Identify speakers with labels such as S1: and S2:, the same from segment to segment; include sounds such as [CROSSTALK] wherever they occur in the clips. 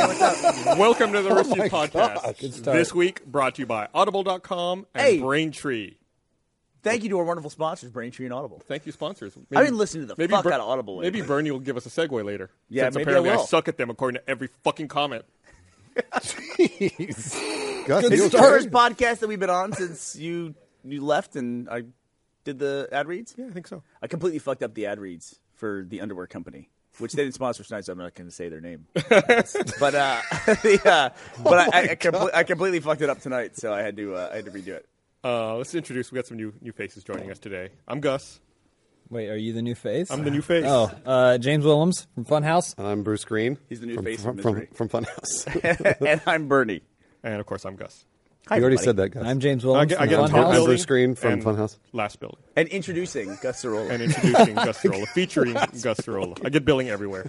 S1: Welcome to the Risky
S2: my
S1: Podcast.
S2: God, good start.
S1: this week brought to you by Audible.com and
S3: Hey.
S1: Braintree.
S3: Thank you to our wonderful sponsors, Braintree and Audible.
S1: Thank you, sponsors. Maybe,
S3: been listening to the fuck out of Audible lately.
S1: Maybe Bernie will give us a segue later.
S3: Yeah,
S1: since
S3: maybe I
S1: apparently
S3: will.
S1: suck at them according to every fucking comment.
S2: Gus,
S3: This
S2: you
S3: is the
S2: start.
S3: first podcast that we've been on since you you left and I did the ad reads.
S1: Yeah, I think so.
S3: I completely fucked up the ad reads for the underwear company, which they didn't sponsor tonight, so I'm not going to say
S1: [LAUGHS]
S3: their name. but uh, [LAUGHS] the,
S1: Oh
S3: uh, but I, I, I, comple- I completely fucked it up tonight, so I had to uh, I had to
S1: [LAUGHS]
S3: redo it. [LAUGHS]
S1: Uh, let's introduce. We got some new new faces joining us today. I'm Gus.
S4: Wait, are you the new face?
S1: I'm the new face.
S4: Oh, uh, James Willems from Funhouse.
S2: I'm Bruce Green.
S3: He's the new
S2: from,
S3: face of
S2: from,
S3: misery.
S2: from, from [LAUGHS] Funhouse.
S3: and I'm Bernie.
S1: and of course I'm Gus.
S3: Hi,
S2: you already
S3: everybody.
S2: said that, Gus.
S4: I'm James
S1: I
S4: Willems
S1: get, I
S4: from
S1: get
S2: Funhouse?
S1: top
S4: Funhouse.
S2: I'm
S1: building
S2: Bruce Green from
S1: and
S2: Funhouse.
S1: Last building.
S3: And introducing Gus Cirola.
S1: And introducing Gus Cirola, featuring Gus Cirola. I get billing everywhere.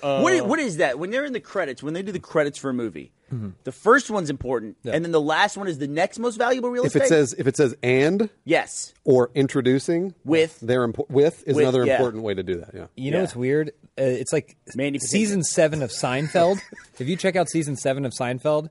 S3: What
S2: Uh,
S3: is, what is that? When they're in the credits, when they do the credits for a movie,
S2: Mm-hmm.
S3: the first one's important, and then the last one is the next most valuable real
S2: If
S3: estate.
S2: it says if it says and
S3: yes,
S2: or introducing
S3: With.
S2: they're impo- with is
S3: With,
S2: another
S3: yeah.
S2: important way to do that. Yeah.
S4: You know
S3: Yeah.
S4: what's weird? Uh, it's like
S3: Manufactured.
S4: season seven of Seinfeld. if you check out season seven of Seinfeld,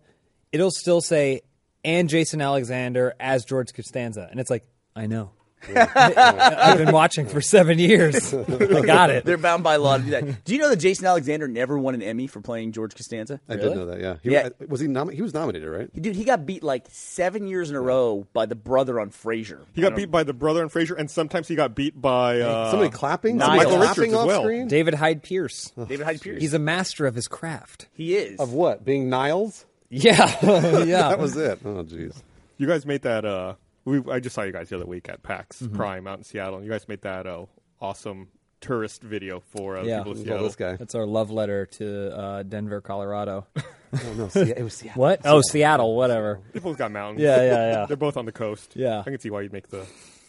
S4: it'll still say and Jason Alexander as George Costanza, and it's like I know. [LAUGHS] I've been watching for seven years. I got it.
S3: they're bound by law to do
S2: [LAUGHS]
S3: that. do you know that Jason Alexander never won an Emmy for playing George Costanza?
S2: I did
S4: Really?
S2: know that. Yeah. He,
S3: Yeah.
S2: Was he nominated? He was nominated, right?
S3: Dude, he got beat like seven years in a row by the brother on Frasier.
S1: He got beat by the brother and Fraser, and sometimes he got beat by uh,
S2: Somebody clapping.
S3: Niall.
S2: Somebody
S3: Michael
S2: clapping
S1: Richards as
S2: off
S1: well.
S2: screen.
S4: David Hyde Pierce.
S3: David Hyde Pierce.
S4: He's a master of his craft.
S3: he is.
S2: Of what? Being Niles.
S4: Yeah, [LAUGHS]
S3: Uh-huh.
S4: yeah.
S2: [LAUGHS] That was it. Oh, jeez.
S1: You guys made that. Uh, we I just saw you guys the other week at PAX
S3: Mm-hmm.
S1: Prime out in Seattle, and you guys made that uh, awesome tourist video for uh, the
S4: Yeah.
S1: people of
S4: Well,
S1: Seattle.
S2: this guy.
S4: That's our love letter to uh, Denver, Colorado. [LAUGHS]
S2: Oh, [LAUGHS] no, see, it was Seattle.
S4: What? Oh, Seattle. Whatever.
S1: They both got mountains.
S4: Yeah, yeah, yeah.
S1: [LAUGHS] They're both on the coast.
S4: Yeah.
S1: I can see why you'd make the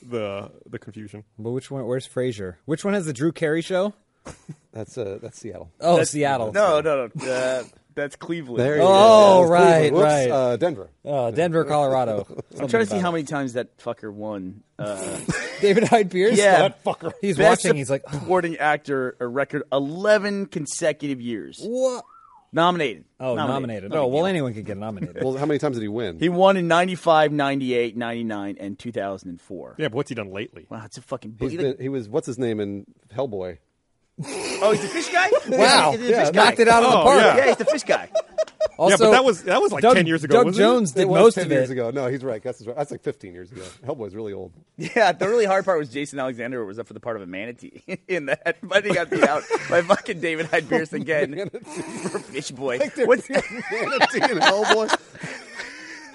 S1: the the confusion.
S4: [LAUGHS] But which one? Where's Frasier? Which one has the Drew Carey show?
S2: That's uh, that's Seattle.
S4: Oh, Seattle.
S3: no, no, no. Uh, that's Cleveland.
S2: There you
S4: Oh,
S2: go. That's
S4: right,
S2: Cleveland. Whoops,
S4: right.
S2: Uh, Denver.
S4: Uh, Denver, Colorado.
S3: I'm trying to see how many times that fucker won.
S2: [LAUGHS]
S3: Uh,
S4: [LAUGHS] David Hyde Pierce.
S3: Yeah.
S4: That fucker. He's
S3: Best
S4: watching. He's like, oh,
S3: supporting actor, a record 11 consecutive years.
S4: what?
S3: Nominated.
S4: Oh, nominated. Oh,
S3: big
S4: well,
S3: deal.
S4: anyone could get [LAUGHS] nominated.
S2: Well, how many times did he win?
S3: He won in 95, 98, 99, and 2004.
S1: Yeah, but what's he done lately?
S3: Wow, it's a fucking
S2: He's
S3: boogie.
S2: been, he was what's his name in Hellboy.
S3: oh, he's the fish [LAUGHS] guy?
S4: wow.
S3: He's the
S4: Yeah,
S3: fish guy.
S4: knocked it out of the
S1: Oh,
S4: park.
S1: yeah.
S3: Yeah, he's the fish guy.
S4: Also,
S1: yeah, but that was that was like
S4: Doug,
S1: ten years ago.
S4: Doug
S1: wasn't it?
S4: Jones did
S2: it was
S4: most
S2: 10
S4: of
S2: years
S4: it.
S2: ago. No, he's right. That's, right. That's like 15 years ago. Hellboy's really [LAUGHS] old.
S3: [LAUGHS] Yeah, the really hard part was Jason Alexander was up for the part of a manatee [LAUGHS] in that, but he got beat out by fucking David Hyde Pierce
S4: [LAUGHS]
S3: again for Fish Boy. What's, [LAUGHS]
S2: Manatee and Hellboy.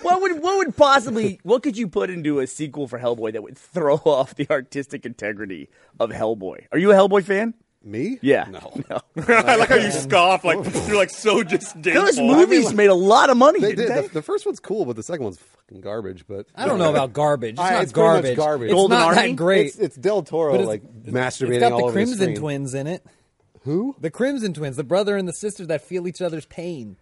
S3: what would what would possibly what could you put into a sequel for Hellboy that would throw [LAUGHS] off the artistic integrity of Hellboy? Are you a Hellboy fan?
S2: Me?
S3: Yeah. [LAUGHS]
S2: No.
S1: [LAUGHS] I like how you scoff, like you're like so just.
S3: Those
S1: disdainful.
S3: movies made a lot of money,
S2: They
S3: didn't
S2: did.
S3: they?
S2: The, the first one's cool, but the second one's fucking garbage. But
S4: I don't know about garbage. It's
S2: I-
S4: not
S2: it's pretty much
S4: garbage.
S2: garbage.
S4: It's
S3: Golden
S4: not
S3: Army?
S4: that great.
S2: It's, it's Del Toro
S4: But it's-
S2: like masturbating
S4: it's got
S2: all
S4: the
S2: over his
S4: Crimson
S2: screen.
S4: Twins in it.
S2: Who?
S4: The Crimson Twins, the brother and the sister that feel each other's pain.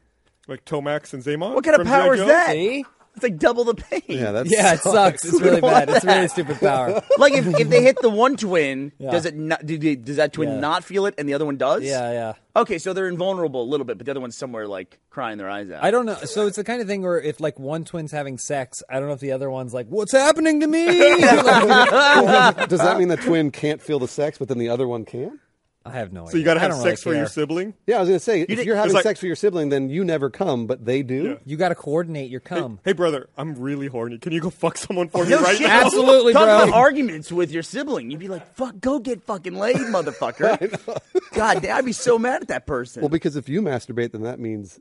S1: like Tomax and Zaymon.
S3: What kind
S1: from
S3: of
S1: G.I.
S3: power is
S1: Joe?
S3: that?
S4: See?
S3: It's like double the pain.
S2: Yeah, that's
S4: [LAUGHS] Yeah, it sucks. It's really
S3: don't want
S4: bad. It's really stupid power.
S3: Like if, if they hit the one twin,
S4: [LAUGHS] Yeah.
S3: does it not? Do they, does that twin
S4: Yeah.
S3: not feel it, and the other one does?
S4: Yeah, yeah.
S3: Okay, so they're invulnerable a little bit, but the other one's somewhere like crying their eyes out.
S4: I don't know. So it's the kind of thing where if like one twin's having sex, I don't know if the other one's like, "What's happening to me?" Like,
S2: Does that mean the twin can't feel the sex, but then the other one can?
S4: I have no idea.
S1: So you got to
S4: I
S1: have
S4: don't
S1: sex
S4: really
S1: for your
S4: care.
S1: sibling.
S2: Yeah, I was gonna say if
S3: did-
S2: you're having
S1: it's like-
S2: sex with your sibling, then you never come, but they do.
S4: You got to coordinate your cum.
S1: Hey brother, I'm really horny. Can you go fuck someone for me
S3: Oh, No
S1: right
S3: shit.
S1: now?
S4: Absolutely,
S3: Talk
S4: bro.
S3: about arguments with your sibling. You'd be like, "Fuck, go get fucking
S2: [LAUGHS]
S3: laid, motherfucker." God, damn, I'd be so mad at that person.
S2: Well, because if you masturbate, then that means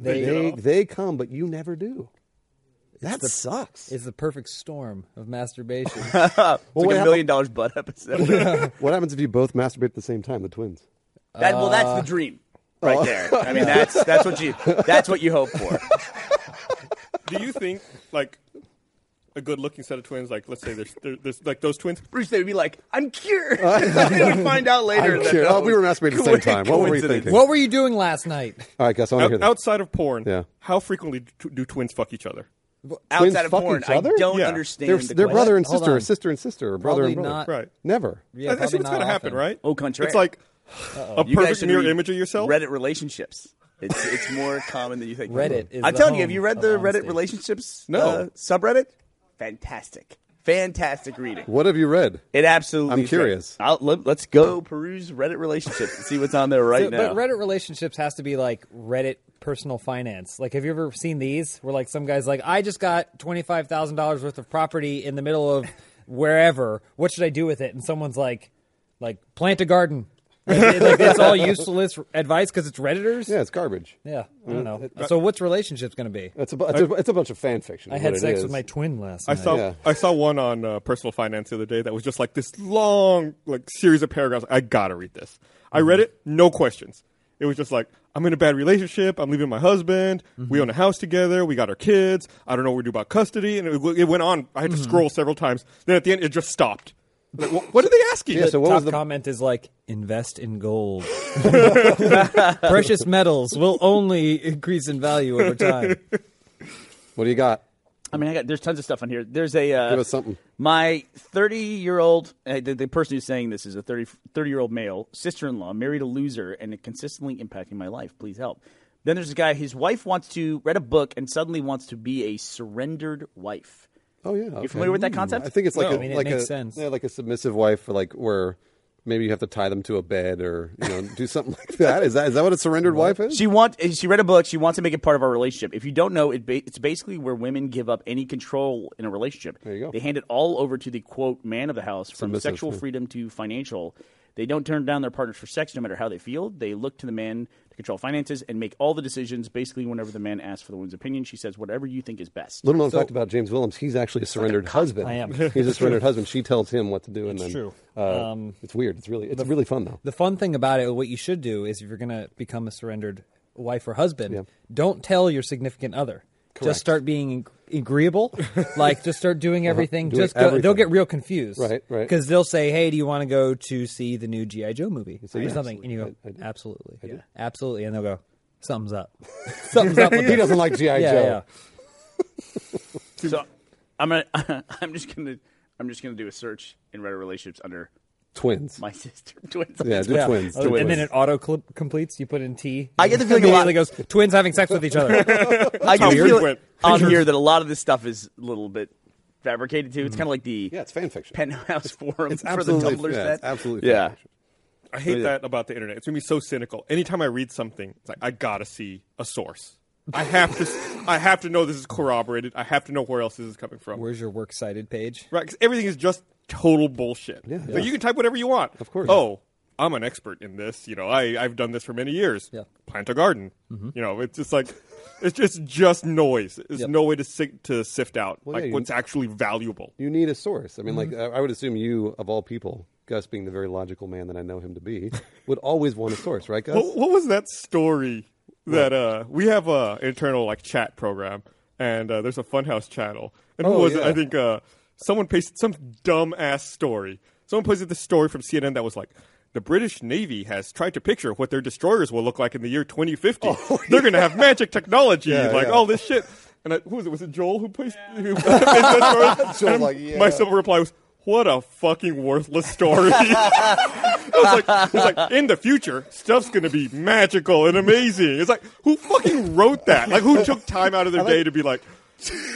S4: They-
S2: they they come, but you never do. That sucks.
S4: It's the perfect storm of
S1: [LAUGHS]
S4: masturbation.
S3: it's like
S2: what
S3: a million dollars
S2: [LAUGHS]
S3: butt episode. that,
S2: What happens if you both masturbate at the same time, the twins?
S3: well, that's
S2: Uh,
S3: the dream, right
S2: oh.
S3: there. I mean, that's that's what you that's what you
S2: [LAUGHS]
S3: hope for.
S1: Do you think like a good-looking set of twins, like let's say there's there- there's like those twins,
S3: Bruce, they would be like, "I'm cured." [LAUGHS] they would find out later.
S2: I'm
S3: that
S2: cured.
S3: that
S2: Oh, we were
S3: was
S2: masturbating [LAUGHS] at the same
S3: co-
S2: time. What were we
S3: coincidence.
S2: thinking?
S4: what were you doing last night?
S2: All right, Gus, I want to hear
S1: out,
S2: that.
S1: outside of porn,
S2: Yeah.
S1: how frequently do, do twins fuck each other?
S2: Twins
S3: Outside of
S2: fuck
S3: porn,
S2: each
S3: I
S2: other?
S3: don't
S1: Yeah.
S3: understand.
S2: They're,
S3: the
S2: they're
S3: question.
S2: brother and
S4: Hold
S2: sister, or
S4: on.
S2: sister and sister, or brother and
S4: Probably
S2: brother.
S4: not.
S1: Right.
S2: Never.
S4: Yeah,
S1: I, I
S4: probably
S1: see what's
S4: not
S1: gonna happen,
S4: often. Oh,
S1: right?
S3: Au contraire.
S1: It's like a
S3: You guys
S1: perfect
S3: should
S1: mirror
S3: read
S1: image of yourself.
S3: Reddit relationships. It's it's more [LAUGHS] common than you think.
S4: Reddit is
S3: I'm
S4: the
S3: telling you,
S4: home
S3: have you read
S4: of
S3: the
S4: honesty.
S3: Reddit relationships
S1: No.
S3: uh, subreddit? Fantastic, fantastic reading.
S2: What have you read?
S3: It absolutely.
S2: I'm
S3: is great.
S2: curious.
S3: I'll, let, us go peruse Reddit relationships and see what's on there right
S4: So-
S3: now.
S4: But Reddit relationships has to be like Reddit personal finance. Like, have you ever seen these where like some guy's like, I just got twenty five thousand dollars worth of property in the middle of wherever. What should I do with it? And someone's like, like plant a garden. Like, it- like,
S2: [LAUGHS]
S4: it's all useless advice because it's redditors.
S2: Yeah, it's garbage.
S4: Yeah, I don't know. So what's relationships going to be?
S2: It's a, bu- it's, a, it's a bunch of fan fiction.
S4: I
S2: is
S4: had
S2: what it
S4: sex
S2: is.
S4: with my twin last
S1: I
S4: night.
S1: saw
S2: Yeah.
S1: I saw one on uh, personal finance the other day that was just like this long like series of paragraphs. I gotta read this. I read it, no questions. It was just like I'm in a bad relationship. I'm leaving my husband. We own a house together. We got our kids. I don't know what we do about custody. And it, w- it went on. I had to scroll several times. Then at the end, it just stopped. Like, wh- what are they asking?
S2: Yeah, so what
S4: Top
S2: was the
S4: comment is like invest
S2: [LAUGHS]
S4: in gold. [LAUGHS] Precious metals will only increase in value over time.
S2: What do you got?
S3: I mean, I got there's tons of stuff on here. There's a uh,
S2: Give us something.
S3: My 30 year old, uh, the, the person who's saying this is a 30 year old male sister in law married a loser and consistently impacting my life. Please help. Then there's a guy. His wife wants to read a book and suddenly wants to be a surrendered wife.
S2: Oh yeah, okay.
S3: familiar with that
S2: Hmm.
S3: concept?
S2: I think it's like
S1: No.
S2: a,
S1: I
S4: mean, it
S2: like
S4: makes
S2: a
S4: sense.
S2: yeah, like a submissive wife, or like where maybe you have to tie them to a bed or you know do something [LAUGHS] like that. Is that is that what a surrendered wife is?
S3: She want uh, she read a book. She wants to make it part of our relationship. If you don't know, it ba- it's basically where women give up any control in a relationship. There
S2: you go.
S3: They hand it all over to the quote man of the house from
S2: Submissive,
S3: sexual
S2: yeah.
S3: freedom to financial. They don't turn down their partners for sex, no matter how they feel. They look to the man to control finances and make all the decisions. Basically, whenever the man asks for the woman's opinion, she says whatever you think is best.
S2: Little known fact about James Willems, he's actually a surrendered husband.
S4: I am.
S2: He's a
S4: [LAUGHS]
S2: surrendered husband. She tells him what to do, and then
S4: true. Um,
S2: Uh, it's weird. It's really it's really fun though.
S4: The fun thing about it, what you should do is if you're going to become a surrendered wife or husband,
S2: Yeah.
S4: don't tell your significant other. Just start being ag-
S2: [LAUGHS]
S4: agreeable, like just start doing everything.
S2: Doing
S4: just go, they'll
S2: Uh-huh. everything.
S4: get real confused,
S2: Right, right.
S4: Because they'll say, "Hey, do you want to go to see the new GI Joe movie
S2: say,
S4: or
S2: "Yeah,
S4: something?" And
S2: I- I
S4: you
S2: do.
S4: go, "Absolutely, yeah. absolutely," and they'll go,
S2: [LAUGHS]
S4: "Something's up, [LAUGHS] something's up." With
S2: He
S4: this."
S2: doesn't like GI
S4: yeah,
S2: Joe.
S4: yeah.
S3: So I'm gonna, [LAUGHS] I'm just gonna I'm just gonna do a search in Reddit relationships under
S2: Twins.
S3: my [LAUGHS] sister twins.
S2: yeah, do
S4: Yeah.
S2: twins.
S4: Oh,
S2: do
S4: And
S2: twins.
S4: then it auto cl- completes. You put in T.
S3: I
S4: [LAUGHS]
S3: get the feeling a lot-
S4: immediately goes twins having sex with
S2: [LAUGHS]
S4: each other.
S3: I can
S1: how
S3: feel
S1: weird
S3: it
S1: went.
S3: on here that a lot of this stuff is a little bit fabricated too. It's kind of like the
S2: Mm-hmm. yeah, it's fan fiction.
S3: penthouse forum
S2: it's
S3: [LAUGHS] for the
S2: absolutely
S3: Tumblr
S2: yeah,
S3: set.
S2: it's absolutely fan
S3: Yeah.
S2: fiction.
S1: I hate
S3: yeah.
S1: that about the internet. It's gonna be so cynical. Anytime I read something, it's like I gotta see a source. I have to. s- I have to know this is corroborated. I have to know where else this is coming from.
S4: Where's your works cited page? [LAUGHS]
S1: Right, 'cause everything is just total bullshit.
S2: Yeah.
S1: So
S2: Yeah.
S1: you can type whatever you want. Of
S2: course.
S1: Oh, I'm an expert in this. You know, I, I've done this for many years.
S4: Yeah.
S1: Plant a garden.
S2: Mm-hmm.
S1: You know, it's just like, it's just, just noise. There's
S4: Yep.
S1: no way to si- to sift out
S2: Well,
S1: like
S2: yeah, you-
S1: what's actually valuable.
S2: You need a source. I mean,
S4: Mm-hmm.
S2: like I I would assume you, of all people, Gus being the very logical man that I know him to be,
S4: [LAUGHS]
S2: would always want a source, right, Gus?
S1: What, what was that story that uh, we have a internal like chat program, and uh, there's a Funhouse channel, and who
S2: Oh,
S1: was it?
S2: yeah.
S1: I think uh, someone pasted some dumb ass story. Someone posted this story from CNN that was like. The British Navy has tried to picture what their destroyers will look like in the year 2050.
S2: [LAUGHS]
S1: They're going to have magic technology,
S2: Oh, Yeah,
S1: like
S2: yeah.
S1: all this shit. And I, who was it? Was it Joel who placed? Who [LAUGHS] placed that story?
S2: Joel's
S1: And
S2: like, yeah.
S1: My simple reply was, "What a fucking worthless story." [LAUGHS] It's like, it's like in the future, stuff's gonna be magical and amazing. It's like who fucking wrote that? Like who took time out of their day to be like,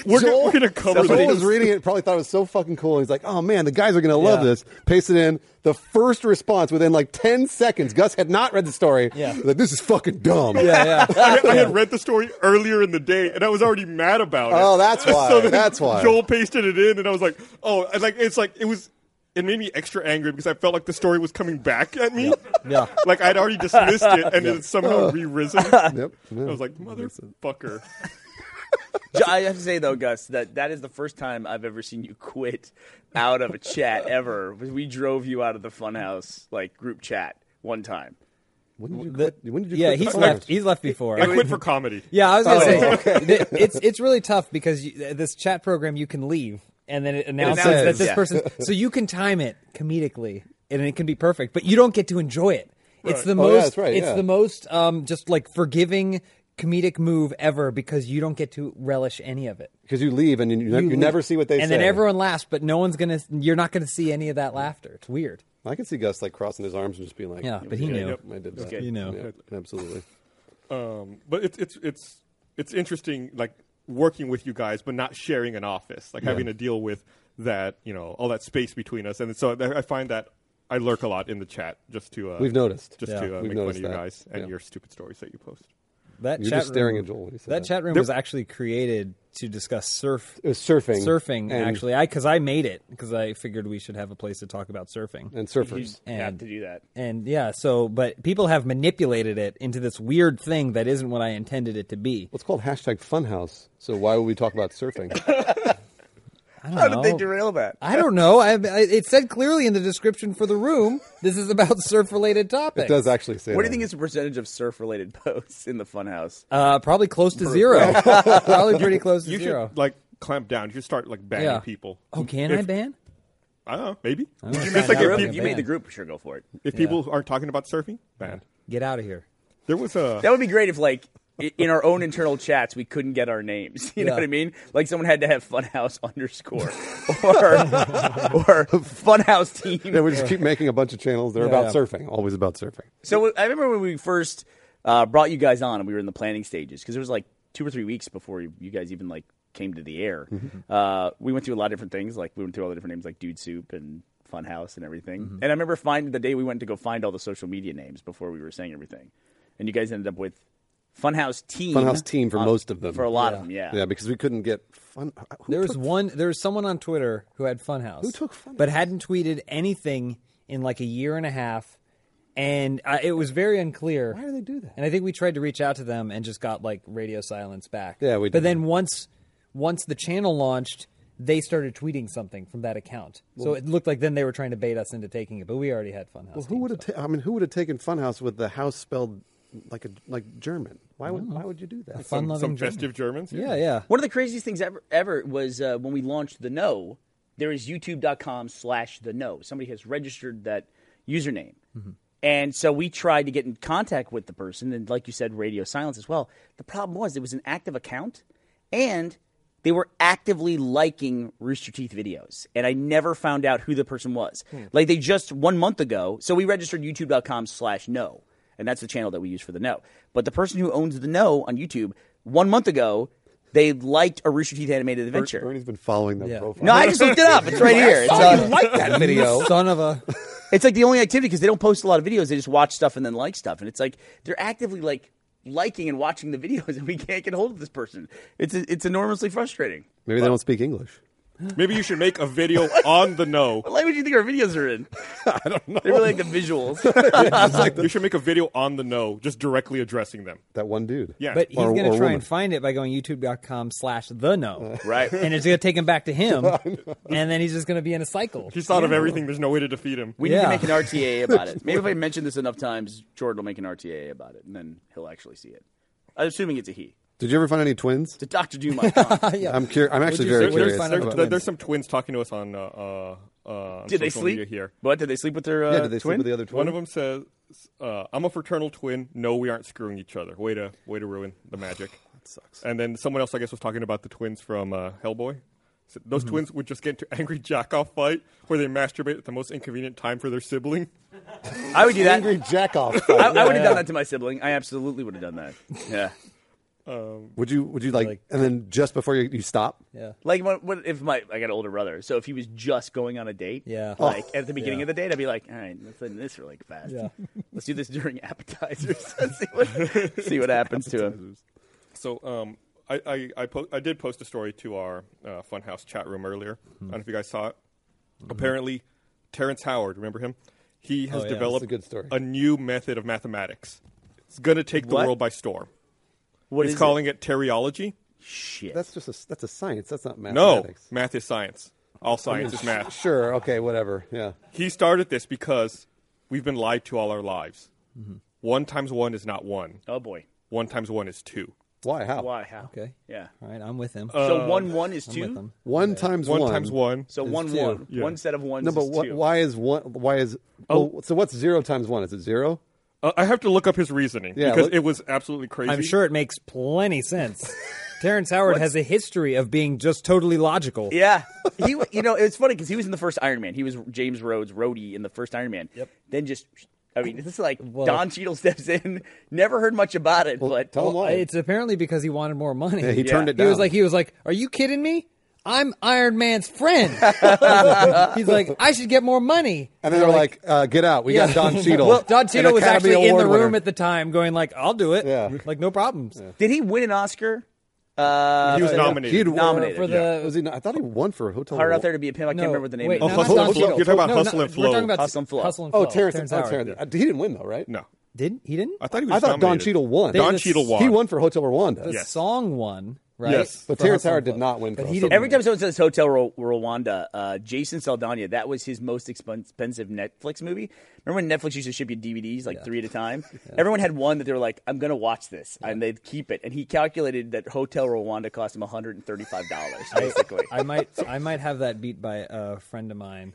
S1: we're, gonna, we're gonna cover
S2: Joel was
S1: this.
S2: reading it, probably thought it was so fucking cool. He's like, "Oh man, the guys are gonna love
S4: Yeah.
S2: this." Paste it in. The first response within like ten seconds. Gus had not read the story.
S4: Yeah.
S2: He's like this is fucking dumb.
S4: Yeah, yeah.
S1: I,
S2: [LAUGHS]
S1: had- I had read the story earlier in the day, and I was already mad about it.
S2: Oh, that's why.
S1: [LAUGHS] So then
S2: That's why.
S1: Joel pasted it in, and I was like, oh, and like it's like it was. It made me extra angry because I felt like the story was coming back at me.
S4: Yeah.
S1: [LAUGHS] Like I'd already dismissed it, and it had
S2: Oh.
S1: somehow re-risen.
S2: [LAUGHS] Yep.
S1: I
S4: Oh,
S1: was like, motherfucker.
S3: Jo- I have to say though, Gus, that that is the first time I've ever seen you quit out of
S2: [LAUGHS]
S3: a chat ever. We drove you out of the Funhouse like group chat one time.
S2: when did you
S4: The-
S2: quit? When did you
S4: yeah,
S2: quit the
S4: he's
S2: Funhouse?
S4: left. He's left
S1: [LAUGHS]
S4: before.
S1: I
S2: [LAUGHS]
S4: [LAUGHS]
S1: quit for comedy.
S4: Yeah, I was gonna
S3: Oh,
S4: say th- it's it's really tough because you, th- this chat program you can leave and then it announces
S3: announces,
S4: that this
S3: yeah.
S4: person. So you can time it comedically and it can be perfect, but you don't get to enjoy it. It's the
S2: Oh, yeah,
S4: most.
S2: that's right,
S4: it's
S2: yeah.
S4: the most um, just like forgiving comedic move ever because you don't get to relish any of it.
S2: because you leave and you, you,
S4: leave.
S2: never see what they
S4: and
S2: say.
S4: then everyone laughs, but no one's gonna. You're not gonna see any of that laughter. It's weird.
S2: I can see Gus like crossing his arms and just being like,
S4: Yeah, but he knew.
S2: I did that.
S3: Okay.
S4: You know.
S2: Yeah, absolutely.
S1: Um, but it's it's it's it's interesting, like working with you guys, but not sharing an office, like having to deal with that, you know, all that space between us. And so I I find that I lurk a lot in the chat just to uh,
S2: We've noticed.
S1: just
S4: Yeah.
S1: to uh,
S2: We've
S1: make fun of
S2: noticed
S1: you
S2: that.
S1: guys and
S2: Yeah.
S1: your stupid stories that you post.
S4: That
S2: You're
S4: chat
S2: just staring
S4: room,
S2: at Joel when you said
S4: That
S2: that.
S4: chat room was actually created to discuss surf
S2: It was surfing. and-
S4: surfing. actually, I because I made it because I figured we should have a place to talk about surfing.
S2: And surfers.
S3: You have
S4: And-
S3: to do that.
S4: and yeah, so but people have manipulated it into this weird thing that isn't what I intended it to be.
S2: What's called hashtag funhouse. So why would we talk about surfing?
S4: I don't
S3: How
S4: know.
S3: did they derail that?
S4: I don't know. I, I, it said clearly in the description for the room this is about [LAUGHS] surf-related topics.
S2: It does actually say
S3: What
S2: that.
S3: do you think is the percentage of surf-related [LAUGHS] posts in the funhouse?
S4: Uh, probably close
S2: [LAUGHS]
S4: to zero. probably pretty close to
S1: You
S4: zero.
S1: should like clamp down. You should start like banning
S4: Yeah.
S1: people.
S4: oh, can I
S1: If-
S4: ban?
S1: I don't know. Maybe.
S4: gonna
S1: Just
S4: find
S1: like
S4: out.
S1: if,
S4: Really?
S1: peop-
S4: a
S3: you made
S4: ban.
S3: the group, sure, go for it.
S1: if people aren't talking about surfing, ban.
S4: Get out of here.
S1: There was uh, a
S3: That would be great if, like, i- in our own internal chats, we couldn't get our names. [LAUGHS] You know
S4: Yeah.
S3: what I mean? Like, someone had to have Funhouse [LAUGHS] underscore or or Funhouse team.
S2: Yeah, we just keep making a bunch of channels that are
S4: Yeah,
S2: about
S4: yeah.
S2: surfing, always about surfing.
S3: So I remember when we first uh, brought you guys on, and we were in the planning stages because it was like two or three weeks before you you guys even like came to the air.
S2: Mm-hmm.
S3: Uh, we went through a lot of different things, like we went through all the different names, like Dude Soup and Funhouse and everything.
S2: Mm-hmm.
S3: And I remember finding the day we went to go find all the social media names before we were saying everything, and you guys ended up with Funhouse Team,
S2: Funhouse team for
S3: uh,
S2: most of them.
S3: for a lot of them,
S2: yeah.
S3: yeah.
S2: because we couldn't get fun. uh, Who
S4: There was
S2: took-
S4: one. There was someone on Twitter who had Funhouse, who
S2: took Funhouse?
S4: but hadn't tweeted anything in like a year and a half, and uh, it was very unclear.
S2: Why do they do that?
S4: And I think we tried to reach out to them and just got like radio silence back.
S2: Yeah, we
S4: But
S2: did.
S4: then once once the channel launched, they started tweeting something from that account, so it looked like then they were trying to bait us into taking it, but we already had Funhouse.
S2: Who would have? Ta- I mean, who would have taken Funhouse with the house spelled like a like German? Why would Why would you do that?
S4: fun loving
S1: some festive Germans.
S4: Yeah, yeah.
S3: [LAUGHS] One of the craziest things ever ever was uh, when we launched the No. There is YouTube.com slash the No. Somebody has registered that username, and so we tried to get in contact with the person, and like you said, radio silence as well. The problem was it was an active account, and they were actively liking Rooster Teeth videos, and I never found out who the person was. Like they just one month ago, so we registered YouTube.com slash No, and that's the channel that we use for the No. But the person who owns the No on YouTube one month ago they liked a Rooster Teeth animated adventure.
S2: Bernie's been following that
S4: Yeah.
S2: profile.
S3: no, [LAUGHS] I just looked it up. It's right here. It's,
S4: [LAUGHS]
S3: uh,
S2: like that video.
S4: Son of a.
S3: [LAUGHS] it's like the only activity because they don't post a lot of videos. They just watch stuff and then like stuff, and it's like they're actively like liking and watching the videos, [LAUGHS] and we can't get hold of this person. It's it's enormously frustrating.
S2: Maybe they don't speak English.
S1: Maybe you should make a video on the no.
S3: What language do you think our videos are in? [LAUGHS] I don't know. They really like the visuals. [LAUGHS]
S1: you should make a video on the no, just directly addressing them.
S2: That one dude.
S1: Yeah.
S4: But he's
S2: Or-
S4: going to
S2: or
S4: try
S2: woman.
S4: and find it by going youtube.com slash the no.
S3: [LAUGHS] Right.
S4: And it's going to take him back to him.
S2: [LAUGHS]
S4: and then he's just going to be in a cycle.
S1: He's thought of everything. There's no way to defeat him.
S3: we
S4: Yeah.
S3: need to make an
S2: [LAUGHS]
S3: RTA about it. Maybe if I mention this enough times, Jordan will make an RTA about it, and then he'll actually see it. I'm assuming it's a he.
S2: Did you ever find any twins?
S3: It's a
S2: [LAUGHS]
S3: Dr. Doom icon.
S2: I'm curious. I'm actually
S4: you
S1: There's,
S2: very
S4: search-
S2: curious.
S4: find out
S1: there's-
S4: about
S2: about-
S1: there's
S4: twins.
S1: some twins talking to us on uh, uh, uh, on
S3: Did they
S1: social
S3: sleep
S1: media here.
S3: What did they sleep with their? Uh,
S2: yeah, did they
S3: twin?
S2: sleep with the other twin?
S1: One of them says, uh, "I'm a fraternal twin. No, we aren't screwing each other. Way to way to ruin the
S2: [SIGHS]
S1: magic." that
S2: sucks.
S1: And then someone else, I guess, was talking about the twins from uh, Hellboy. So those
S2: Mm-hmm.
S1: twins would just get into [LAUGHS] angry jack off fight where they masturbate at the most inconvenient time for their sibling.
S3: I would do that.
S2: Angry jackoff.
S3: I, I would have done that to my sibling. I absolutely would have done that. Yeah.
S2: would you? Would you like, And then just before you, you stop,
S4: Yeah.
S3: Like what, what if my I got an older brother, so if he was just going on a date,
S4: Yeah. Oh,
S3: like at the beginning
S4: Yeah.
S3: of the date, I'd be like, all right, let's end this really fast.
S4: Yeah.
S3: let's do this during [LAUGHS] appetizers. Let's see what see what happens to him.
S1: So um, I I I, po- I did post a story to our uh, Funhouse chat room earlier. I don't know if you guys saw it. Apparently, Terrence Howard, remember him? He has
S4: yeah.
S1: developed
S2: That's a good story.
S1: a new method of mathematics. It's going to take the
S3: What?
S1: world by storm.
S3: What
S1: He's
S3: is
S1: calling it teriology.
S3: it? shit?
S2: that's just a that's a science. That's not
S1: No,
S2: mathematics.
S1: math is science. All science is math.
S2: Sure. Okay. Whatever. Yeah.
S1: He started this because we've been lied to all our lives. One times one is not one.
S3: oh boy,
S1: One times one is two.
S2: Why? How?
S3: why? How?
S4: Okay.
S3: Yeah. Uh,
S4: All right. I'm with him.
S3: So one one is
S4: I'm with him.
S3: two.
S2: One times
S1: One
S2: one
S1: times one.
S3: So one
S4: two.
S3: one
S1: Yeah.
S3: one set of ones.
S2: No, but
S3: is
S2: what,
S3: two.
S2: why is one? Why is oh? so what's zero times one? Is it zero?
S1: Uh, I have to look up his reasoning
S2: Yeah,
S1: because
S2: let-
S1: it was absolutely crazy.
S4: I'm sure it makes
S2: [LAUGHS]
S4: plenty sense. Terrence Howard has a history of being just totally logical.
S3: Yeah, he. You know, it's funny because he was in the first Iron Man. He was James Rhodes' roadie in the first Iron Man. Yep. Then just I mean, this is like
S4: Well-
S3: Don Cheadle steps in. Never heard much about it, but
S2: Tell him why.
S4: It's apparently because he wanted more money.
S2: he
S3: Yeah.
S2: turned it
S4: He
S2: down.
S4: was like, he was like, "Are you kidding me? I'm Iron
S2: [LAUGHS]
S4: Man's friend." He's like, "I should get more money."
S2: and then they're like, uh, "Get out! We
S4: Yeah.
S2: got
S4: [LAUGHS]
S2: Don Cheadle."
S4: Well,
S2: an
S4: Don Cheadle was
S2: Academy
S4: actually in the
S2: Award
S4: room
S2: winner.
S4: at the time, going like, "I'll do it."
S2: Yeah.
S4: like no problems.
S3: did he win an Oscar? Uh,
S1: He was
S3: for-
S1: nominated.
S2: He'd won-
S3: Nominated.
S4: For the
S2: Was he not- I thought he won for a hotel.
S3: Hard
S2: Award.
S3: out there to be a pimp. I can't remember what the name.
S4: wait,
S3: is.
S1: Oh,
S4: no,
S1: Hustle
S4: not
S1: and
S4: Don
S1: Flow.
S4: Cheadle.
S1: You're talking about
S4: No,
S1: Hustle
S4: not-
S1: and
S4: We're
S1: Flow.
S4: talking about
S3: Hustle and Flow.
S4: Hustle and
S2: Oh,
S4: Flow,
S2: Terrence,
S4: Terrence
S2: oh,
S4: Howard.
S2: Terrence. Uh, He didn't win though, right?
S1: No,
S4: Didn't he? Didn't
S1: I thought he was.
S2: I thought Don
S1: nominated.
S2: Cheadle won.
S4: They
S1: Don
S4: just-
S1: Cheadle won.
S2: He won for Hotel Rwanda.
S4: the
S1: Yes.
S4: song won? Right.
S1: Yes.
S4: For
S1: But
S2: Terrence
S4: Hustle and
S2: Howard did
S4: Flow.
S2: not win for
S4: But he
S2: Hustle
S4: didn't.
S2: and
S3: Every time someone says Hotel Ro- Rwanda, uh, Jason Saldana, that was his most expensive Netflix movie. Remember when Netflix used to ship you DVDs like three at a
S4: [LAUGHS]
S3: time? Everyone had one that they were like, "I'm going to watch this," and they'd keep it. And he calculated that Hotel Rwanda cost him 135 dollars basically.
S4: [LAUGHS] I might I might have that beat by a friend of mine.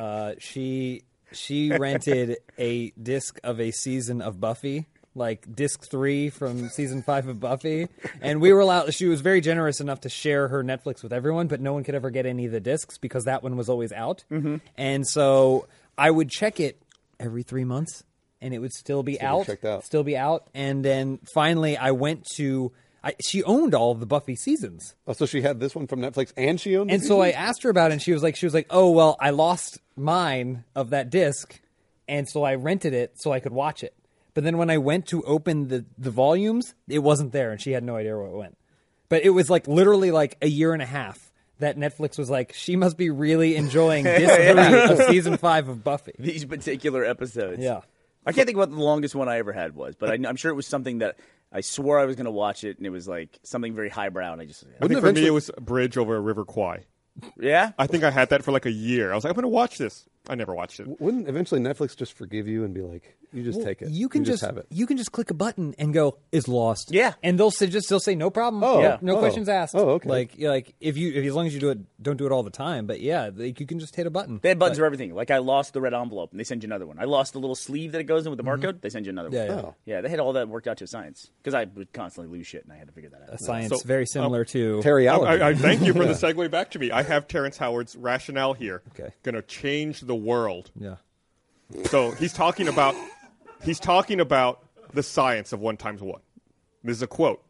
S4: Uh, she she rented a disc of a season of Buffy, like disc three from season five of Buffy, and we were allowed. She was very generous enough to share her Netflix with everyone, but no one could ever get any of the discs because that one was always out. And so I would check it every three months, and it would still be out,
S2: checked out.
S4: still be out. And then finally, I went to. I, she owned all of the Buffy seasons.
S2: Oh, so she had this one from Netflix, and she owned.
S4: And so I asked her about it, and she was like, she was like, oh well, I lost mine of that disc, and so I rented it so I could watch it. But then when I went to open the the volumes, it wasn't there, and she had no idea where it went. But it was like literally like a year and a half that Netflix was like, she must be really enjoying disc three of season five of Buffy.
S3: These particular episodes.
S4: Yeah.
S3: I can't think of what the longest one I ever had was, but I, I'm sure it was something that I swore I was going to watch it, and it was like something very highbrow, and I just
S1: I think
S2: Wouldn't
S1: for me
S2: eventually-
S1: it was Bridge over a River Kwai.
S3: yeah.
S1: I think I had that for like a year. I was like, I'm gonna watch this. I never watched it.
S2: Wouldn't eventually Netflix just forgive you and be like, "You just take it.
S4: You can
S2: just, have it."
S4: you can just click a button and go is lost.
S3: Yeah.
S4: and they'll say, just they'll say no problem.
S2: Oh,
S4: yeah. no
S2: oh.
S4: questions asked.
S2: Oh, okay.
S4: Like yeah, like if you if, as long as you do it, don't do it all the time. But yeah, like, you can just hit a button.
S3: They had buttons for everything. Like I lost the red envelope, and they send you another one. I lost the little sleeve that it goes in with the barcode. They send you another
S4: Mm-hmm. Yeah,
S3: one.
S4: yeah.
S2: Oh.
S3: yeah, they had all that worked out to a science because I would constantly lose shit, and I had to figure that out.
S4: A science
S1: So,
S4: very similar to
S2: um, Terry
S1: Oh, I,
S2: Allen.
S1: I, I thank
S2: [LAUGHS]
S1: you for the segue back to me. I have Terrence Howard's rationale here.
S4: Okay.
S1: Gonna change the world.
S4: Yeah.
S1: So he's talking about he's talking about the science of one times one. This is a quote.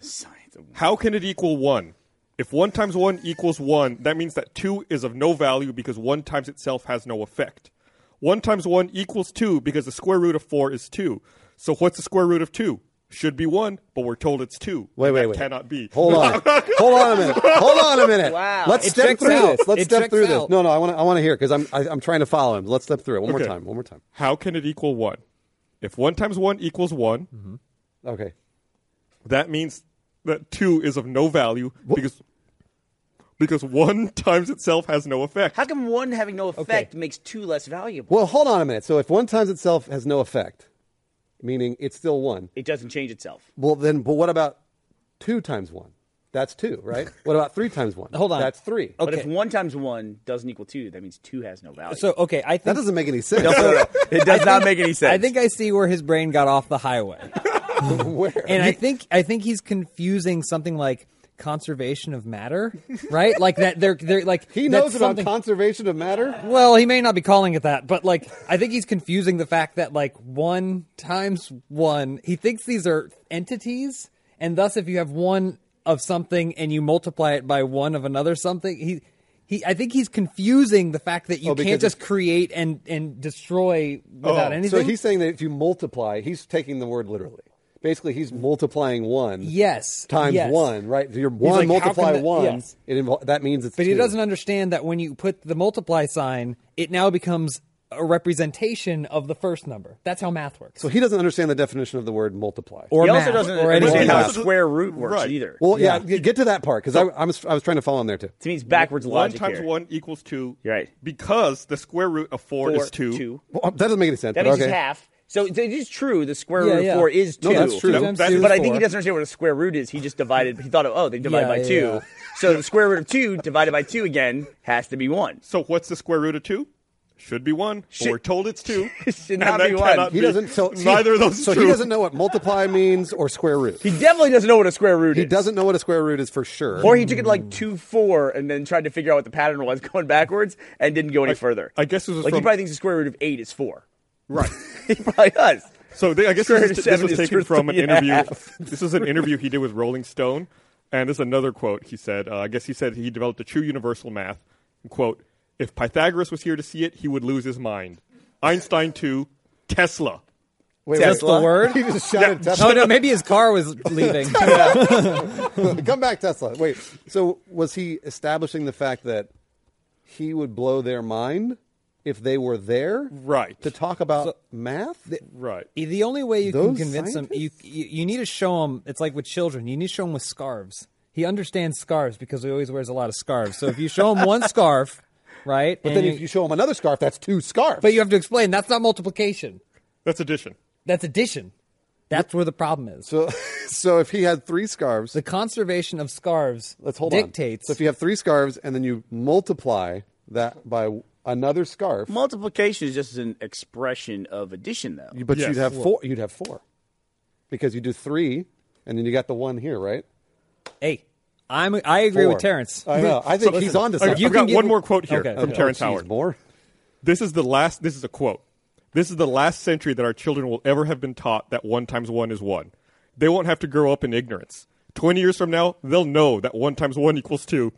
S3: Science.
S1: How can it equal one? If one times one equals one, that means that two is of no value because one times itself has no effect. One times one equals two because the square root of four is two. So what's the square root of two? Should be one, but we're told it's two.
S2: Wait,
S1: And
S2: wait,
S1: that
S2: wait.
S1: Cannot be.
S2: Hold on. Hold on a minute. Hold on a minute.
S3: Wow.
S2: Let's
S4: It
S2: step
S4: checks
S2: through
S4: out.
S2: this. Let's
S4: It
S2: step
S4: checks
S2: through this.
S4: out.
S2: No, no, I want to I want to hear because I'm I, I'm trying to follow him. Let's step through it one
S1: Okay.
S2: more time. One more time.
S1: How can it equal one? If one times one equals one,
S2: Mm-hmm. Okay.
S1: that means that two is of no value because because one [LAUGHS] times itself has no effect.
S3: How come one having no effect makes two less valuable?
S2: Well, hold on a minute. So if one times itself has no effect, meaning it's still one.
S3: It doesn't change itself.
S2: Well, then, but what about two times one? That's two,
S4: [LAUGHS]
S2: right? what about three times one?
S4: Hold on.
S2: That's three.
S4: Okay.
S3: But if one times one doesn't equal two, that means two has no value.
S4: So okay, I think
S2: That doesn't make any sense.
S3: [LAUGHS] it does not make any sense.
S4: I think I see where his brain got off
S2: [LAUGHS]
S4: the highway.
S2: [LAUGHS] Where?
S4: and I think I think he's confusing something like conservation of matter, right? like that they're they're like
S2: he
S4: that's
S2: knows about
S4: something-
S2: conservation of matter.
S4: Well, he may not be calling it that, but like I think he's confusing the fact that like one times one, he thinks these are entities, and thus if you have one of something and you multiply it by one of another something, he. He, I think he's confusing the fact that you
S2: Oh, because
S4: can't just
S2: it's-
S4: create and, and destroy without
S1: Oh,
S4: anything.
S2: So he's saying that if you multiply, he's taking the word literally. Basically, he's multiplying one.
S4: yes
S2: Times
S4: yes.
S2: one, right? You're one
S4: like, how
S2: multiply
S4: can that-
S2: one.
S4: yes.
S2: It invol- that means it's.
S4: But
S2: two.
S4: he doesn't understand that when you put the multiply sign, it now becomes a representation of the first number. That's how math works.
S2: So he doesn't understand the definition of the word multiply.
S4: or
S3: he
S4: math,
S3: also doesn't
S4: or
S1: anything
S3: understand
S4: anything
S3: how
S1: else.
S3: square root works
S1: Right.
S3: either.
S2: well, yeah, g- get to that part because I, I'm- I was trying to follow him there too.
S3: to me, it's backwards
S1: one
S3: logic
S1: times
S3: here.
S1: one equals two.
S3: You're right.
S1: Because the square root of four,
S3: Four,
S1: is two.
S2: Well, that doesn't make any sense.
S3: That
S2: but
S3: means
S2: okay.
S3: it's half. So it is true. The square root
S4: Yeah,
S3: of
S4: yeah.
S3: four is two.
S2: No, that's true.
S1: That-
S4: times
S1: that-
S4: two is
S3: But I
S4: four.
S3: think he doesn't understand what a square root is. He just divided. He thought, oh, they divide
S4: Yeah,
S3: by
S4: yeah,
S3: two.
S4: yeah.
S3: So the square root of two divided by two again has to be one.
S1: So what's the square root of two? Should be one. But
S3: Should-
S1: we're told it's
S3: [LAUGHS]
S1: two.
S3: should
S1: and
S3: not
S1: that
S3: be one.
S1: cannot
S2: He
S1: be-
S2: doesn't. So
S1: neither
S2: he,
S1: of those.
S2: So
S1: true.
S2: he doesn't know what multiply means or square root.
S3: He definitely doesn't know what a square root
S2: He
S3: is.
S2: doesn't know what a square root is for sure.
S3: Or he took it like two four and then tried to figure out what the pattern [LAUGHS] was going backwards and didn't go any further.
S1: I guess this was
S3: like he
S1: from-
S3: probably thinks the square root of eight is four. [LAUGHS]
S1: Right.
S3: he probably does.
S1: [LAUGHS] So they, I guess this, is, this was
S3: 70s
S1: taken
S3: for
S1: from an
S3: three and a
S1: interview.
S3: half.
S1: [LAUGHS] This is an interview he did with Rolling Stone, and this is another quote he said. Uh, I guess he said he developed a true universal math. Quote: If Pythagoras was here to see it, he would lose his mind. Einstein too. Tesla.
S2: Wait,
S3: Tesla.
S4: That's the
S2: [LAUGHS]
S4: word.
S2: He just shouted
S4: Oh
S2: Tesla.
S4: no, maybe his car was leaving.
S2: [LAUGHS] Come back, Tesla. Wait. So was he establishing the fact that he would blow their mind if they were there
S1: Right.
S2: to talk about math?
S1: Right.
S4: the only way you can
S2: Those
S4: convince him, you, you you need to show him. It's like with children, you need to show him with scarves. He understands scarves because he always wears a lot of scarves. So if you show him one scarf, right?
S2: but then if you show him another scarf, that's two scarves.
S4: but you have to explain that's not multiplication.
S1: That's addition.
S4: That's addition. That's where the problem is.
S2: so, [LAUGHS] so if he had three scarves,
S4: the conservation of scarves
S2: let's hold
S4: dictates.
S2: on. So if you have three scarves and then you multiply that by another scarf,
S3: Multiplication is just an expression of addition, though.
S2: but
S1: Yes.
S2: you'd have four. You'd have four because you do three, and then you got the one here, right?
S4: hey, I'm I agree
S2: Four.
S4: with Terrence.
S2: I know. I think he's on to
S1: I,
S2: something.
S1: have
S4: you
S1: got
S4: can get-
S1: one more quote here
S4: Okay.
S1: from
S4: Okay.
S1: Terrence
S2: Oh, jeez,
S1: Howard.
S2: More.
S1: This is the last. This is a quote. This is the last century that our children will ever have been taught that one times one is one. They won't have to grow up in ignorance. Twenty years from now, they'll know that one times one equals two.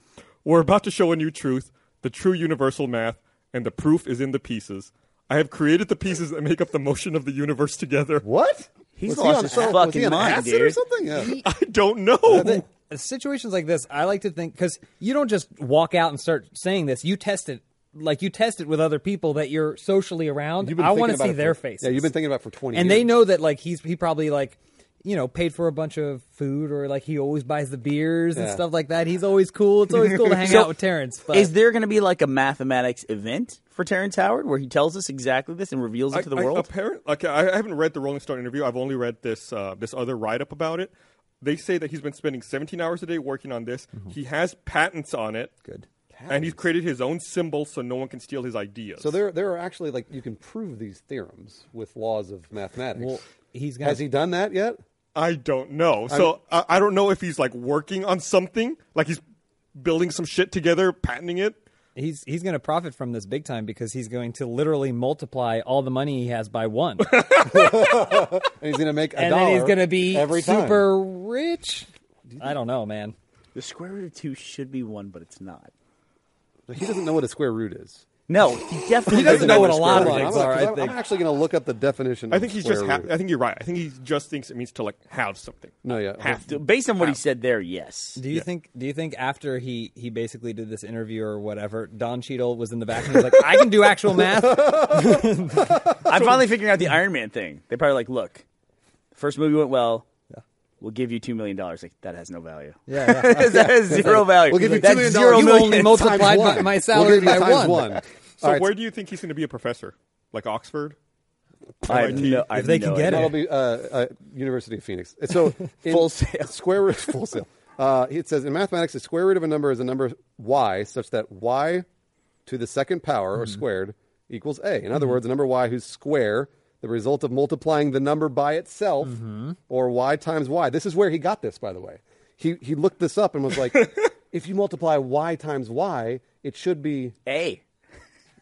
S1: We're about to show a new truth: the true universal math, and the proof is in the pieces. I have created the pieces that make up the motion of the universe together.
S2: What?
S3: He's
S2: was
S3: lost
S2: he on,
S3: his
S2: so- was
S3: fucking
S2: he on
S3: mind,
S2: acid or
S3: dude.
S2: something? Yeah.
S1: [LAUGHS] I don't know.
S4: Uh, situations like this, I like to think because you don't just walk out and start saying this. You test it, like you test it with other people that you're socially around.
S2: You've been
S4: I
S2: thinking
S4: want to
S2: about
S4: see
S2: it for-
S4: their faces.
S2: Yeah, you've been thinking about it for twenty.
S4: and
S2: years.
S4: they know that like he's he probably like you know paid for a bunch of food or like he always buys the beers and
S2: Yeah.
S4: stuff like that. He's always cool. It's always cool
S2: [LAUGHS]
S4: to hang
S3: So,
S4: out with Terrence. But
S3: Is there going to be like a mathematics event for Terrence Howard where he tells us exactly this and reveals it to the world?
S1: apparent, okay, I I haven't read the Rolling Stone interview. I've only read this uh, this other write up about it. They say that he's been spending 17 hours a day working on this.
S2: Mm-hmm.
S1: He has patents on it.
S4: Good.
S1: And he's created his own symbol so no one can steal his ideas.
S2: So there, there are actually like you can prove these theorems with laws of mathematics.
S4: well, he's gonna
S2: Has he done that yet?
S1: I don't know. So I, I don't know if he's like working on something, like he's building some shit together, patenting it.
S4: he's he's going to profit from this big time because he's going to literally multiply all the money he has
S2: [LAUGHS]
S4: by one,
S2: And he's going to make a
S4: and
S2: dollar.
S4: then he's going to be
S2: every time.
S4: super rich. I don't know, man.
S3: the square root of two should be one, but it's not.
S2: He doesn't know what a square root is.
S3: No, he definitely
S4: doesn't know what a
S3: square
S4: lot
S2: I'm
S4: of
S3: root
S2: gonna-
S4: things
S2: I'm,
S4: are, I
S2: I'm
S4: think.
S2: actually going to look up the definition.
S1: I
S2: of
S1: think he's
S2: square
S1: just. Ha-
S2: root.
S1: I think you're right. I think he just thinks it means to like have something.
S2: no, yeah.
S1: Have
S3: is.
S1: to.
S3: Based on what he said there, yes.
S4: Do you think? Do you think after he he basically did this interview or whatever, Don Cheadle was in the back and he was like, "I can do actual math."
S3: I'm finally figuring out the Iron Man thing. They probably like, look, first movie went well. We'll give you two million dollars. Like that has no value.
S4: Yeah,
S3: [LAUGHS] that has zero value.
S2: We'll give you
S3: That's
S2: two million
S3: zero
S2: dollars.
S4: You
S3: million
S4: only
S3: times
S4: multiply- multiplied
S2: Times
S4: by-
S2: one.
S4: my
S2: We'll
S4: salary
S2: give you
S4: by
S2: times
S4: one.
S2: one.
S1: So
S2: All right,
S1: where do you think he's going to be a professor? Like Oxford?
S3: [LAUGHS] I have
S1: MIT?
S3: no, I have
S4: they can
S3: no
S4: get
S3: idea.
S2: That'll be uh, uh, University of Phoenix. And So in
S3: Full sail.
S2: Square root full sail. Uh, it says in mathematics, the square root of a number is a number y such that y to the second power or squared equals a. In other words, a number y whose square the result of multiplying the number by itself or y times y. This is where he got this, by the way. He he looked this up and was like, if you multiply y times y, it should be
S3: A.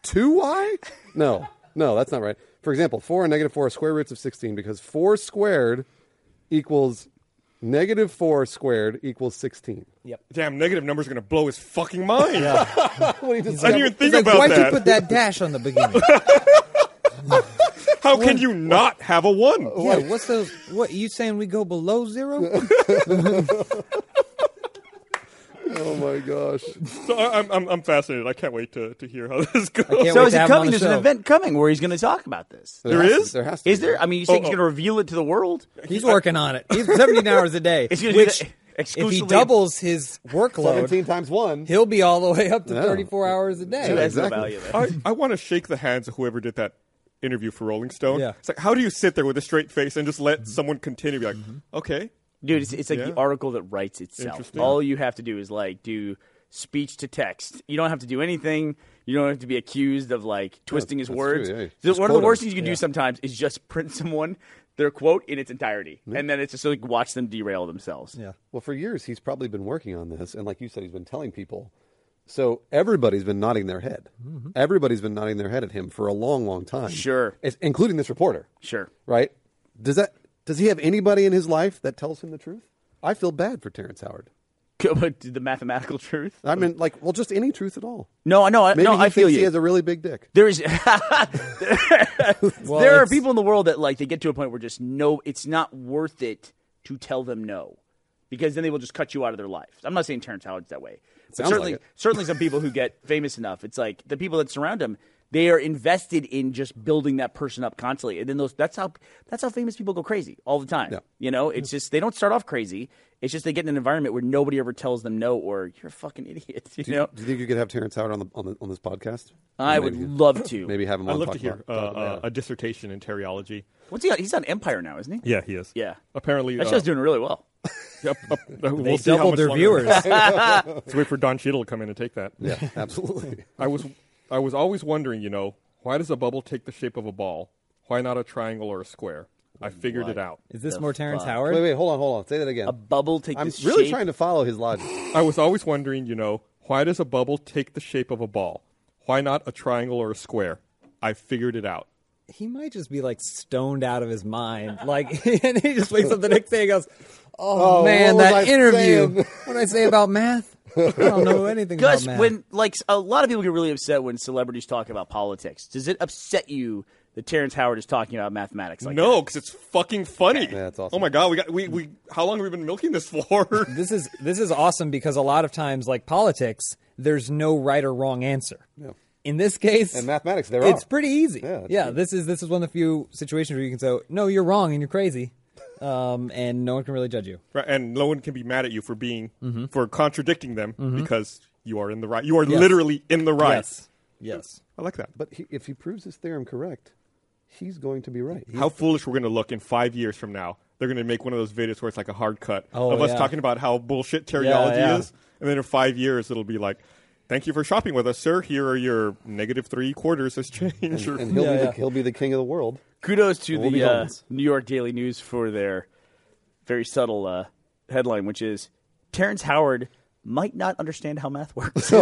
S2: two y? No, no, that's not right. For example, four and negative four are square roots of sixteen because four squared equals negative four squared equals sixteen.
S1: Damn, negative number's going to blow his fucking mind.
S2: [LAUGHS] What do you
S1: [LAUGHS]
S2: just
S1: I didn't even think
S4: like,
S1: about
S4: why'd you
S1: that.
S4: put that dash on the beginning?
S1: How can you not have a one?
S4: yeah, what's the what? You saying we go below zero?
S2: Oh my
S3: [LAUGHS]
S2: gosh!
S1: So I, I'm, I'm, I'm fascinated. I can't wait to, to hear how [LAUGHS] this goes.
S4: can't
S3: So
S4: wait
S3: is it
S4: to have him on
S3: coming?
S4: the
S3: There's an
S4: show.
S3: event coming where he's going to talk about this.
S1: There
S2: has to-
S1: is?
S2: there has to.
S3: Is
S2: be.
S3: there? I mean, you think
S1: oh.
S3: he's going to reveal it to the [LAUGHS] world?
S4: He's working on it. He's 17 hours a day,
S3: He's gonna do
S4: which
S3: that
S4: if he
S3: exclusively-
S4: doubles his workload,
S2: seventeen times one?
S4: he'll be all the way up to
S2: Yeah.
S4: 34 hours a day.
S3: That has no
S2: exactly.
S3: value there.
S1: I, I want to shake the hands of whoever did that interview for Rolling Stone.
S4: Yeah. Mm-hmm.
S1: It's like, how do you sit there with a straight face and just let someone continue? Be like, okay.
S3: Dude, it's, it's like
S1: Yeah.
S3: the article that writes itself.
S1: Interesting.
S3: All you have to do is like do speech to text. You don't have to do anything. You don't have to be accused of like twisting his
S2: that's
S3: words.
S2: true, yeah.
S3: The-
S2: Just
S3: one of the
S2: quote
S3: worst
S2: him.
S3: things you can do sometimes is just [LAUGHS] print someone their quote in its entirety, and then it's just like watch them derail themselves.
S4: Yeah.
S2: Well, for years he's probably been working on this, and like you said, he's been telling people So everybody's been nodding their head. Everybody's been nodding their head at him for a long, long time.
S3: Mm-hmm. Sure.
S2: It's- including this reporter.
S3: Sure. [LAUGHS]
S2: Right? Does that does he have anybody in his life that tells him the truth? I feel bad for Terrence Howard.
S3: But the mathematical truth?
S2: I mean, like, well, just any truth at all.
S3: No, I know. I-
S2: Uh, Maybe
S3: No,
S2: he
S3: I feel
S2: thinks he
S3: you.
S2: has a really big dick.
S3: There is. [LAUGHS]
S4: Well,
S3: there are
S4: it's-
S3: people in the world that like they get to a point where just no, it's not worth it to tell them no, because then they will just cut you out of their lives. I'm not saying Terrence Howard's that way, but
S2: Sounds
S3: certainly,
S2: like it. [LAUGHS]
S3: certainly some people who get famous enough, it's like the people that surround him, they are invested in just building that person up constantly, and then those that's how that's how famous people go crazy all the time.
S2: Yeah.
S3: You know, it's just they don't start off crazy. It's just they get in an environment where nobody ever tells them no, or you're a fucking idiot. [LAUGHS] You
S2: Do you,
S3: know,
S2: do you think you could have Terrence Howard on the on, the, on this podcast?
S3: I
S2: Maybe-
S3: would love to.
S2: maybe have him.
S1: I'd
S2: on
S1: love
S2: talk
S1: to hear
S2: about-
S1: uh,
S2: talk
S1: uh,
S2: about
S1: a dissertation in teriology.
S3: What's he? On? He's on Empire now, isn't he?
S1: Yeah, he is.
S3: Yeah.
S1: Apparently,
S3: That
S1: uh,
S3: show's doing really well.
S1: yep, up- uh, we'll
S4: [LAUGHS] They
S1: see how
S4: doubled
S1: much
S4: their
S1: longer-
S4: viewers.
S1: [LAUGHS] Let's wait for Don Cheadle to come in and take that.
S2: it. yeah, [LAUGHS]
S3: [LAUGHS]
S2: absolutely.
S1: I was I was always wondering, you know, why does a bubble take the shape of a ball? Why not a triangle or a square? I figured it out.
S4: Is this more Terrence
S2: Wait,
S4: Howard?
S2: wait, hold on, hold on. Say that again.
S3: A bubble take
S2: I'm
S3: this
S2: really
S3: shape.
S2: trying to follow his logic.
S1: I was always wondering, you know, why does a bubble take the shape of a ball? Why not a triangle or a square? I figured it out.
S4: He might just be like stoned out of his mind. Like, [LAUGHS] and he just wakes up the next day and goes, "Oh,
S2: Oh,
S4: man,
S2: what was
S4: that
S2: I
S4: interview.
S2: saying?"
S4: What did I say about math? I don't know anything about
S3: Gus,
S4: math."
S3: when like a lot of people get really upset when celebrities talk about politics, does it upset you that Terrence Howard is talking about mathematics? Like
S1: no, because it's fucking funny.
S2: that's awesome.
S1: Oh my god, we got we, we how long have we been milking this for? [LAUGHS]
S4: this is this is awesome because a lot of times, like politics, there's no right or wrong answer. In this case,
S2: In mathematics, there
S4: it's
S2: are.
S4: pretty easy.
S2: Yeah, it's true.
S4: this is this is one of the few situations where you can say, "No, you're wrong and you're crazy," um, and no one can really judge you.
S1: right, and no one can be mad at you for being
S2: Mm-hmm.
S1: for contradicting them because you are in the right. You are literally in the right.
S4: Yes, yes.
S1: I like that.
S2: But he, if he proves his theorem correct, he's going to be right.
S1: how foolish we're going to look in five years from now. They're going to make one of those videos where it's like a hard cut
S4: Oh,
S1: of us
S4: yeah.
S1: talking about how bullshit teriology
S4: Yeah, yeah.
S1: is, and then in five years it'll be like, "Thank you for shopping with us, sir. Here are your negative three quarters as change." or-
S2: and he'll
S4: Yeah,
S2: be
S4: yeah.
S2: The, he'll be the king of the world.
S3: kudos to
S2: We'll be
S3: the uh,
S2: homeless.
S3: New York Daily News for their very subtle uh, headline, which is Terrence Howard might not understand how math works.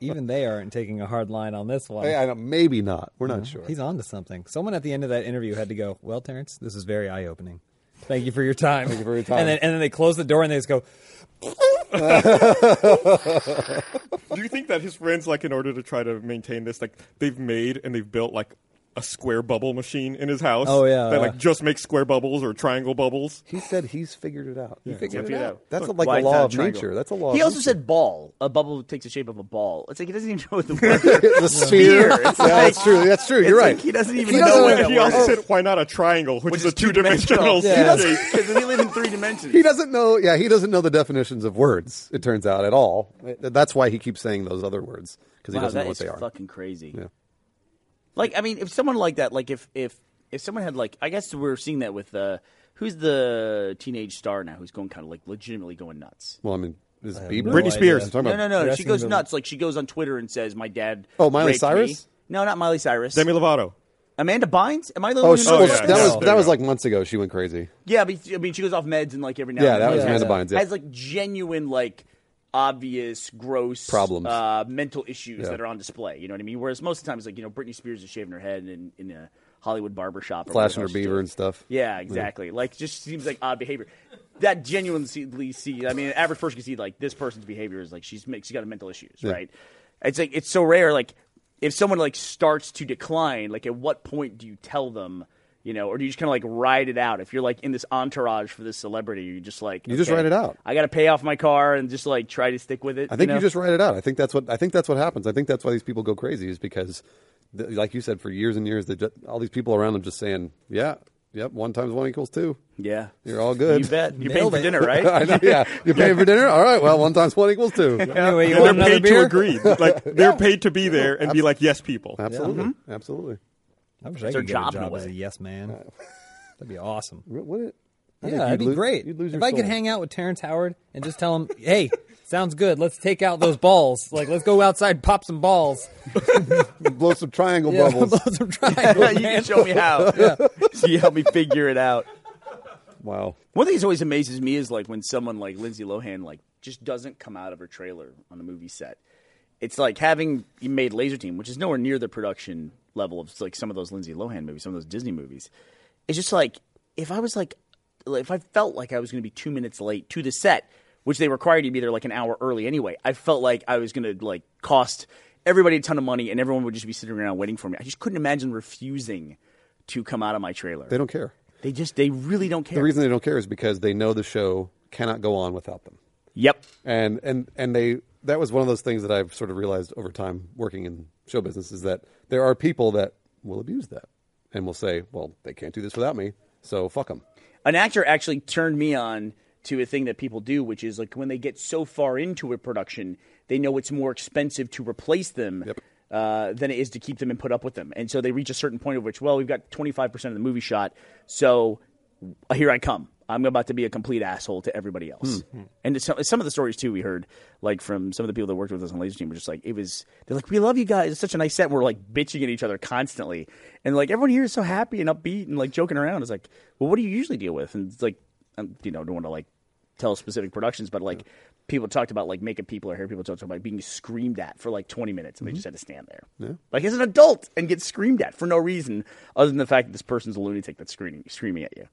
S4: Even they aren't taking a hard line on this one.
S2: Hey, I know, maybe not. We're not sure.
S4: He's on to something. Someone at the end of that interview had to go, Well, Terrence, this is very eye opening. Thank you for your time. Thank
S2: you for your time.
S4: And then, and then they close the door and they just go,
S1: [LAUGHS] Do you think that his friends, like, in order to try to maintain this, like, they've made and they've built like a square bubble machine in his house?
S4: Oh, yeah,
S1: that
S4: yeah.
S1: like just makes square bubbles or triangle bubbles.
S2: He said he's figured it out. he figured
S3: Figured it out.
S2: That's
S3: Look,
S2: like
S3: [LAUGHS] why
S2: a law
S3: not
S2: of
S3: triangle?
S2: nature. That's a law.
S3: He
S2: of
S3: also
S2: nature.
S3: said ball. A bubble takes the shape of a ball. It's like he doesn't even know what the [LAUGHS] word is.
S2: [LAUGHS] the sphere.
S3: Sphere. It's
S2: yeah,
S3: like-
S2: that's true. That's true.
S3: it's
S2: You're
S3: like
S2: right.
S3: he doesn't even
S2: He
S3: know
S2: doesn't-
S3: what
S1: And
S3: that
S1: he
S2: Oh,
S1: also
S3: word
S1: said, "Why not a triangle, which, is a two-dimensional
S3: He doesn't
S1: shape?"
S3: [LAUGHS] because we live in three dimensions.
S2: He doesn't know. Yeah, he doesn't know the definitions of words. It turns out at all. That's why he keeps saying those other words because he
S3: Wow,
S2: doesn't
S3: that
S2: know what
S3: is
S2: they are.
S3: fucking crazy.
S2: Yeah.
S3: Like, I mean, if someone like that, like if if if someone had like, I guess we're seeing that with uh, who's the teenage star now who's going kind of like legitimately going nuts.
S2: Well, I mean, is Bieber?
S4: no
S1: Britney Spears.
S2: I'm talking
S3: No,
S2: about-
S3: no, no.
S4: you're
S3: She
S4: asking
S3: goes
S4: about-
S3: nuts. Like she goes on Twitter and says, "My dad."
S2: Oh, Miley
S3: raped me."
S2: Cyrus?
S3: No, not Miley Cyrus.
S1: Demi Lovato.
S3: Amanda Bynes. Am I the
S2: Oh,
S3: one
S2: she,
S3: who
S2: oh,
S3: knows
S1: yeah,
S3: about
S2: that
S1: yeah.
S3: this?
S2: was
S1: There
S2: that
S1: you
S2: was
S1: go.
S2: like months ago. She went crazy.
S3: Yeah, but I mean, she goes off meds and like every now.
S2: Yeah,
S3: and
S2: that
S3: then.
S2: was
S3: Like,
S2: Amanda
S4: yeah.
S2: Bynes. Yeah.
S3: Has like genuine like obvious gross
S2: Problems.
S3: uh, mental issues
S2: Yeah.
S3: that are on display. You know what I mean? Whereas most of the time it's like you know Britney Spears is shaving her head in, in a Hollywood barber shop, or
S2: flashing her
S3: whatever else she's
S2: beaver
S3: doing.
S2: and stuff.
S3: Yeah, exactly. Like just seems like odd behavior. That genuinely see. I mean, an average person can see like this person's behavior is like she's make- she's got mental issues, right? It's like it's so rare. Like if someone like starts to decline, like at what point do you tell them? You know, or do you just kind of like ride it out? If you're like in this entourage for this celebrity, you just like
S2: You just
S3: okay,
S2: ride it out.
S3: I got to pay off my car and just like try to stick with it.
S2: I think
S3: you,
S2: you,
S3: know?
S2: just write it out. I think that's what I think that's what happens. I think that's why these people go crazy is because, th like you said, for years and years, they just, all these people around them just saying, "Yeah, yep, one times one equals two. [LAUGHS]
S3: yeah,
S2: You're all good."
S3: You bet. You're paying
S4: Nailed
S3: for
S2: [LAUGHS]
S4: it.
S3: dinner, right?
S2: I know, yeah, you're paying for dinner. All right, well, one times one equals
S3: [LAUGHS]
S2: two.
S4: Anyway, you
S1: And
S4: want
S1: they're
S4: another
S1: paid
S4: beer?
S1: to agree. Like they're paid to be there and be like, "Yes, people."
S2: Absolutely,
S3: Mm-hmm.
S2: absolutely.
S4: I wish I
S3: their
S4: could get
S3: job
S4: a
S3: in a
S4: job as
S3: way.
S4: a yes man. That'd be awesome.
S2: Wh- Would it? I
S4: Yeah,
S2: think
S4: that'd
S2: you'd
S4: be
S2: lo-
S4: great.
S2: You'd lose
S4: if
S2: your
S4: I could
S2: soul.
S4: hang out with Terrence Howard and just tell him, hey, sounds good. Let's take out those balls. Like, let's go outside, pop some balls.
S2: blow some triangle
S4: [LAUGHS] Yeah,
S2: bubbles.
S4: blow some triangles,
S3: [LAUGHS] you
S4: man.
S3: can show
S2: [LAUGHS]
S3: me how. So [LAUGHS] you help me figure it out.
S2: Wow.
S3: One thing that always amazes me is like when someone like Lindsay Lohan like just doesn't come out of her trailer on the movie set. It's like having you made Laser Team, which is nowhere near the production level of like some of those Lindsay Lohan movies, some of those Disney movies. It's just like if I was like, like, if I felt like I was going to be two minutes late to the set, which they require you to be there like an hour early anyway, I felt like I was going to like cost everybody a ton of money, and everyone would just be sitting around waiting for me. I just couldn't imagine refusing to come out of my trailer.
S2: They don't care.
S3: They just they really don't care.
S2: The reason they don't care is because they know the show cannot go on without them.
S3: yep.
S2: and and and they that was one of those things that I've sort of realized over time working in show business is that there are people that will abuse that and will say, well, they can't do this without me, so fuck them.
S3: An actor actually turned me on to a thing that people do, which is like when they get so far into a production, they know it's more expensive to replace them uh, than it is to keep them and put up with them. And so they reach a certain point of which, well, we've got 25% of the movie shot, so here I come. I'm about to be a complete asshole to everybody else. And some, some of the stories too we heard, like from some of the people that worked with us on Laser Team, were just like it was. They're like, "We love you guys. It's such a nice set. We're like bitching at each other constantly, and like everyone here is so happy and upbeat and like joking around." It's like, well, what do you usually deal with? And it's like, I'm, you know, don't want to like tell specific productions, but like people talked about like makeup people or hair people talked about being screamed at for like 20 minutes and they just had to stand there. Like as an adult and get screamed at for no reason other than the fact that this person's a lunatic that's screaming screaming at you.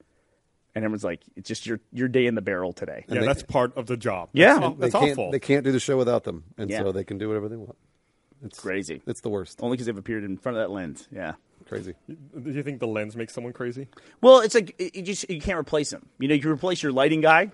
S3: And everyone's like, it's just your your day in the barrel today.
S1: Yeah,
S2: they-
S1: that's part of the job.
S3: Yeah.
S1: that's, aw- that's
S2: they can't,
S1: awful.
S2: They can't do the show without them, and
S3: Yeah.
S2: so they can do whatever they want. It's
S3: Crazy.
S2: It's the worst.
S4: Oh.
S3: Only because they've appeared in front of that lens. Yeah.
S2: Crazy.
S1: Do you think the lens makes someone crazy?
S3: Well, it's like it, you just you can't replace them. You know, you replace your lighting guy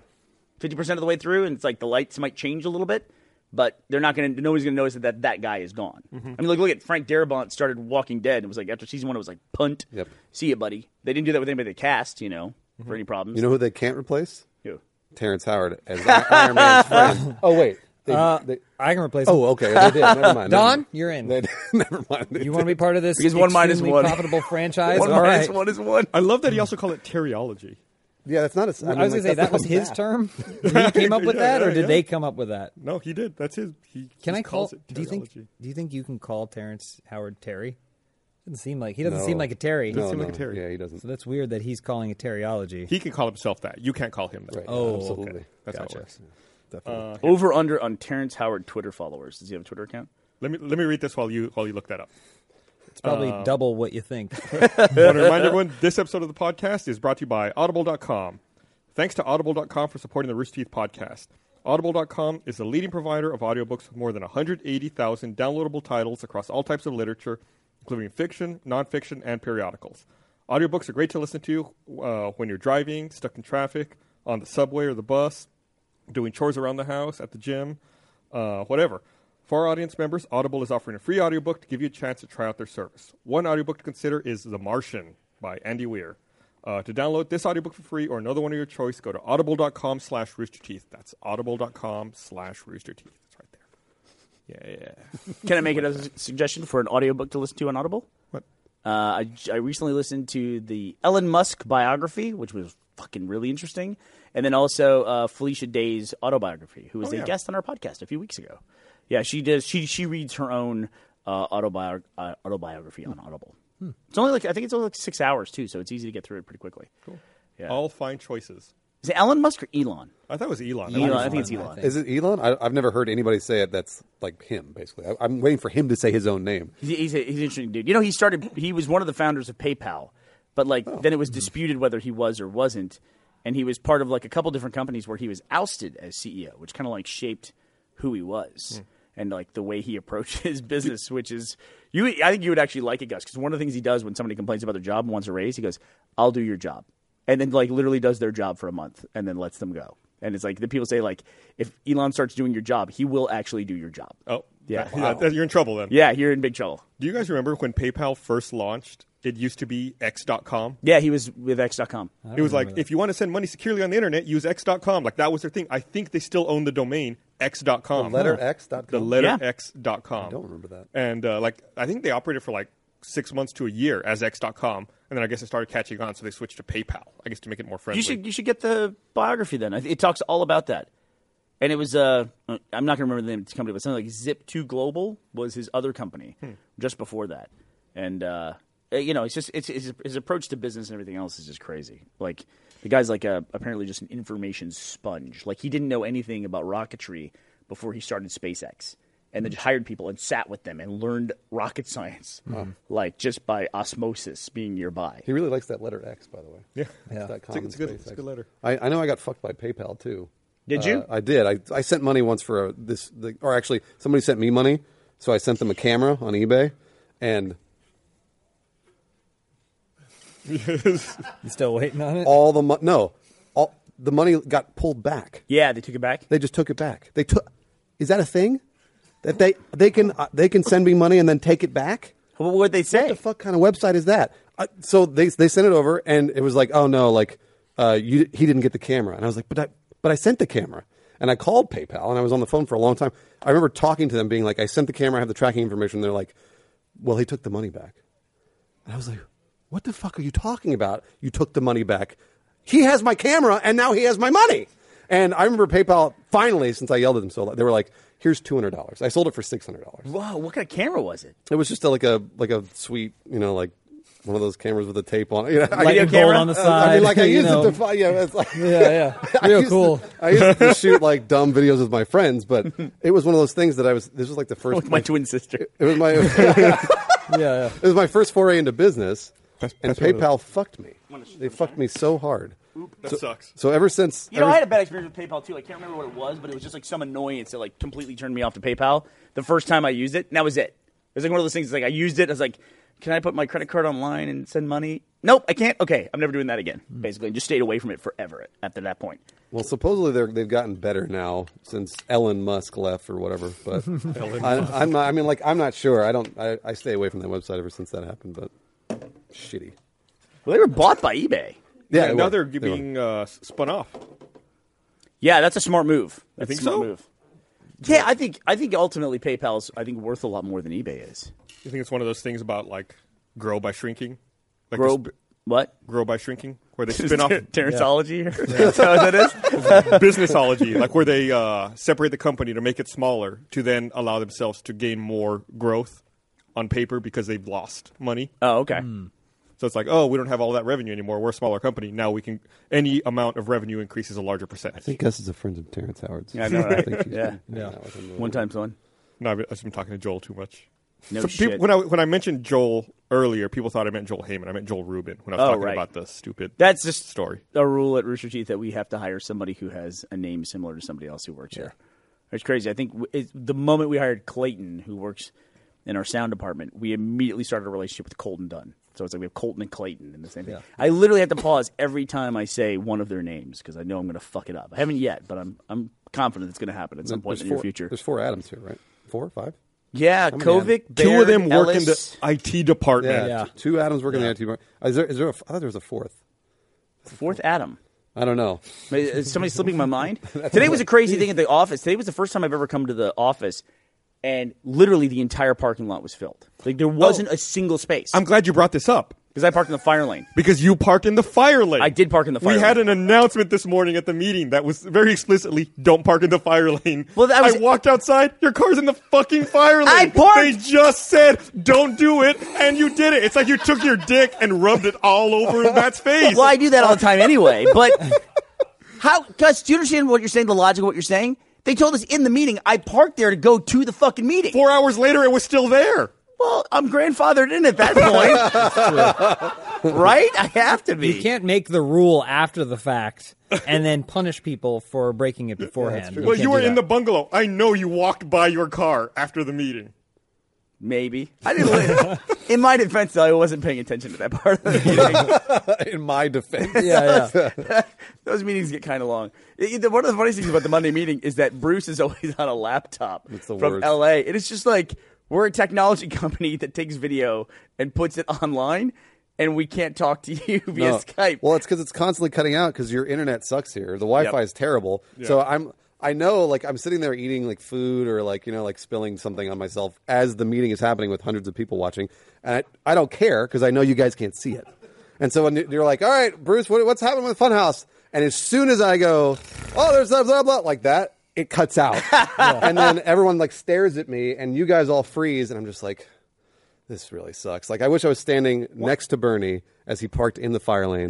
S3: fifty percent of the way through, and it's like the lights might change a little bit, but they're not going to. Nobody's going to notice that, that that guy is gone.
S2: Mm-hmm.
S3: I mean, look, look at Frank Darabont started Walking Dead, and was like after season one, it was like punt.
S2: Yep. Mm-hmm.
S3: See you, buddy. They didn't do that with anybody they cast. You know, for any problems.
S2: You know who they can't replace?
S3: Who?
S2: Terrence Howard as I- Iron
S4: [LAUGHS]
S2: Man's friend. Oh wait. They, they,
S4: Uh, I can replace.
S2: oh okay. They did. Never mind.
S4: Don, you're in.
S2: They, [LAUGHS] never mind. They
S4: You
S2: did.
S4: want to be part of this?
S3: Because one minus [LAUGHS]
S4: extremely
S3: one.
S4: profitable franchise.
S3: one
S4: All
S3: minus
S4: right.
S3: one is one.
S1: I love that he also called it teriology.
S2: Yeah, that's not. A,
S4: I was gonna say that was his
S2: [LAUGHS]
S4: term. He came up with
S1: Yeah,
S4: that, or
S1: yeah,
S4: did
S1: yeah.
S4: they come up with that?
S1: No, he did. That's his. He
S4: Can
S1: he
S4: I call?
S1: calls it
S4: Do you think?
S1: teriology.
S4: Do you think you can call Terrence Howard Terry? Doesn't seem like he doesn't
S2: No.
S4: seem like a Terry.
S2: No,
S1: seem
S2: no.
S1: like a Terry.
S2: Yeah, he doesn't.
S4: So that's weird that he's calling it Terryology.
S1: He can call himself that. You can't call him that.
S2: Right.
S4: oh,
S2: absolutely.
S4: okay.
S1: That's how it
S4: Gotcha.
S1: works.
S2: Definitely.
S1: Uh,
S3: Over under on Terrence Howard Twitter followers. Does he have a Twitter account?
S1: Let me let me read this while you while you look that up.
S4: It's probably
S1: um,
S4: double what
S2: [LAUGHS]
S4: you think.
S1: want to remind everyone this episode of the podcast is brought to you by audible.com thanks to audible.com for supporting the rooster teeth podcast audible.com is the leading provider of audiobooks with more than 180000 downloadable titles across all types of literature including fiction nonfiction and periodicals audiobooks are great to listen to uh, when you're driving stuck in traffic on the subway or the bus doing chores around the house, at the gym, uh, whatever. For our audience members, Audible is offering a free audiobook to give you a chance to try out their service. One audiobook to consider is The Martian by Andy Weir. Uh, to download this audiobook for free or another one of your choice, go to audible.com slash roosterteeth. That's audible.com slash roosterteeth. It's right there. Yeah, yeah.
S3: Can I make another s- suggestion for an audiobook to listen to on Audible?
S1: What?
S3: Uh, I, j- I recently listened to the Elon Musk biography, which was fucking really interesting, and then also uh, Felicia Day's autobiography, who was
S1: Oh,
S3: a
S1: yeah.
S3: guest on our podcast a few weeks ago. Yeah, she does. She she reads her own uh, autobiog- uh, autobiography on Audible.
S1: Hmm.
S3: It's only like I think it's only like six hours too, so it's easy to get through it pretty quickly. Cool. Yeah.
S1: All fine choices.
S3: Is it Elon Musk or Elon?
S1: I thought it was Elon.
S3: Elon, I
S1: Elon.
S3: think it's
S4: Elon, I
S3: Elon.
S4: think.
S2: Is it Elon? I, I've never heard anybody say it. That's like him, basically. I, I'm waiting for him to say his own name.
S3: He's, he's, a, he's an interesting dude. You know, he started. He was one of the founders of PayPal, but like then it was disputed whether he was or wasn't, and he was part of like a couple different companies where he was ousted as CEO, which kind of like shaped who he was and like the way he approached [LAUGHS] his business. Which is you, I think you would actually like it, Gus, because one of the things he does when somebody complains about their job and wants a raise, he goes, "I'll do your job," and then like literally does their job for a month and then lets them go. And it's like the people say like if Elon starts doing your job, he will actually do your job.
S1: Oh,
S3: [LAUGHS]
S1: [LAUGHS]
S3: Yeah.
S1: that- that- you're in trouble then.
S3: Yeah, you're in big trouble.
S1: Do you guys remember when PayPal first launched? It used to be X.com.
S3: Yeah, he was with X.com.
S1: It was like if you want to send money securely on the internet, use x.com. Like that was their thing. I think they still own the domain x.com. The
S2: letter X dot
S1: The
S2: com?
S1: letter
S3: Yeah.
S1: x.com. I
S2: don't remember that.
S1: And uh, like I think they operated for like 6 months to a year as x.com and then I guess it started catching on so they switched to PayPal. I guess to make it more friendly.
S3: You should you should get the biography then. I think It talks all about that. And it was uh, I'm not gonna remember the name of the company, but something like Zip Two Global was his other company just before that. And uh, uh, you know, it's just it's, it's his approach to business and everything else is just crazy. Like the guy's like a, apparently just an information sponge. Like he didn't know anything about rocketry before he started SpaceX, and then just hired people and sat with them and learned rocket science, like just by osmosis, being nearby.
S2: He really likes that letter X, by the way.
S3: [LAUGHS]
S2: Yeah,
S4: Yeah.
S1: a-
S2: That
S1: it's a good-
S2: common
S1: it's a
S2: space
S1: good
S2: X.
S1: letter.
S2: I, I know I got fucked by PayPal too.
S3: Did
S2: Uh,
S3: you?
S2: I did. I, I sent money once for a, this, the, or actually, somebody sent me money, so I sent them a camera on eBay, and
S4: You still waiting on it?
S2: all the mo- no, all the money got pulled back.
S3: Yeah, they took it back.
S2: They just took it back. They took. Is that a thing? That they they can uh, they can send me money and then take it back?
S3: What would they say?
S2: What the fuck kind of website is that? I, so they they sent it over, and it was like, oh no, like uh, you he didn't get the camera, and I was like, but I but I sent the camera, and I called PayPal, and I was on the phone for a long time. I remember talking to them, being like, I sent the camera, I have the tracking information. they're like, well, he took the money back, and I was like, what the fuck are you talking about? You took the money back. He has my camera, and now he has my money. And I remember PayPal finally, since I yelled at them so, loud, they were like, "Here's two hundred dollars." I sold it for six hundred dollars.
S3: Wow, what kind of camera was it?
S2: It was just a, like a like a sweet, you know, like one of those cameras with a tape on it. [LAUGHS] You know, I-
S4: Lightning
S3: Video
S4: bolt
S3: camera?
S4: on the
S2: I,
S4: side.
S2: mean, like I
S4: [LAUGHS] you
S2: used
S4: know.
S2: it to, fi- yeah, it's like [LAUGHS]
S4: Yeah, yeah.
S2: I
S4: Real
S2: used to-
S4: cool.
S2: I used
S4: [LAUGHS]
S2: to shoot like dumb videos with my friends, but it was one of those things that I was. This was like the first.
S3: With [LAUGHS] my twin sister.
S2: It was my. [LAUGHS] it
S4: [LAUGHS] yeah, yeah.
S2: was my first foray into business,
S1: That's-
S2: and
S1: that's what it
S2: PayPal fucked me. They fucked me so hard.
S1: That
S2: so,
S1: sucks.
S2: So ever since,
S3: You know,
S2: ever-
S3: I had a bad experience with PayPal too. I can't remember what it was, but it was just like some annoyance that like completely turned me off to PayPal the first time I used it, and that was it. It was like one of those things. Like I used it, I was like, "Can I put my credit card online and send money?" Nope, I can't. Okay, I'm never doing that again. Basically, and just stayed away from it forever after that point.
S2: Well, supposedly they're, they've gotten better now since Elon Musk left or whatever. But I, I'm not, I mean, like, I'm not sure. I don't. I, I stay away from that website ever since that happened. But shitty.
S3: Well, they were bought by
S2: Yeah.
S3: eBay.
S1: Yeah,
S2: they
S1: now
S2: were.
S1: they're
S2: They were.
S1: being uh, s- spun off.
S3: Yeah, that's a smart move. That's
S1: think
S3: a smart
S1: so?
S3: move. Yeah, I think I think ultimately PayPal's I think worth a lot more than eBay is.
S1: You think it's one of those things about like grow by shrinking, like the
S3: Grow
S1: sp-
S3: what?
S1: grow by shrinking, where
S2: [LAUGHS]
S1: they spin off
S3: Terrenceology? [LAUGHS] Is that what that is?
S1: businessology, like where they uh, separate the company to make it smaller to then allow themselves to gain more growth on paper because they've lost money.
S3: Oh, okay.
S1: So it's like, oh, we don't have all that revenue anymore. We're a smaller company now. We can any amount of revenue increases a larger
S2: I
S1: percentage.
S2: think Gus is a friend of Terrence Howard's.
S3: Yeah, I know, right?
S2: I think he's
S3: Yeah.
S2: been hanging out with him a little
S3: One time, son.
S1: No, I've- I'm talking to Joel too much.
S3: No
S1: So
S3: shit.
S1: people- when I when I mentioned Joel earlier, people thought I meant Joel Heyman. I meant Joel Rubin when I was
S3: Oh,
S1: talking
S3: right.
S1: about the stupid
S3: That's just
S1: story.
S3: a rule at Rooster Teeth that we have to hire somebody who has a name similar to somebody else who works here. It's crazy. I think w- it's, the moment we hired Clayton, who works in our sound department, we immediately started a relationship with Colton Dunn. So it's like we have Colton and Clayton in the same thing. I literally have to pause every time I say one of their names because I know I'm going to fuck it up. I haven't yet, but I'm I'm confident it's going to happen at some
S2: bit.
S3: point
S2: There's
S3: in the
S2: four,
S3: near future.
S2: There's four Adams here, right? Four, five.
S3: Yeah,
S2: many
S3: Kovic,
S2: Adam-
S1: Two of
S3: Baird,
S1: them work
S3: Ellis.
S1: in the IT department.
S2: Yeah.
S4: Yeah.
S2: t- Two Adams working in the IT. department. Is there? Is there? A, f- I thought there was a fourth.
S3: fourth Adam.
S2: I don't know. [LAUGHS]
S3: Is somebody slipping my mind? Today was a crazy thing at the office. Today was the first time I've ever come to the office, and literally the entire parking lot was filled. Like there wasn't a single space
S1: I'm glad you brought this up
S3: because I parked in the fire lane.
S1: because you parked in the fire lane.
S3: I did park in the fire
S1: We had
S3: lane.
S1: an announcement this morning at the meeting that was very explicitly don't park in the fire lane.
S3: Well, that was-
S1: I walked outside. Your car's in the fucking fire lane.
S3: I parked-
S1: They just said don't do it, and you did it. It's like you took your dick and rubbed it all
S3: [LAUGHS]
S1: over Matt's face.
S3: Well, I do that all the time anyway. But how, Gus? Do you understand what you're saying? The logic of what you're saying? They told us in the meeting I parked there to go to the fucking meeting.
S1: Four hours later, it was still there.
S3: Well, I'm grandfathered in at that point, right? I have to be.
S4: You can't make the rule after the fact and then punish people
S2: [LAUGHS]
S4: for breaking it beforehand.
S2: true.
S1: Well,
S4: can't
S1: you
S4: do
S1: were in the
S4: that.
S1: bungalow. I know you walked by your car after the meeting.
S3: Maybe I didn't. Li- [LAUGHS] in my defense, though, I wasn't paying attention to that part of the meeting.
S2: in my defense,
S4: [LAUGHS]
S1: [LAUGHS]
S4: yeah, yeah.
S3: [LAUGHS] Those meetings get kind of long. It- it- one of the funniest things about the Monday meeting is that Bruce is always on a laptop
S2: the
S3: from
S2: worst.
S3: LA. And it's just like we're a technology [LAUGHS] company that takes video and puts it online, and we can't talk to you [LAUGHS] via
S2: No.
S3: Skype.
S2: Well, it's because it's constantly cutting out because your internet sucks here. The Wi-Fi
S3: Yep.
S2: is terrible. So I'm I know like I'm sitting there eating like food or like you know like spilling something on myself as the meeting is happening with hundreds of people watching, and I, I don't care because I know you guys can't see it. And so when you're like, all right, Bruce, what, what's happening with Funhouse? And as soon as I go, oh, there's blah blah blah like that, it cuts
S3: [LAUGHS]
S2: out, and then everyone like stares at me, and you guys all freeze, and I'm just like. this really sucks. Like I wish I was standing next to Bernie as he parked in the fire
S4: [LAUGHS]
S2: lane,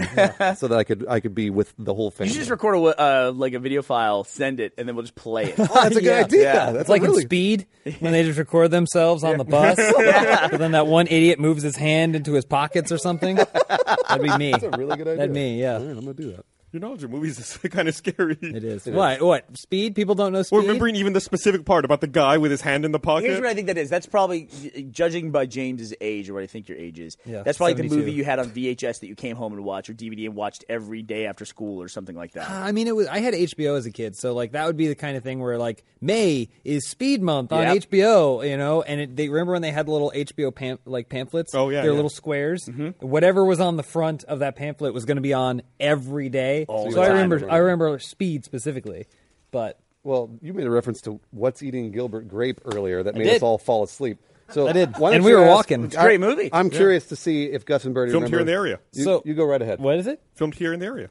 S2: so that I could I could be with the whole
S3: You
S2: family.
S3: should just record a, wi- uh, like a video file, send it, and then we'll just play it.
S2: oh, [LAUGHS] that's a good
S4: Yeah.
S2: idea.
S3: Yeah.
S2: That's
S4: It's like
S2: a really
S4: in Speed when they just record themselves on the bus, but then that one idiot moves his hand into his pockets or something. That'd be me.
S2: [LAUGHS]
S4: That's
S2: a
S4: [LAUGHS]
S2: really good idea.
S4: That'd me, yeah.
S2: All right, I'm gonna do that.
S1: Your knowledge of movies [LAUGHS] is kind of scary.
S4: It is. What? What? Speed? People don't know speed.
S1: Well, remembering even the specific part about the guy with his hand in the pocket.
S3: [LAUGHS] Here's what I think that is. That's probably judging by James's age or what I think your age is.
S4: Yeah,
S3: that's probably the
S4: 72.
S3: movie you had on VHS that you came home and watched or DVD and watched every day after school or something like that.
S2: [LAUGHS]
S4: I mean, it was. I had HBO as a kid, so like that would be the kind of thing where like May is Speed Month on
S3: Yep.
S4: HBO, you know. And it, they remember when they had the little HBO pam- like pamphlets.
S1: Oh, yeah,
S4: their
S1: yeah.
S4: little squares. Whatever was on the front of that pamphlet was going to be on every day.
S3: All
S4: so
S3: the
S4: I
S3: time.
S4: remember. I remember Speed specifically, but
S2: Well, you made a reference to what's eating Gilbert Grape earlier that made
S4: did.
S2: us all fall asleep. So
S4: I did.
S2: why don't
S4: And we
S2: you
S4: were
S2: ask-
S4: walking. It's a
S3: great movie.
S2: I'm curious to see if Gus and Bernie
S1: Filmed here
S2: remember-
S1: in the area.
S2: You,
S4: So-
S2: you go right ahead.
S4: what is it?
S1: Filmed here in the area.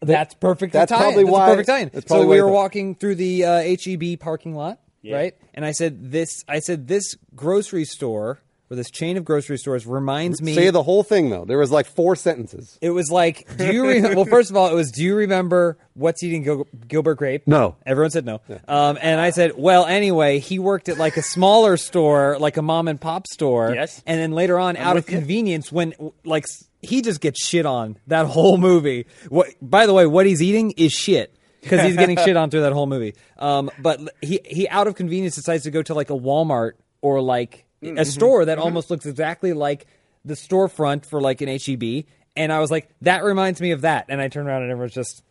S4: That's perfect.
S2: that's
S4: tie-in.
S2: probably
S4: that's
S2: why-
S4: A perfect tie-in.
S2: that's probably
S4: so
S2: why
S4: we
S2: I
S4: were
S2: thought-
S4: walking through the uh, HEB parking lot, right? And I said this. I said this grocery store or this chain of grocery stores reminds me.
S2: Say the whole thing though. There was like four sentences.
S4: it was like, do you re- [LAUGHS] well? First of all, it was, do you remember what's eating Gil- Gilbert Grape?
S2: No.
S4: everyone said no. Um, and I said, well, anyway, he worked at like a smaller store, like a mom and pop store.
S3: Yes.
S4: And then later on, out of
S3: with you.
S4: convenience, when like s- he just gets shit on that [LAUGHS] whole movie. What? By the way, what he's eating is shit. Because
S2: [LAUGHS]
S4: he's getting shit on through that whole movie, um, but l- he he out of convenience decides to go to like a Walmart or like
S2: Mm-hmm.
S4: a store that almost looks exactly like the storefront for like an HEB, and I was like, that reminds me of that, and I turned around and everyone's just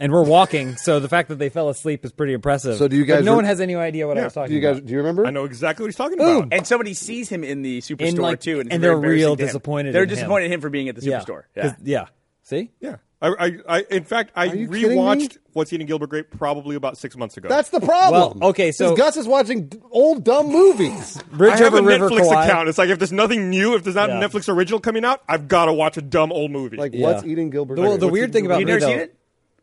S4: and we're walking, so the fact that they fell asleep is pretty impressive.
S2: So do you guys
S4: But no
S2: re-
S4: one has any idea what I
S1: Yeah.
S4: was talking
S2: Do you guys
S4: about.
S2: do you remember?
S1: I know exactly what he's talking
S4: Ooh.
S1: about.
S3: and somebody sees him in the superstore
S4: like-
S3: too, and, it's
S4: and
S3: very
S4: they're real
S3: embarrassing to him.
S4: disappointed
S3: They're
S4: in him.
S3: disappointed in him for being at the superstore.
S4: Yeah. 'Cause- yeah. See?
S1: Yeah. I, I, I, in fact, I
S2: you kidding me?
S1: rewatched What's Eating Gilbert Grape probably about six months ago.
S2: That's the problem.
S4: Well, okay, so-
S2: Because Gus is watching d- old dumb
S4: [LAUGHS]
S2: movies.
S4: Bridge
S1: I have
S4: over
S1: a
S4: River
S1: Netflix
S4: Kwai.
S1: account. It's like if there's nothing new, if there's not
S4: Yeah.
S1: a Netflix original coming out, I've got to watch a dumb old movie.
S2: like
S4: Yeah.
S2: what's eating Gilbert?
S4: The- well,
S2: Grape?
S4: the
S2: What's
S4: weird
S2: Eating
S4: thing about
S3: You've
S4: me,
S3: never
S4: though,
S3: seen it?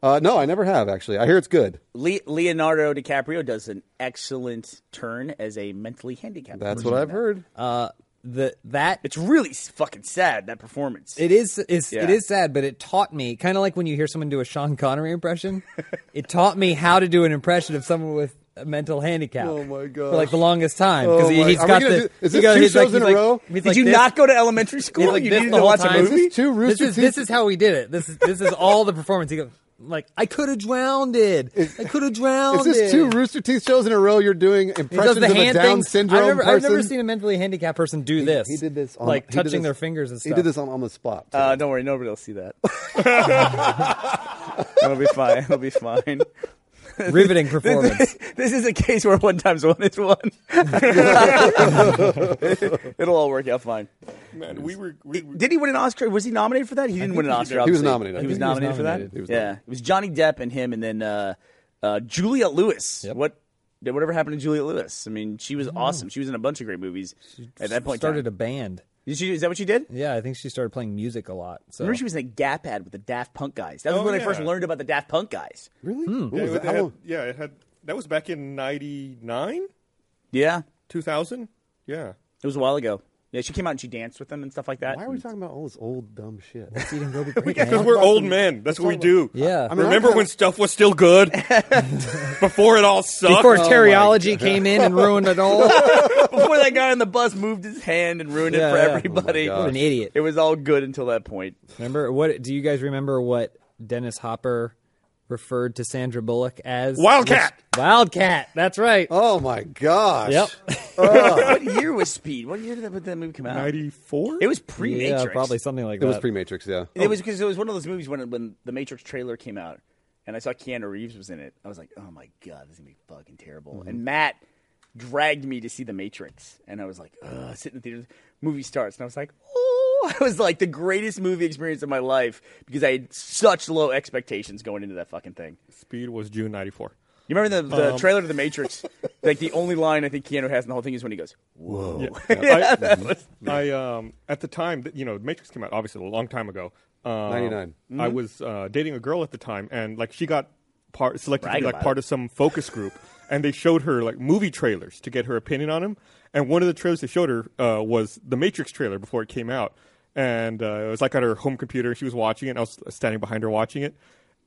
S2: Uh, no, I never have actually. I hear it's good.
S3: Le- Leonardo DiCaprio does an excellent turn as a mentally handicapped.
S2: That's
S3: person
S2: what
S3: in
S2: I've
S3: that.
S2: heard.
S4: Uh, the that
S3: It's really s- fucking sad that performance.
S4: It is is
S3: Yeah.
S4: it is sad, but it taught me kind of like when you hear someone do a Sean Connery impression. [LAUGHS] it taught me how to do an impression of someone with a mental handicap.
S2: Oh, my
S4: For
S2: gosh.
S4: like the longest time because
S2: Oh,
S4: he,
S2: my-
S4: has
S2: are we
S4: got
S2: gonna
S4: the.
S2: do- is
S4: he
S2: this
S4: go-
S2: two
S4: he's like-
S2: shows in
S4: he's
S2: a
S4: like-
S2: row?
S4: he's
S3: Did
S4: like
S3: you
S4: this.
S3: not go to elementary
S4: He's
S3: school?
S4: like
S3: you
S4: this
S3: needed
S4: the
S3: to
S4: whole
S3: watch
S4: time.
S3: a movie.
S2: Two
S4: This
S2: Rooster
S4: is this
S2: Teeth-
S4: is how we did it. This is this is all the performance. He goes like, I could have drowned it. I could have drowned
S2: Is this
S4: it."
S2: two Rooster Teeth shows in a row? You're doing
S4: He does
S2: impressions
S4: the
S2: of a
S4: hand
S2: Down
S4: thing.
S2: syndrome
S4: I've never,
S2: person.
S4: I've never seen a mentally handicapped person do this.
S2: He did this on,
S4: like
S2: he did
S4: touching
S2: this-
S4: their fingers and stuff.
S2: He did this on on the spot. too.
S3: Uh, don't worry, nobody will see that. [LAUGHS] It'll be fine. It'll be fine.
S2: [LAUGHS]
S4: riveting performance.
S3: [LAUGHS] this is a case where one times one is one. [LAUGHS] It'll all work out fine.
S1: Man, we were. We, we-
S3: Did he win an Oscar? Was he nominated for that? He didn't win an Oscar.
S2: He was
S3: obviously.
S2: nominated, I
S3: He was
S2: think he was
S3: nominated for that.
S2: nominated. He was
S3: yeah,
S2: nominated.
S3: it was Johnny Depp and him, and then uh, uh, Juliet Lewis.
S4: Yep.
S3: What? did- Whatever happened to Juliet Lewis? I mean, she was awesome. She was in a bunch of great movies at that point. in
S4: started a
S3: time.
S4: band.
S3: Did she, is that what she did?
S4: Yeah, I think she started playing music a lot. So
S3: Remember, she was in a Gap ad with the Daft Punk guys. That was
S1: Oh,
S3: when I first
S1: yeah.
S3: learned about the Daft Punk guys.
S2: really?
S4: hmm.
S2: What
S1: yeah,
S2: was
S1: it
S2: that?
S1: had-
S2: How-
S1: yeah, it had. That was back in 99,
S3: Yeah,
S1: 2000? Yeah.
S3: it was a while ago. Yeah, she came out and she danced with them and stuff like that.
S2: Why
S3: [LAUGHS]
S2: are we talking about all this old dumb
S4: [LAUGHS]
S2: shit? [LAUGHS]
S4: Eating Gilbert Grape,
S1: Because
S4: man.
S1: we're old men. That's what we do.
S4: Yeah. I
S1: Remember
S2: mean, I'm kinda-
S1: when stuff was still good? Before it all sucked?
S4: before
S1: Oh,
S4: teriology came in and ruined
S2: [LAUGHS]
S4: it all.
S3: Before that guy on the bus moved his hand and ruined
S4: Yeah,
S3: it for
S4: yeah.
S3: everybody.
S2: Oh my
S3: [LAUGHS]
S4: what an idiot!
S3: It was all good until that point.
S4: Remember what? Do you guys remember what Dennis Hopper referred to Sandra Bullock as?
S1: Wildcat!
S4: Which- Wildcat. That's right.
S2: Oh my gosh!
S4: Yep.
S3: what year was Speed? What year did that, did that movie come out?
S1: 94?
S3: It was pre Matrix.
S4: Yeah, probably something like
S2: It
S4: that.
S2: was pre-Matrix, yeah.
S3: It was because it was one of those movies when when the Matrix trailer came out, and I saw Keanu Reeves was in it. I was like, oh my god, this is gonna be fucking terrible.
S4: Mm-hmm.
S3: And Matt dragged me to see the Matrix, and I was like, ugh, sitting in the theater. Movie starts, and I was like, oh, [LAUGHS] I was like the greatest movie experience of my life because I had such low expectations going into that fucking thing.
S1: Speed was June 94.
S3: You remember the,
S4: Um.
S3: the trailer to The Matrix? like the only line I think Keanu has in the whole thing is when he goes, "Whoa!"
S1: [LAUGHS] I, I, um, at the time, that you know, Matrix came out obviously a long time ago. Um,
S2: 99.
S1: I was uh, dating a girl at the time, and like she got part selected
S3: Brag
S1: to be like
S3: about
S1: part
S3: it.
S1: of some focus group, and they showed her like movie trailers to get her opinion on him. And one of the trailers they showed her uh, was the Matrix trailer before it came out, and uh, it was like on her home computer. She was watching it. And I was standing behind her watching it,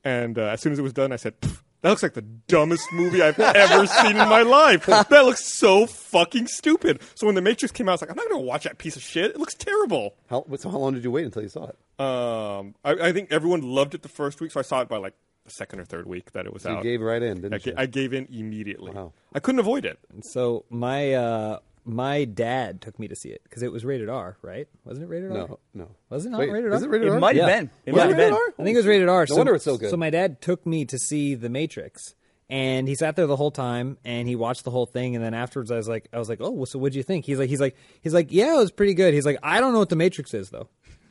S1: and uh, as soon as it was done, I said. "Pff, That looks like the dumbest movie I've ever seen in my life. That looks so fucking stupid. So when The Matrix came out, I was like, I'm not going to watch that piece of shit. It looks terrible.
S2: How, so how long did you wait until you saw it?
S1: Um, I, I think everyone loved it the first week, so I saw it by like the second or third week that it was
S2: You
S1: out.
S2: gave right in, didn't
S1: Oh. I, ga-
S2: you?
S1: I gave in immediately.
S2: Wow.
S1: I couldn't avoid it.
S4: So my uh, my dad took me to see it because it was rated R, right? Wasn't it rated R?
S2: no, no.
S4: Was it not
S2: Wait,
S4: rated
S2: Is
S4: R?
S2: it rated
S3: It
S2: R?
S3: might have
S4: Yeah.
S3: been. It
S4: Was
S3: might
S4: it
S3: have been.
S2: rated
S4: I think it was rated R.
S2: No
S4: so,
S2: wonder it's so good.
S4: my dad took me to see The Matrix, and he sat there the whole time, and he watched the whole thing, and then afterwards, I was like, I was like, oh, well, so what'd you think? He's like, he's like, he's like, yeah, it was pretty good. He's like, I don't know what The Matrix is though.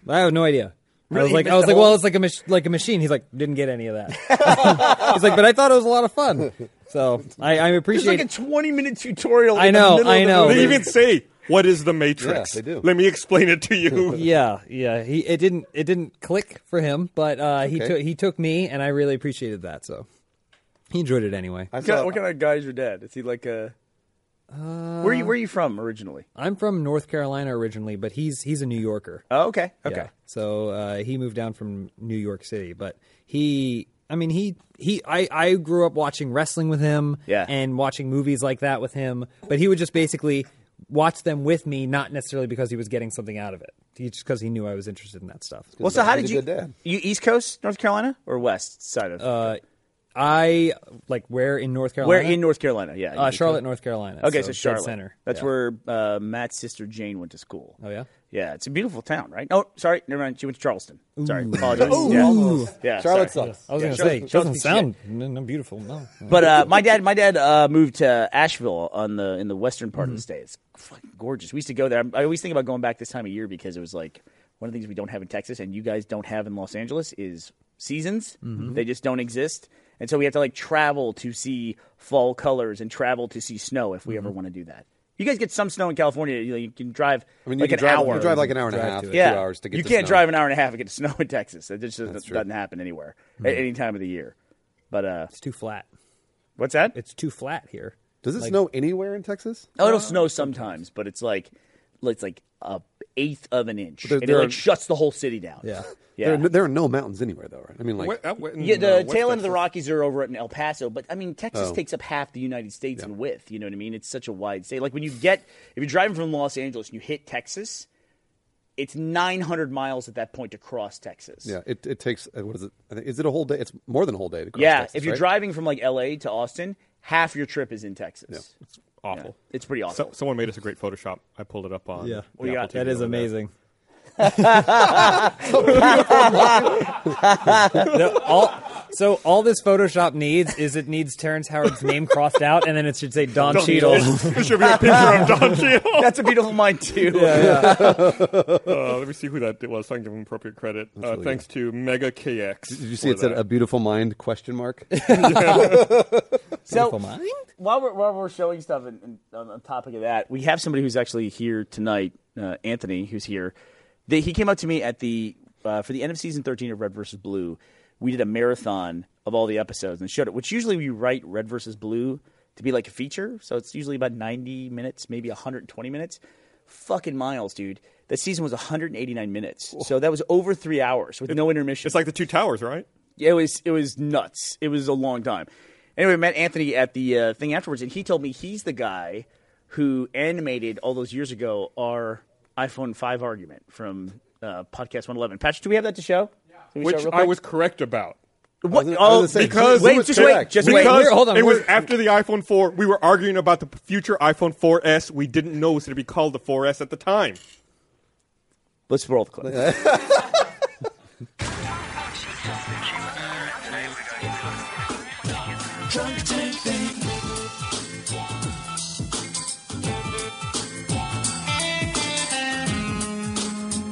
S4: I have no idea. I was
S3: Really?
S4: like,
S3: You
S4: I was
S3: missed
S4: like,
S3: the
S4: well,
S3: whole-
S4: it's like a mach- like a machine. He's like, didn't get any of that. [LAUGHS] he's like, but I thought it was a lot of fun. So I, I
S3: It's like
S4: appreciate.
S3: a 20 minute tutorial.
S4: I
S3: in the
S4: know,
S3: middle
S4: I
S3: of the
S4: know. Oh,
S1: they
S4: they-
S3: movie.
S1: even say, "What is the Matrix?"
S2: Yeah, they do.
S1: Let me explain it to
S2: [LAUGHS]
S1: you.
S4: yeah, yeah. He it didn't it didn't click for him, but uh, he
S2: Okay.
S4: took he took me, and I really appreciated that. So he enjoyed it anyway.
S2: I
S3: What kind,
S2: saw,
S3: what kind of guy is your dad? Is he like a?
S4: Uh,
S3: where you where you from originally?
S4: I'm from North Carolina originally, but he's he's a New Yorker.
S3: Oh, okay,
S4: Yeah.
S3: okay.
S4: So uh, he moved down from New York City, but he. I mean, he he. I I grew up watching wrestling with him,
S3: Yeah.
S4: and watching movies like that with him. But he would just basically watch them with me, not necessarily because he was getting something out of it, he, just because he knew I was interested in that stuff.
S3: Well, so how
S2: He's
S3: did
S2: a
S3: you?
S2: good dad.
S3: You East Coast, North Carolina, or West side of?
S4: Uh, I like where in North Carolina.
S3: where in North Carolina? Yeah,
S4: Uh, Charlotte, North Carolina.
S3: Okay, so,
S4: dead
S3: Charlotte.
S4: center.
S3: That's
S4: Yeah.
S3: where uh, Matt's sister Jane went to school.
S4: Oh yeah.
S3: Yeah, it's a beautiful town, right? Oh, sorry, never mind. She went to Charleston. Sorry, apologize.
S4: Ooh.
S3: Yeah,
S4: Ooh.
S3: yeah
S2: Charlotte
S3: sorry.
S2: sucks.
S4: I was
S3: Yeah,
S4: gonna
S3: Charlotte-
S4: say
S3: Charlotte's
S4: doesn't
S3: piece of
S4: sound no, no, beautiful. No.
S3: But uh, my dad, my dad uh, moved to Asheville on the in the western part of the
S2: Mm-hmm.
S3: state. It's fucking gorgeous. We used to go there. I always think about going back this time of year because it was like one of the things we don't have in Texas and you guys don't have in Los Angeles is seasons.
S2: Mm-hmm.
S3: They just don't exist, and so we have to like travel to see fall colors and travel to see snow if we
S2: Mm-hmm.
S3: ever want to do that. You guys get some snow in California. You, know, you can drive
S2: I mean, you
S3: like
S2: can
S3: an
S2: drive,
S3: hour.
S2: You drive like an hour and a
S4: Drive
S2: half,
S4: to
S2: two
S4: it.
S2: hours to get.
S3: you
S2: to
S3: can't
S2: snow.
S3: drive an hour and a half and get snow in Texas. It just doesn't, doesn't happen anywhere
S2: Mm-hmm.
S3: at any time of the year. But uh,
S4: It's too flat.
S3: what's that?
S4: It's too flat here.
S2: Does it snow anywhere in Texas?
S3: Oh, it'll snow sometimes, but it's like it's like a eighth of an inch,
S2: there-
S3: and
S2: there
S3: it
S2: are-
S3: like shuts the whole city down.
S4: Yeah.
S3: yeah.
S2: There, are no, there are no mountains anywhere, though. Right? I mean, like
S1: Wh- uh, wh- in,
S3: yeah,
S1: uh,
S3: the
S1: West
S3: tail end of the
S1: Texas.
S3: Rockies are over in El Paso, but I mean Texas
S2: Oh.
S3: takes up half the United States in width. You know what I mean? It's such a wide state. Like when you get if you're driving from Los Angeles and you hit Texas, it's 900 miles at that point to cross Texas.
S2: yeah, it, it takes uh, what is it? I think, is it a whole day? It's more than a whole day. To cross
S3: yeah.
S2: Texas,
S3: if you're
S2: right?
S3: driving from like L.A. to Austin, half your trip is in Texas. It's
S1: Awful.
S3: It's pretty awful.
S1: So, someone made us a great Photoshop. I pulled it up on.
S4: Yeah.
S1: the
S4: What do
S3: you
S1: Apple TV
S3: got?
S4: That is
S1: over there.
S4: amazing. [LAUGHS] No, all, so all this Photoshop needs is it needs Terrence Howard's name crossed out, and then it should say Don,
S1: Don
S4: Cheadle. [LAUGHS]
S2: [LAUGHS]
S1: Cheadle. there should be a picture of Don Cheadle.
S3: That's a beautiful mind too.
S1: Uh, let me see who that was. So I can give him appropriate credit. Uh,
S2: really
S1: thanks to Mega KX.
S2: Did you see it said a beautiful mind question
S3: [LAUGHS]
S2: mark?
S3: So
S4: Beautiful mind?
S3: while we're while we're showing stuff and, and on the topic of that, we have somebody who's actually here tonight, uh, Anthony, who's here. They, he came up to me at the uh, for the end of season thirteen of Red versus Blue. We did a marathon of all the episodes and showed it. Which usually we write Red versus Blue to be like a feature, so it's usually about ninety minutes, maybe one hundred and twenty minutes. Fucking miles, dude. That season was 189 minutes, so that was over three hours with no intermission.
S1: It's like the Two Towers, right?
S3: Yeah, It was it was nuts. It was a long time. Anyway, I met Anthony at the uh, thing afterwards, and he told me he's the guy who animated all those years ago our iPhone five argument from uh, podcast one eleven. Patrick, do we have that to show? Can we show
S1: Which
S3: it real
S1: I
S3: quick?
S1: was correct about.
S3: What?
S2: I was gonna
S3: oh,
S2: say,
S1: because-
S3: wait,
S1: who was
S3: just wait,
S2: correct?
S3: just wait.
S1: Because
S4: we're- hold on,
S1: it was
S4: we're-
S1: after the iPhone 4, we were arguing about the future iPhone 4S. We didn't know it was going to be called the 4S at the time.
S3: Let's roll the clip.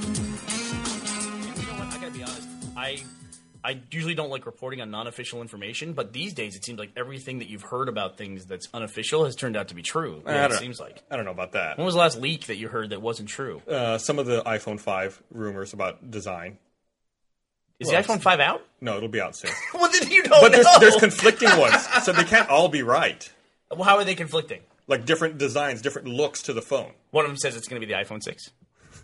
S5: You know what? I gotta be honest. I I usually don't like reporting on non-official information, but these days it seems like everything that you've heard about things that's unofficial has turned out to be true. Yeah, it
S1: don't-
S5: seems like.
S1: I don't know about that.
S5: When was the last leak that you heard that wasn't true?
S1: Uh, some of the iPhone 5 rumors about design.
S5: Is the iPhone
S6: [LAUGHS]
S5: five out?
S3: [LAUGHS]
S1: No, it'll be out soon.
S3: Oh,
S5: Well, then you don't
S1: but there's
S5: know.
S1: there's conflicting ones, so they can't all be right.
S5: Well, how are they conflicting?
S6: Like different designs, different looks to the phone.
S5: One of them says it's going to be the iPhone 6.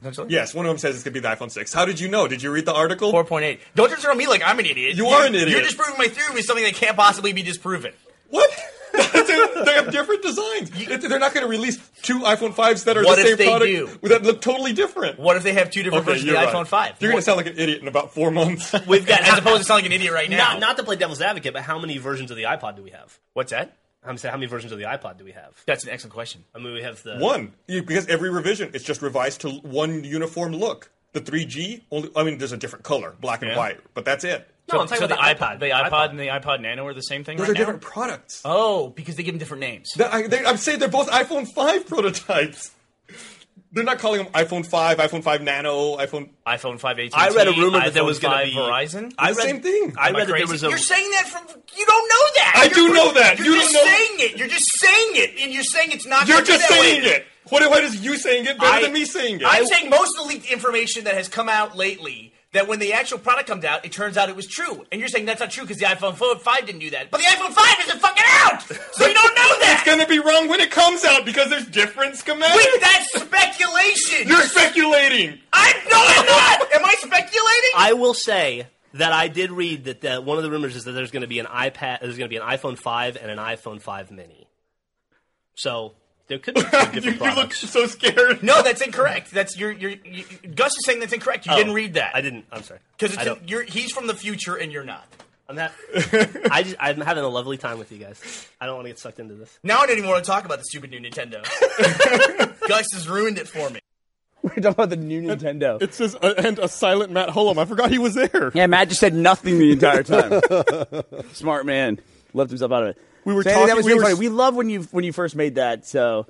S5: Essentially.
S6: Yes, one of them says it's going to be the iPhone 6. How did you know? Did you read the article?
S5: 4.8. Don't just throw me like I'm an idiot.
S6: You are an idiot.
S5: You're disproving my theory with something that can't possibly be disproven.
S6: What? [LAUGHS] Dude, they have different designs. It- They're not going to release two iPhone 5s that are
S5: What
S6: the
S5: if
S6: same
S5: they
S6: product
S5: do?
S6: that look totally different.
S5: What if they have two different versions of
S6: you're
S5: the
S6: right.
S5: iPhone 5?
S6: You're going to sound like an idiot in about four
S5: [LAUGHS]
S6: months.
S5: We've got,
S7: [LAUGHS]
S5: as opposed to sounding like an idiot right now.
S7: Not, not to play devil's advocate, but how many versions of the iPod do we have?
S5: What's that?
S7: I'm saying, how many versions of the iPod do we have?
S5: That's an excellent question.
S7: I mean, we have the
S6: [LAUGHS] One, you, because every revision it's just revised to l- one uniform look. The 3G only. I mean, there's a different color, black and
S5: Yeah.
S6: white, but that's it.
S5: No,
S7: So-
S5: I'm talking
S7: so
S5: about the iPod.
S7: the
S5: The
S7: iPod.
S5: iPod, and the iPod Nano are the same thing
S6: Those
S5: right
S6: are
S5: now?
S6: different products.
S5: Oh, because they give them different names.
S6: That- I, they, I'm saying they're both iPhone 5 prototypes. [LAUGHS] They're not calling them iPhone 5, iPhone 5 Nano, iPhone.
S5: iPhone 5 AT&T,
S7: I read a rumor that there
S5: iPhone
S7: was going
S5: 5
S7: to be
S5: Verizon.
S7: I
S6: The
S7: read,
S6: same thing.
S7: I
S5: Am
S7: read that there
S5: crazy?
S7: was a.
S5: You're saying that from you don't know that.
S6: I
S5: You're
S6: do
S5: pre-
S6: know that.
S5: You're
S6: You
S5: just
S6: don't know-
S5: saying it. You're just saying it, and you're saying it's not.
S6: You're
S5: gonna be
S6: just
S5: that way.
S6: saying it. What, why does you saying it better
S5: I-
S6: than me saying it?
S5: I'm saying most of the leaked information that has come out lately. That when the actual product comes out, it turns out it was true, and you're saying that's not true because the iPhone 5 didn't do that. But the iPhone 5 isn't fucking out, so you don't know that.
S6: it's going to be wrong when it comes out because there's different schematics.
S5: Wait, that's speculation.
S6: You're speculating.
S5: I'm no, I'm not. Am I speculating?
S7: I will say that I did read that the, one of the rumors is that there's going to be an iPad, there's going to be an iPhone 5 and an iPhone 5 Mini. So there
S6: [LAUGHS]
S7: could be two different
S6: You, you look
S7: products.
S6: so scared.
S5: no, that's incorrect. That's your your you, Gus is saying that's incorrect. You didn't read that.
S7: I didn't. I'm sorry.
S5: because
S7: I don't-
S5: you're he's from the future and you're not.
S6: [LAUGHS]
S7: I'm not. I just, I'm having a lovely time with you guys. I don't want to get sucked into this.
S5: Now I don't even want to talk about the stupid new Nintendo. Gus has ruined it for me.
S3: We're talking about the new Nintendo.
S1: It says uh, and a silent Matt Hullum. I forgot he was there.
S3: Yeah, Matt just said nothing the entire time.
S1: [LAUGHS]
S3: Smart man, left himself out of it. We
S1: were
S3: That
S1: talking-
S3: was
S1: we
S3: really
S1: were
S3: funny.
S1: s-
S3: We love when you when you first made that. So,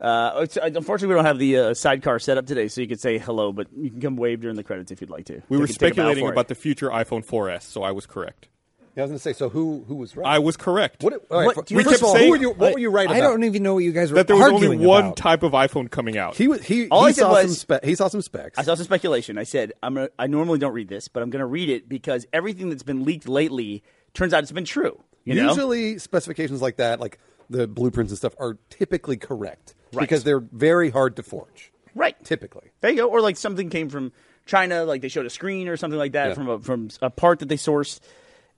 S3: uh, it's- unfortunately, we don't have the uh, sidecar set up today, so you could say hello, but you can come wave during the credits if you'd like to.
S1: We were speculating about the future iPhone 4S, so I was correct.
S2: Yeah, I was going to say. So who who was right?
S1: I was correct.
S2: What, uh, all right,
S1: What-
S2: for-
S1: we
S2: first
S1: kept
S2: of all,
S1: saying
S2: who were you, what were you right
S4: I
S2: about?
S4: don't even know what you guys were
S1: that there was only
S4: arguing
S1: one
S4: about.
S1: type of iPhone coming out.
S2: He was he.
S3: All
S2: he
S3: I said
S2: saw some
S3: was-
S2: spe- he saw some specs.
S3: I saw some speculation. I said I'm gonna, I normally don't read this, but I'm going to read it because everything that's been leaked lately turns out it's been true. You know?
S2: Usually, specifications like that, like the blueprints and stuff, are typically correct because they're very hard to forge.
S3: right?
S2: Typically,
S3: There you go. Or like something came from China, like they showed a screen or something like that
S2: Yeah.
S3: from a, from a part that they sourced,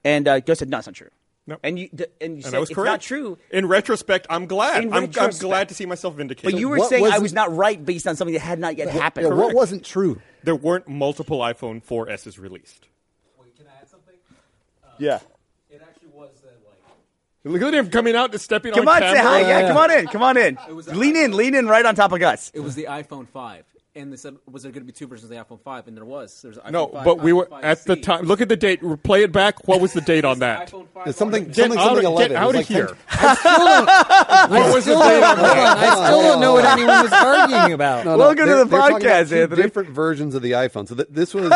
S3: and uh, Gus said, "No, it's not true."
S1: Nope.
S3: And you d- and you
S1: and
S3: said
S1: I was
S3: it's
S1: correct.
S3: not true.
S1: In retrospect, I'm glad.
S3: In
S1: I'm,
S3: retrospect.
S1: I'm glad to see myself vindicated.
S3: But you were
S2: what
S3: saying I
S2: wasn't-
S3: was not right based on something that had not yet happened.
S2: Yeah, what wasn't true?
S1: there weren't multiple iPhone 4S's released.
S4: Can I add something?
S3: Yeah.
S4: It actually was that like.
S1: Look at him coming out and stepping
S3: Come
S1: on
S3: on,
S1: camera.
S3: say hi. Yeah, come on in. Come on in. Lean in. Lean in right on top of Gus.
S8: It was the iPhone 5, and they said, "Was there going to be two versions of the iPhone 5?" And there was. There was an
S1: No,
S8: iPhone 5,
S1: but we
S8: iPhone
S1: were
S8: 5C.
S1: at the time. Look at the date. Play it back. What was the date on that?
S8: iPhone 5
S2: It's something
S1: Get
S2: something
S1: out,
S2: something
S1: of-
S2: eleven.
S1: get
S2: It was
S1: out of
S2: like
S1: here.
S2: 10
S1: what was the date on
S4: Hold on,
S1: that?
S4: I still don't know what anyone was arguing about.
S2: No, no,
S3: Welcome to
S2: they're-
S3: the
S2: they're talking about
S3: podcast,
S2: two
S3: Anthony.
S2: Different versions of the iPhone. So th- this
S3: [LAUGHS]
S2: was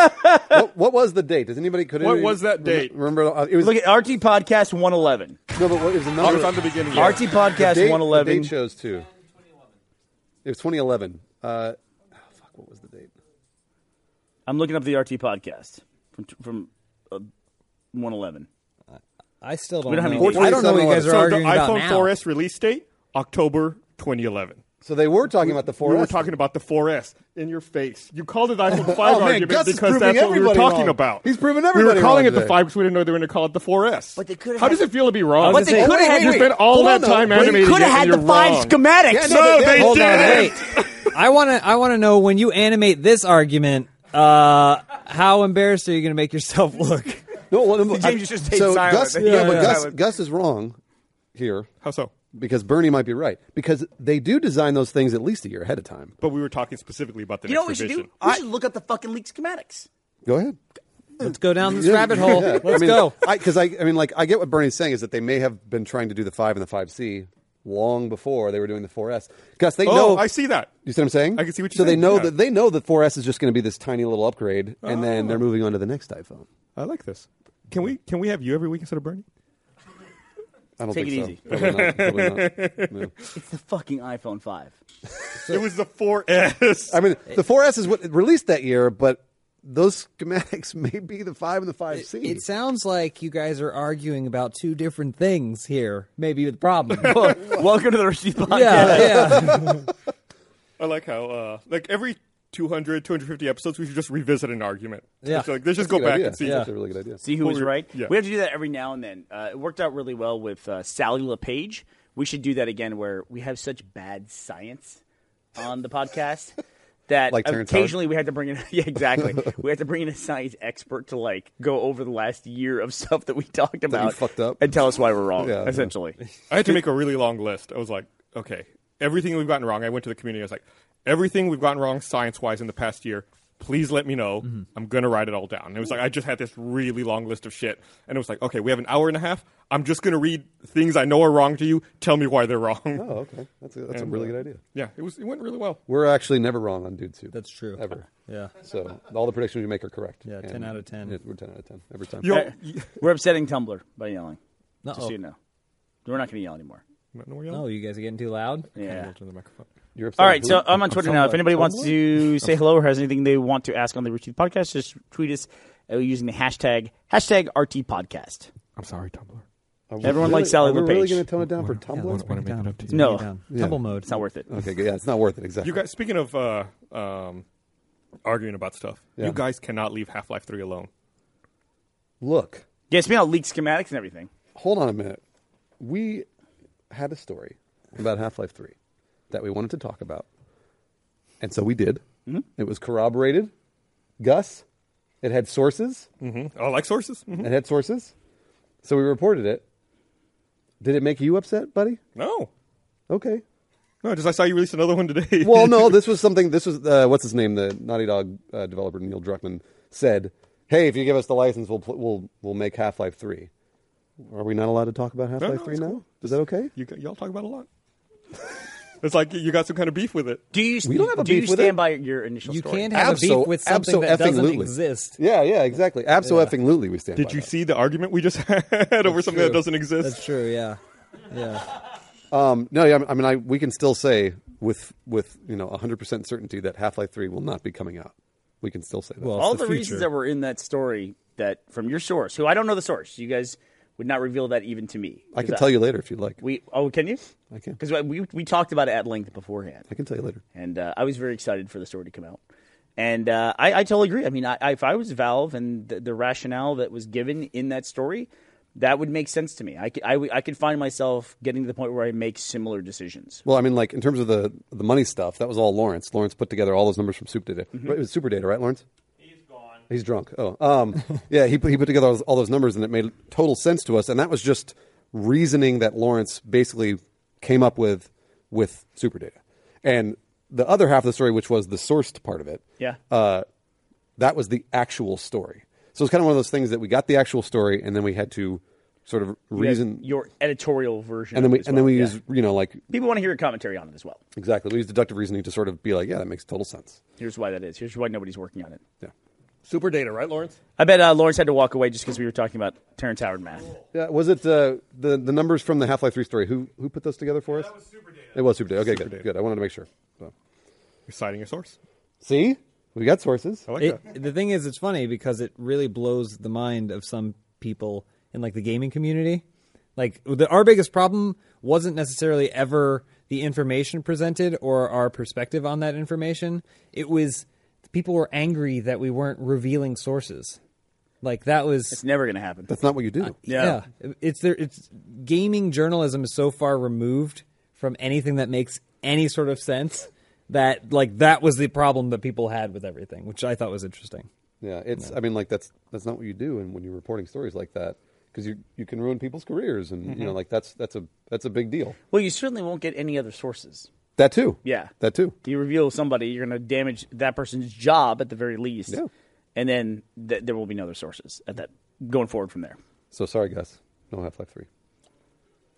S2: what, what was the date? Does anybody could
S1: What
S2: anybody
S1: was that
S2: rem-
S1: date?
S2: Remember, uh, it was
S3: Look at RT Podcast 111.
S2: no, but what- it was a number.
S1: It was on the beginning.
S3: RT Podcast
S2: The date- The
S3: 111.
S2: date shows too. It was 2011. Uh, oh, fuck, what was the date?
S3: I'm looking up the RT Podcast from from uh, 111.
S4: I still don't.
S3: We don't have
S4: know.
S3: any dates.
S4: I don't know what you guys
S1: So
S4: are
S1: the
S4: arguing about
S1: iPhone
S3: [LAUGHS]
S4: now.
S1: 4S release date, October 2011.
S2: So they were talking about the four.
S1: We were talking about the 4S in your face. You called it the
S2: [LAUGHS]
S1: iPhone 5
S2: Oh, man,
S1: argument
S2: Gus is
S1: because
S2: proving
S1: that's what we were
S2: everybody
S1: talking
S2: wrong.
S1: about.
S2: He's proven
S1: We
S2: everybody
S1: were calling
S2: wrong
S1: it the
S2: today.
S1: 5 because we didn't know they were going to call it the 4S. But
S3: they could've
S1: How
S3: had-
S1: does it feel to be wrong?
S3: But they
S1: Oh,
S3: could've had-
S1: You
S3: wait,
S1: spent all
S2: hold
S1: that
S2: on, though.
S1: time
S2: They
S1: animating
S3: could have
S1: it,
S3: had
S1: and
S3: the
S1: you're
S3: five
S1: wrong.
S3: schematics.
S2: Yeah, no,
S1: No,
S2: they
S1: they
S2: did. Hold
S4: Hold on,
S1: didn't.
S4: wait. [LAUGHS] I want to. I want to know when you animate this argument. Uh, how embarrassed are you going to make yourself [LAUGHS] look?
S2: No,
S1: [LAUGHS]
S2: well, no, I-
S3: James just stayed
S2: so
S3: silent.
S2: Gus,
S3: Yeah,
S2: yeah, but
S3: yeah.
S2: Gus,
S3: Silent.
S2: Gus is wrong here
S1: How so?
S2: because Bernie might be right because they do design those things at least a year ahead of time.
S1: But we were talking specifically about the
S3: You know
S1: next
S3: what we should
S1: revision.
S3: do? We should look up the fucking leak schematics.
S2: Go ahead.
S4: Let's go down this rabbit hole.
S2: Yeah.
S4: Let's
S2: I mean,
S4: go.
S2: Because I, I mean, like, I get what Bernie's saying is that they may have been trying to do the five and the five C long before they were doing the 4S. Gus, they
S1: Oh,
S2: know.
S1: I see that.
S2: You see what I'm saying?
S1: I can see what you're
S2: so
S1: saying,
S2: they know
S1: yeah.
S2: that they know that 4S is just going to be this tiny little upgrade, and then they're moving on to the next iPhone.
S1: Ah. I like this. Can we can we have you every week instead of Bernie?
S2: I don't
S3: Take
S2: think
S3: it
S2: so. Probably not. Probably not.
S3: It's the fucking iPhone 5.
S1: it was the 4S.
S2: I mean, the 4S is what released that year, but those schematics [LAUGHS] may be the five and the five C.
S4: It sounds like you guys are arguing about two different things here. Maybe the problem.
S3: [LAUGHS]
S4: [LAUGHS]
S3: Welcome to the Rushdie podcast.
S4: yeah, [LAUGHS] yeah.
S1: [LAUGHS] I like how uh, like every 200, 250 episodes, we should just revisit an argument.
S4: Yeah.
S1: It's like, let's just go
S2: Good
S1: back
S2: idea.
S1: and see.
S2: That's a really good idea.
S3: See who's
S1: Well, we-
S3: right.
S1: yeah.
S3: We have to do that every now and then. Uh, it worked out really well with uh, Sally LePage. We should do that again, where we have such bad science on the podcast that
S2: Like Terrence Howard?
S3: occasionally we had to bring in. [LAUGHS] Yeah, exactly. we had to bring in a science expert to like go over the last year of [LAUGHS] stuff that we talked about
S2: fucked up.
S3: and tell us why we're wrong.
S2: Yeah, yeah. [LAUGHS]
S3: essentially,
S1: I had to make a really long list. I was like, okay, everything we've gotten wrong. I went to the community. I was like, everything we've gotten wrong science wise in the past year. Please let me know. I'm gonna write it all down. And it was like I just had this really long list of shit, and it was like, okay, we have an hour and a half. I'm just gonna read things I know are wrong to you. Tell me why they're wrong.
S2: Oh, okay. That's a, that's a really good idea.
S1: [LAUGHS] Yeah, it was. It went really well.
S2: We're actually never wrong on Dude Soup.
S4: That's true.
S2: Ever.
S4: Yeah.
S2: So all the predictions we make are correct.
S4: Yeah, 10 out of 10.
S2: it- We're 10 out of 10 every time.
S1: Yo,
S3: Uh, [LAUGHS] we're upsetting Tumblr by yelling. Just so
S4: Uh-oh.
S3: you know, we're not going to yell anymore.
S4: Oh, you guys are getting too loud.
S3: Yeah.
S1: the microphone.
S2: You're upset
S3: All right,
S2: who?
S3: so I'm on Twitter now. If
S2: somebody-
S3: anybody wants to say hello or has anything they want to ask on the Richie podcast, just tweet us uh, using the hashtag hashtag RT podcast.
S1: I'm sorry, Tumblr.
S2: Are we
S3: everyone
S2: really,
S3: likes Sally
S2: Are we really
S3: LePage.
S2: going to tone it down for
S4: Yeah,
S2: Tumblr?
S4: let's break it down.
S3: No.
S4: Break it down. Tumble mode.
S3: It's not worth it.
S2: okay, good. yeah, it's not worth it. Exactly.
S1: You guys, speaking of uh, um, arguing about stuff,
S2: Yeah.
S1: you guys cannot leave Half Life Three alone.
S2: Look,
S3: Yeah, it's been on leaked schematics and everything.
S2: hold on a minute. We had a story about Half Life 3 that we wanted to talk about. And so we did.
S1: Mm-hmm.
S2: It was corroborated. Gus, it had sources.
S1: Mm-hmm. Oh, like sources? hmm
S2: It had sources. So we reported it. Did it make you upset, buddy?
S1: No,
S2: Okay.
S1: no. Just I saw you release another one today.
S2: Well, no, this was something. This was uh, what's his name, the Naughty Dog uh, developer Neil Druckmann said, "Hey, if you give us the license, we'll pl- we'll we'll make Half Life 3. Are we not allowed to talk about Half Life
S1: no,
S2: Three
S1: it's
S2: now?
S1: cool.
S2: Is that okay?
S1: [LAUGHS] you, y'all talk about it a lot. [LAUGHS] it's like you got some kind of beef with it.
S3: Do you,
S2: We don't have a
S3: do you
S2: beef with
S3: stand
S2: it.
S3: by your initial
S4: You
S3: story?
S4: can't have a
S2: Abso-
S4: beef with something that doesn't
S2: abso-effing-lutely.
S4: exist.
S2: Yeah, yeah, exactly. Abso effing lutely, we stand.
S1: Did
S2: by
S1: you
S2: that.
S1: see the argument we just [LAUGHS] had over something
S2: true.
S1: that doesn't exist?
S4: That's true. Yeah. Yeah.
S2: Um, no, yeah, I mean, I we can still say with with you know 100 percent certainty that Half Life Three will not be coming out. We can still say that.
S4: Well,
S3: All
S4: it's
S3: the,
S4: the
S3: reasons
S4: future.
S3: that were in that story that from your source, who I don't know the source, you guys would not reveal that even to me.
S2: I can tell you later if you'd like.
S3: We oh, can you?
S2: I can.
S3: Because we we talked about it at length beforehand.
S2: I can tell you later.
S3: and uh, I was very excited for the story to come out. And uh, I, I totally agree. I mean, I, I, if I was Valve and the, the rationale that was given in that story, that would make sense to me. I could, I, would- I could find myself getting to the point where I make similar decisions.
S2: Well, I mean, like in terms of the the money stuff, that was all Lawrence. Lawrence put together all those numbers from Soup Data.
S3: Mm-hmm.
S2: Right, It was Super Data, right, Lawrence? He's drunk. Oh, um, [LAUGHS] yeah. He put, he put together all those, all those numbers, and it made total sense to us. And that was just reasoning that Lawrence basically came up with with Super Data. And the other half of the story, which was the sourced part of it,
S3: Yeah.
S2: uh, that was the actual story. So it's kind of one of those things that we got the actual story, and then we had to sort of
S3: You have
S2: reason,
S3: your editorial version,
S2: and then
S3: of
S2: we
S3: it as
S2: and then
S3: well.
S2: we
S3: Yeah.
S2: use you know like
S3: people want to hear a commentary on it as well.
S2: Exactly. We use deductive reasoning to sort of be like, yeah, that makes total sense.
S3: Here's why that is. Here's why nobody's working on it.
S2: Yeah.
S1: Super data, right, Lawrence?
S3: I bet uh, Lawrence had to walk away just because we were talking about Terrence Howard math.
S2: Yeah. Was it uh, the the numbers from the Half Life Three story? Who who put those together for us? That was super data. It was super data. Okay, good,
S1: Superdata.
S2: good. I wanted to make sure. So.
S1: You're citing a source.
S2: See, we got sources.
S4: Oh.
S1: I like that.
S4: It, the thing is, it's funny because it really blows the mind of some people in like the gaming community. Like the, our biggest problem wasn't necessarily ever the information presented or our perspective on that information. It was people were angry that we weren't revealing sources. Like that was
S3: It's never going to happen.
S2: That's not what you do.
S3: Yeah.
S4: It's there it's gaming journalism is so far removed from anything that makes any sort of sense that like that was the problem that people had with everything, which I thought was interesting.
S2: Yeah. It's. I mean, like that's that's not what you do. And when you're reporting stories like that, because you you can ruin people's careers, and you know, like that's that's a that's a big deal.
S3: Well, you certainly won't get any other sources.
S2: That too.
S3: Yeah.
S2: That too.
S3: you reveal somebody, you're going to damage that person's job at the very least,
S2: Yeah.
S3: and then th- there will be no other sources at that going forward from there.
S2: So sorry, Gus. No Half Life Three.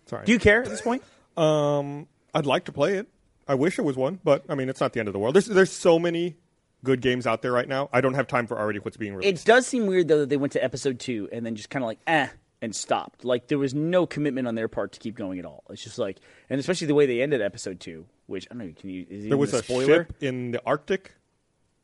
S1: Sorry.
S3: Do you care at this point?
S1: Um, I'd like to play it. I wish it was one, but I mean, it's not the end of the world. There's there's so many good games out there right now. I don't have time for already what's being released.
S3: It does seem weird though that they went to episode two and then just kind of like eh and stopped. Like there was no commitment on their part to keep going at all. It's just like, and especially the way they ended episode two, which I don't know. Can you? Is it
S1: there was
S3: a
S1: a
S3: spoiler?
S1: ship in the Arctic.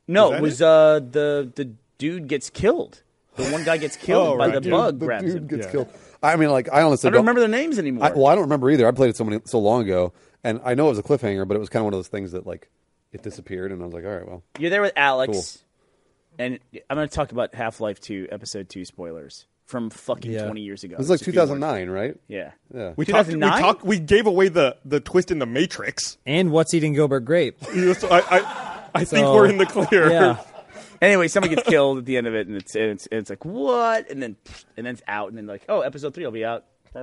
S3: no,
S1: was
S3: it
S1: that
S3: was
S1: it?
S3: uh the the dude gets killed. The one guy gets killed
S1: Oh,
S3: by
S1: right,
S3: the
S1: dude.
S3: bug
S2: the
S3: grabs
S2: dude
S3: him.
S2: gets
S1: Yeah.
S2: killed. I mean, like I honestly
S3: I don't remember their names anymore.
S2: I, well, I don't remember either. I played it so many so long ago, and I know it was a cliffhanger, but it was kind of one of those things that like it disappeared, and I was like, all right, well,
S3: You're there with Alex,
S2: Cool.
S3: and I'm going to talk about Half Life 2 Episode 2 spoilers from fucking
S4: Yeah.
S3: 20 years ago.
S2: it was like
S3: Just if you weren't-
S2: 2009, right?
S3: Yeah.
S2: Yeah.
S1: We talked, we
S3: 2009?
S1: talked. We gave away the the twist in the Matrix. [LAUGHS]
S4: And what's eating Gilbert Grape?
S1: So I, I, I think
S4: So-
S1: we're in the clear.
S4: Yeah.
S3: Anyway, someone gets killed at the end of it, and it's and it's, and it's like what, and then pfft, and then it's out, and then like oh, episode three will be out [LAUGHS]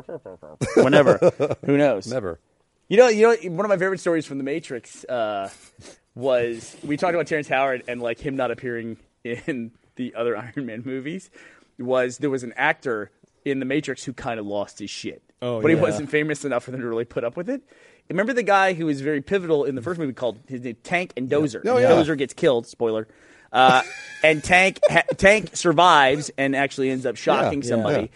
S3: whenever. Who knows?
S2: Never.
S3: You know, you know, one of my favorite stories from The Matrix uh, was we talked about Terrence Howard and like him not appearing in the other [LAUGHS] Iron Man movies. Was there was an actor in The Matrix who kind of lost his shit,
S1: Oh,
S3: but he
S1: yeah.
S3: wasn't famous enough for them to really put up with it. Remember the guy who was very pivotal in the first movie called his name Tank and Dozer.
S2: Oh, yeah.
S3: Dozer gets killed. Spoiler. Uh, and Tank ha- Tank survives and actually ends up shocking
S2: Yeah.
S3: somebody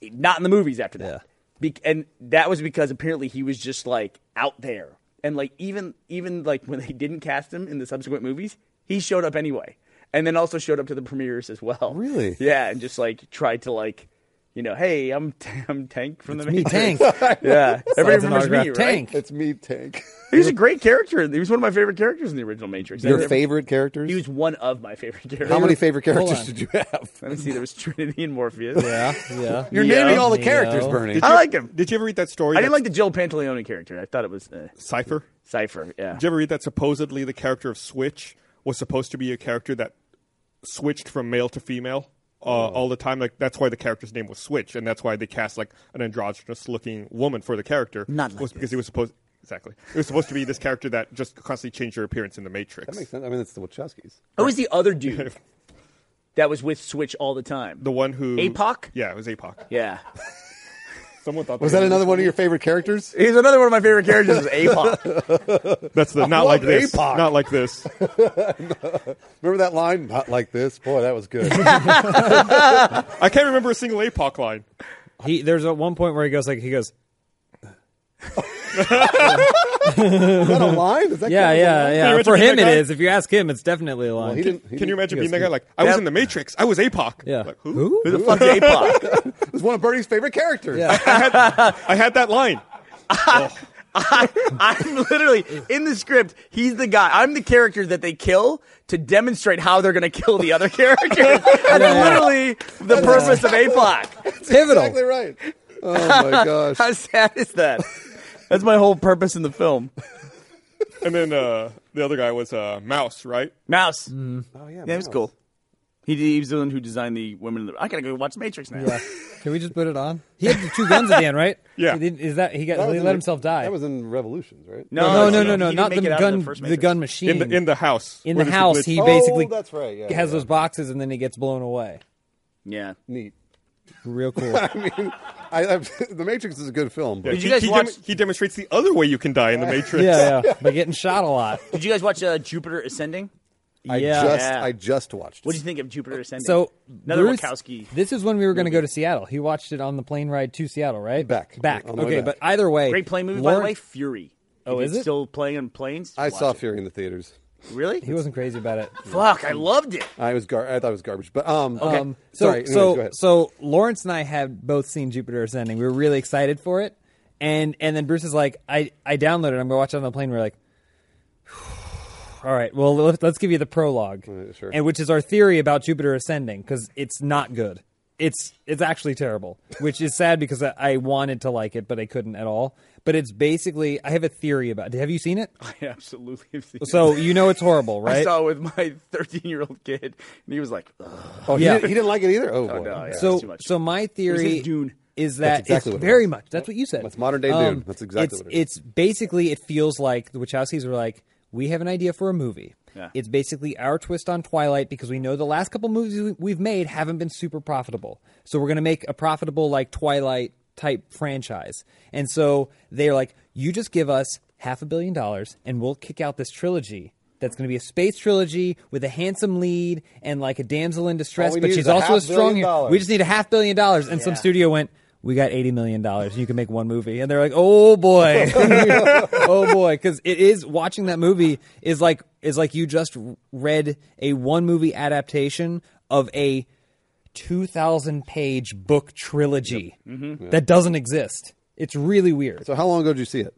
S2: Yeah.
S3: not in the movies after that.
S2: Yeah.
S3: Be- and that was because apparently he was just like out there, and like even even like when they didn't cast him in the subsequent movies, he showed up anyway, and then also showed up to the premieres as well.
S2: Really?
S3: Yeah, and just like tried to like, you know, hey, I'm [LAUGHS] I'm Tank from the
S4: Me
S3: Matrix. [LAUGHS]
S4: tank.
S3: Yeah,
S4: Signs
S3: everybody
S4: an
S3: remembers me,
S4: autograph.
S3: right?
S4: Tank.
S2: It's me, Tank.
S3: He was a great character. He was one of my favorite characters in the original Matrix.
S2: [LAUGHS]
S3: I
S2: Your
S3: never-
S2: favorite characters?
S3: He was one of my favorite characters.
S2: How many favorite characters
S4: on.
S2: did you have?
S3: [LAUGHS] Let me see. There was Trinity and Morpheus. [LAUGHS]
S4: Yeah. Yeah.
S2: [LAUGHS] You're
S3: Neo.
S2: naming all the
S4: Neo.
S2: characters, Bernie.
S3: I like him.
S1: Did you ever read that story?
S3: I didn't
S1: that's-
S3: like the Jill Pantaleone character. I thought it was uh,
S1: Cipher.
S3: Cipher. Yeah.
S1: Did you ever read that supposedly the character of Switch was supposed to be a character that switched from male to female uh, all the time? Like that's why the character's name was Switch, and that's why they cast like an androgynous-looking woman for the character.
S3: Not like
S1: was because he was supposed exactly. It was supposed to be this character that just constantly changed her appearance in the Matrix.
S2: That makes sense. I mean, it's the Wachowskis.
S3: Who was the [LAUGHS] other dude that was with Switch all the time?
S1: The one who
S3: Apoc?
S1: Yeah, it was Apoc.
S3: yeah.
S1: Someone thought
S2: Was that another one of your favorite [LAUGHS] characters?
S3: He's another one of my favorite characters [LAUGHS] is Apoc.
S1: That's the not like
S2: love
S1: this.
S2: Apoc.
S1: Not like this.
S2: Remember that line? Not like this. Boy, that [LAUGHS] was good.
S1: I can't remember a single Apoc line.
S4: He there's a one point where he goes like he goes
S2: Is that a line? Does that
S4: yeah
S2: count as a
S4: yeah
S2: line?
S1: Can
S4: yeah
S1: you imagine
S4: for him
S1: being
S4: it
S1: that guy?
S4: is if you ask him it's definitely a line
S2: He didn't- he
S1: Can you
S2: didn't-
S1: imagine
S2: yes,
S1: being that
S2: he-
S1: guy? Like I was
S3: That-
S1: in the Matrix. I was Apoc.
S4: yeah
S1: Like, who?
S3: Who the fuck's Apoc?
S2: It was one of Bernie's favorite characters.
S4: Yeah.
S1: I had that line.
S3: I'm literally in the script. He's the guy. I'm the character that they kill to demonstrate how they're going to kill the other [LAUGHS] character. That's literally the purpose of Apoc.
S4: pivotal
S2: Exactly right. Oh my gosh.
S3: [LAUGHS] How sad is that? That's my whole purpose in the film.
S1: And then uh, the other guy was uh, Mouse, right?
S3: Mouse.
S2: Oh, yeah,
S3: That was
S2: Miles.
S3: cool. He, he was the one who designed the women in the. I gotta go watch Matrix now.
S4: yeah can we just put it on he had the two guns at the
S2: [LAUGHS]
S4: end right
S1: Yeah.
S4: He didn't- is that he got
S2: That was
S4: he
S2: in
S4: let
S2: the-
S4: himself die
S2: That was in Revolutions, right?
S4: no no
S1: no,
S4: no no
S3: He
S4: not the
S3: didn't make it out of
S4: gun
S3: first
S4: the
S3: Matrix.
S4: gun machine
S1: In the in the house.
S4: In
S1: Where
S4: the
S1: there's
S4: house
S1: glitch.
S4: he
S2: Oh,
S4: basically
S2: that's right, yeah,
S4: has
S2: yeah.
S4: those boxes and then he gets blown away
S3: Yeah.
S2: Neat. [LAUGHS]
S4: real cool
S2: I mean, I, [LAUGHS] I, The Matrix is a good film. But
S1: Did
S3: you
S1: he,
S3: guys
S1: he,
S3: watch-
S1: he demonstrates the other way you can die in the
S4: [LAUGHS]
S1: Matrix.
S4: yeah yeah by getting shot
S2: [LAUGHS]
S4: a lot
S3: Did you guys watch uh, Jupiter Ascending?
S2: I
S4: yeah
S2: just,
S3: Yeah.
S2: I just watched.
S3: What do
S2: it.
S3: you think of Jupiter Ascending?
S4: Uh, So
S3: another
S4: Bruce,
S3: Wachowski.
S4: This is when we were going to go to Seattle. He watched it on the plane ride to Seattle, right?
S2: Back.
S4: back.
S2: On the way
S4: okay,
S2: back.
S4: but either way,
S3: Great plane movie, by the way.
S4: Lawrence-
S3: Fury.
S4: Oh,
S3: if
S4: is
S3: it's
S4: it?
S3: still playing on planes?
S2: I
S3: watch
S2: saw
S3: it.
S2: Fury in the theaters.
S3: Really?
S4: He wasn't crazy about it.
S3: Fuck! I loved
S4: [LAUGHS]
S3: it.
S2: I was gar- I thought it was garbage, but um,
S4: Um, so
S2: sorry. anyways,
S4: so
S2: go ahead.
S4: so Lawrence and I have both seen Jupiter Ascending. We were really excited for it, and and then Bruce is like, I I downloaded. it. I'm gonna watch it on the plane. We're like. [SIGHS] All right. Well, let- let's give you the prologue,
S2: Uh, sure.
S4: and which is our theory about Jupiter ascending because it's not good. It's it's actually terrible, which is sad because I, I wanted to like it, but I couldn't at all. But it's basically I have a theory about. Have you seen it?
S3: [LAUGHS] I absolutely have seen
S4: So you know it's horrible,
S3: it. [LAUGHS]
S4: right?
S3: I saw it with my 13 year old kid, and he was like, Ugh.
S2: oh, he,
S4: yeah.
S2: didn't, he didn't like it either. Oh, boy.
S3: no, yeah.
S4: so
S3: That's too much.
S4: so my
S3: It
S4: theory
S3: was Dune.
S4: is
S2: That's
S4: that
S2: exactly
S4: it's
S2: what it
S4: very
S2: was.
S4: much that's what you said.
S2: That's modern day Dune. That's exactly
S4: Um, it's,
S2: what it is.
S4: It's basically it feels like the Wachowskis were like, we have an idea for a movie.
S3: Yeah.
S4: It's basically our twist on Twilight because we know the last couple movies we- we've made haven't been super profitable. So we're going to make a profitable like Twilight type franchise. And so they're like, you just give us half a billion dollars and we'll kick out this trilogy. That's going to be a space trilogy with a handsome lead and like a damsel in distress,
S2: we
S4: but
S2: need is
S4: she's
S2: a
S4: also
S2: half
S4: a strong.
S2: billion
S4: hero.
S2: dollars.
S4: We just need a half billion dollars, and some studio went, "We got eighty million dollars. You can make one movie." [LAUGHS] And they're like, "Oh boy, oh boy," because it is watching that movie is like is like you just read a one movie adaptation of a 2,000 page book trilogy
S2: Mm-hmm.
S4: that doesn't exist. It's really weird.
S2: So how long ago did you see it?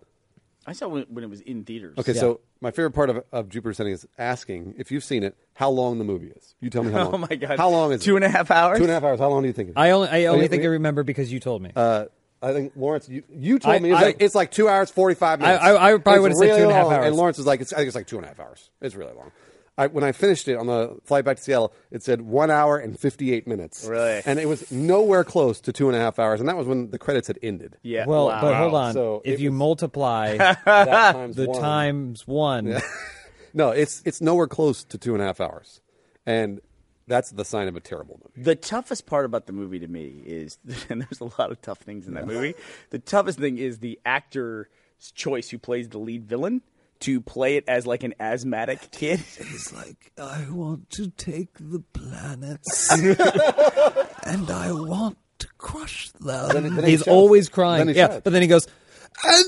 S3: I saw when, when it was in theaters.
S2: Okay, so my favorite part of, of Jupiter Ascending is asking if you've seen it, how long the movie is. You tell me how long.
S3: [LAUGHS] Oh my god.
S2: How long is
S3: Two
S2: it?
S3: and a half hours.
S2: Two and a half hours. How long do you think? It is?
S4: I only, I only
S2: Wait,
S4: think I
S2: wait.
S4: remember because you told me.
S2: Uh, I think Lawrence, you, you told
S4: I-
S2: me it's,
S4: I-
S2: like, it's like two hours forty five minutes.
S4: I- I- I probably
S2: It's
S4: would've said two and a half
S2: long.
S4: hours.
S2: And Lawrence was like, it's, I think it's like two and a half hours. It's really long. I, when I finished it on the flight back to Seattle, it said one hour and fifty eight minutes.
S3: Really?
S2: And it was nowhere close to two and a half hours. And that was when the credits had ended.
S3: yeah.
S4: well,
S3: wow.
S4: but hold
S2: Wow.
S4: on.
S2: So
S4: if
S2: it
S4: you
S2: was-
S4: multiply
S2: That [LAUGHS] times
S4: [LAUGHS] the
S2: one.
S4: times one,
S2: No, it's it's nowhere close to two and a half hours, and that's the sign of a terrible movie.
S3: The toughest part about the movie to me is, [LAUGHS] and there's a lot of tough things in that movie. The toughest thing is the actor's choice who plays the lead villain to play it as like an asthmatic kid. [LAUGHS]
S9: It's like, I want to take the
S2: [LAUGHS]
S9: planets and I want to crush them.
S2: Then he
S4: he's
S2: shouts.
S4: always crying.
S2: Then he
S4: yeah,
S2: shouts.
S4: but then he goes,
S9: And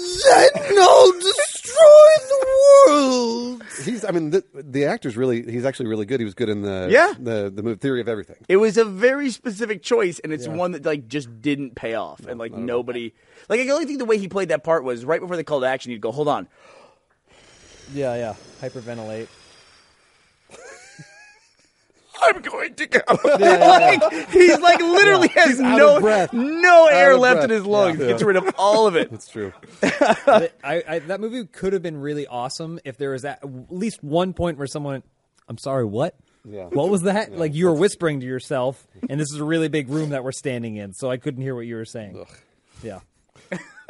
S9: then I'll destroy the world.
S2: He's, I mean, the, the actor's really, he's actually really good. He was good in the
S3: Yeah.
S2: the the movie Theory of Everything.
S3: It was a very specific choice, and it's one that like just didn't pay off, and like nobody. Like I only think the way he played that part was right before the call to action. He'd go, "Hold on,
S4: yeah, yeah, hyperventilate.
S3: I'm going to go." [LAUGHS] like, he's like literally has
S2: out
S3: no
S2: of breath.
S3: no air
S2: of
S3: left
S2: breath.
S3: in his lungs.
S2: Yeah.
S3: Gets rid of all of it.
S2: That's true.
S4: [LAUGHS] But I, I, that movie could have been really awesome if there was at at least one point where someone, went, I'm sorry, what?
S2: Yeah.
S4: What was that? like you were whispering to yourself, and this is a really big room that we're standing in, so I couldn't hear what you were saying. Yeah,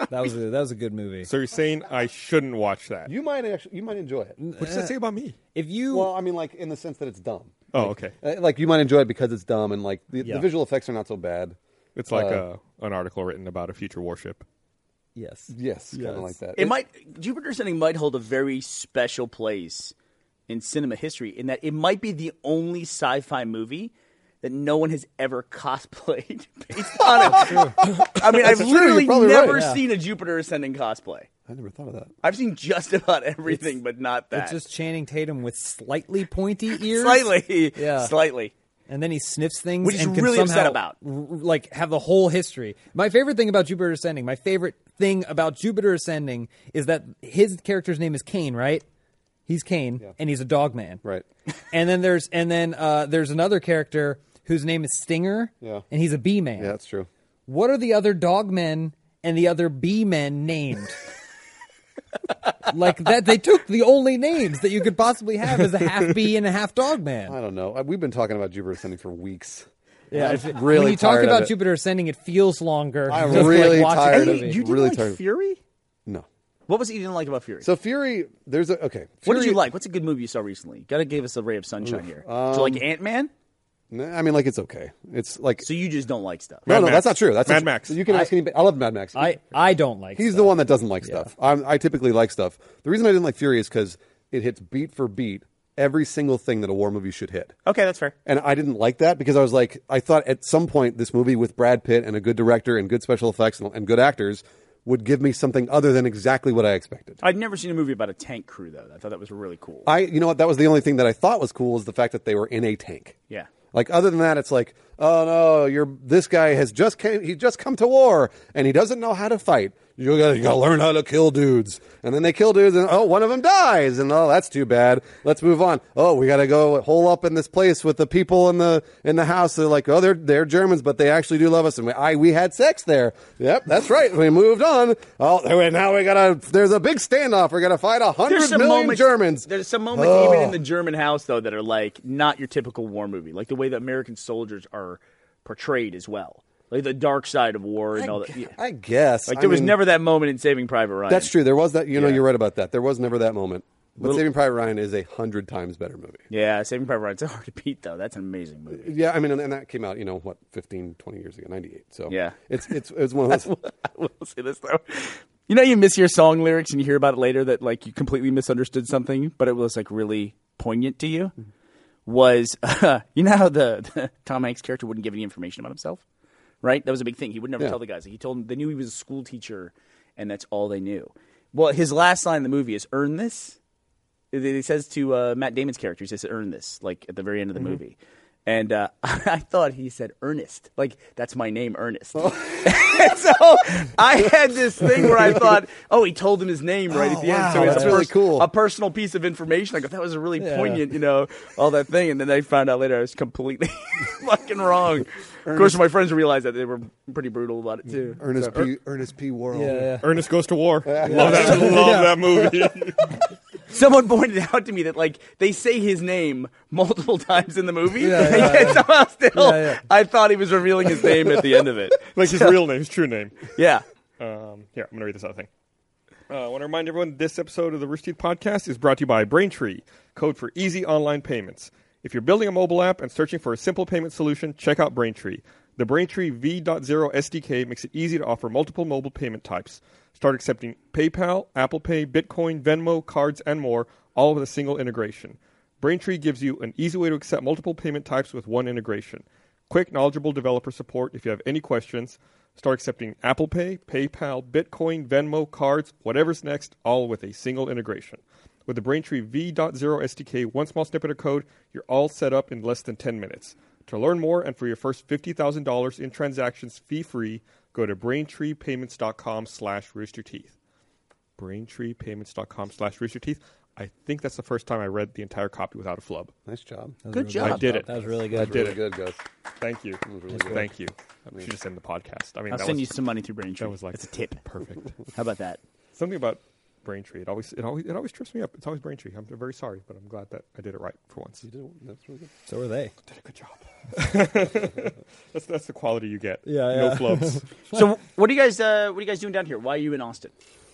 S4: that was a, that was a good movie.
S1: So you're saying I shouldn't watch that?
S2: You might actually, you might enjoy it.
S1: what does that say about me?
S4: If you
S2: Well, I mean, like in the sense that it's dumb.
S1: Oh, okay.
S2: Uh, Like you might enjoy it because it's dumb, and like the,
S4: Yeah.
S2: the visual effects are not so bad.
S1: It's like
S2: Uh,
S1: a, an article written about a future warship.
S4: yes,
S2: Yes, kind of like that.
S3: It might Jupiter Ascending might hold a very special place in cinema history in that it might be the only sci-fi movie that no one has ever [LAUGHS] cosplayed based on it. [LAUGHS] I mean, I've
S2: true, you're
S3: literally
S2: probably right.
S3: never
S2: Yeah.
S3: seen a Jupiter Ascending cosplay.
S2: I never thought of that.
S3: I've seen just about everything, but not that.
S4: it's just Channing Tatum with slightly pointy ears,
S3: slightly,
S4: Yeah.
S3: slightly.
S4: and then he sniffs things,
S3: Which he's
S4: and can
S3: really upset
S4: somehow,
S3: about.
S4: r- r- like have the whole history. My favorite thing about Jupiter Ascending, my favorite thing about Jupiter Ascending is that his character's name is Kane, right? He's Kane, and he's a dog man,
S2: Right.
S4: [LAUGHS] and then there's and then uh, there's another character whose name is Stinger,
S2: Yeah.
S4: and he's a bee man.
S2: Yeah, that's true.
S4: What are the other dog men and the other bee
S3: [LAUGHS]
S4: men named? like that, they took the only names that you could possibly have as a half bee and a half dog man.
S2: I don't know. I- We've been talking about Jupiter Ascending for weeks.
S4: Yeah,
S2: I'm
S4: if-
S2: really
S4: When you talk
S2: tired of
S4: about
S2: it.
S4: Jupiter ascending, it feels longer.
S2: I'm
S4: [LAUGHS] just
S2: really
S4: like watching
S2: tired
S4: the
S2: of
S3: Hey,
S2: it.
S4: movie.
S3: you didn't
S2: Really
S3: like
S2: tired.
S3: Fury?
S2: No.
S3: What was it you didn't like about Fury?
S2: So Fury, there's a okay.
S3: what did
S2: Fury-
S3: you like? What's a good movie you saw recently? Gotta give us a ray of sunshine here. so
S2: Um,
S3: like Ant Man.
S2: Nah, I mean, like it's okay. It's like
S3: So you just don't like stuff.
S2: no,
S1: Mad
S2: no,
S1: Max.
S2: that's not true. That's not
S1: Mad
S2: true.
S1: Max.
S2: You can ask anybody. I love Mad Max.
S4: I I don't like.
S2: He's
S4: stuff.
S2: the one that doesn't like stuff. I'm, I typically like stuff. The reason I didn't like Fury is because it hits beat for beat every single thing that a war movie should hit.
S3: Okay, that's fair.
S2: And I didn't like that because I was like, I thought at some point this movie with Brad Pitt and a good director and good special effects and, and good actors would give me something other than exactly what I expected.
S3: I'd never seen a movie about a tank crew though. I thought that was really cool.
S2: I, you know what, that was the only thing that I thought was cool is the fact that they were in a tank.
S3: Yeah.
S2: Like other than that, it's like, oh no, you're this guy has just came, he just come to war and he doesn't know how to fight. You gotta, you gotta learn how to kill dudes, and then they kill dudes, and oh, one of them dies, and oh, that's too bad. Let's move on. Oh, we gotta go hole up in this place with the people in the in the house. They're like, oh, they're they're Germans, but they actually do love us, and we I we had sex there. Yep, that's right. We moved on. Oh, now we gotta. There's a big standoff. We gotta fight a hundred million Germans.
S3: There's some moments even in the German house though that are like not your typical war movie, like the way the American soldiers are portrayed as well, like the dark side of war and all that. Yeah.
S2: I guess.
S3: Like
S2: I
S3: there was
S2: mean-
S3: never that moment in Saving Private Ryan.
S2: That's true. There was that. You know,
S3: Yeah.
S2: you're right about that. There was never that moment. But
S3: Little-
S2: Saving Private Ryan is a hundred times better movie.
S3: Yeah, Saving Private Ryan's hard to beat though. That's an amazing movie.
S2: Yeah, I mean, and, and that came out, you know, what, 15, 20 years ago, 98. So
S3: Yeah.
S2: it's it's it's one
S3: [LAUGHS]
S2: of those.
S3: I will say this though. You know, you miss your song lyrics and you hear about it later that like you completely misunderstood something, but it was like really poignant to you. Was [LAUGHS] you know how the, the [LAUGHS] Tom Hanks character wouldn't give any information about himself, right? That was a big thing. He would never
S2: Yeah.
S3: tell the guys. He told them they knew he was a school teacher, and that's all they knew. Well, his last line in the movie is "Earn this," it- it says to uh, Matt Damon's character, he says, "Earn this," like at the very end of the
S2: Mm-hmm.
S3: movie. And uh, [LAUGHS] I thought he said Ernest, like that's my name, Ernest.
S2: Oh.
S3: [LAUGHS] And so I had this thing where I thought, oh, he told him his name right at the end. So it was
S2: Oh, that's
S3: a
S2: really cool.
S3: a personal piece of information. I go, that was a really poignant, you know, all that thing. And then I found out later I was completely [LAUGHS] fucking wrong. Of course, my friends realized that they were pretty brutal about it too.
S2: Ernest P. Ernest P. Worrell.
S10: Ernest Goes to War. Love that. Love that movie.
S3: Someone pointed out to me that like they say his name multiple [LAUGHS] times in the movie, [LAUGHS] and yet somehow still
S4: yeah.
S3: I thought he was revealing his name at the end of
S10: [LAUGHS]
S3: it.
S10: like his real name, his true name.
S3: Yeah.
S10: Um, here, I'm going to read this out thing. Uh, I want to remind everyone this episode of the Rooster Teeth Podcast is brought to you by Braintree, code for easy online payments. If you're building a mobile app and searching for a simple payment solution, check out Braintree. The Braintree V.0 SDK makes it easy to offer multiple mobile payment types. Start accepting PayPal, Apple Pay, Bitcoin, Venmo, cards, and more, all with a single integration. Braintree gives you an easy way to accept multiple payment types with one integration. Quick, knowledgeable developer support if you have any questions. Start accepting Apple Pay, PayPal, Bitcoin, Venmo, cards, whatever's next, all with a single integration. With the Braintree V.0 SDK, one small snippet of code, you're all set up in less than 10 minutes. To learn more and for your first $50,000 in transactions fee-free, go to braintreepayments.com slash roosterteeth. Braintreepayments.com slash roosterteeth. I think that's the first time I read the entire copy without a flub.
S2: Nice job.
S3: Good
S10: I
S3: job.
S10: did it.
S4: That was really
S10: I
S4: good.
S10: did
S2: Really
S10: it.
S2: good, Gus.
S10: Thank you. Thank you. We should just end the podcast. I mean,
S3: I'll
S10: that
S3: send you
S10: was,
S3: some money through Braintree.
S10: that [LAUGHS] was like
S3: That's a tip.
S10: [LAUGHS] Perfect.
S3: How about
S10: [LAUGHS]
S3: that?
S10: Something about Braintree. It always it always it always trips me up. It's always Braintree. I'm very sorry, but I'm glad that I did it right for once. You did,
S2: That's really good.
S4: So were they.
S10: a good job. [LAUGHS] that's that's the quality you get.
S4: Yeah,
S10: No
S4: yeah.
S10: [LAUGHS] flubs.
S3: So what do you guys uh, what are you guys doing down here? Why are you in Austin?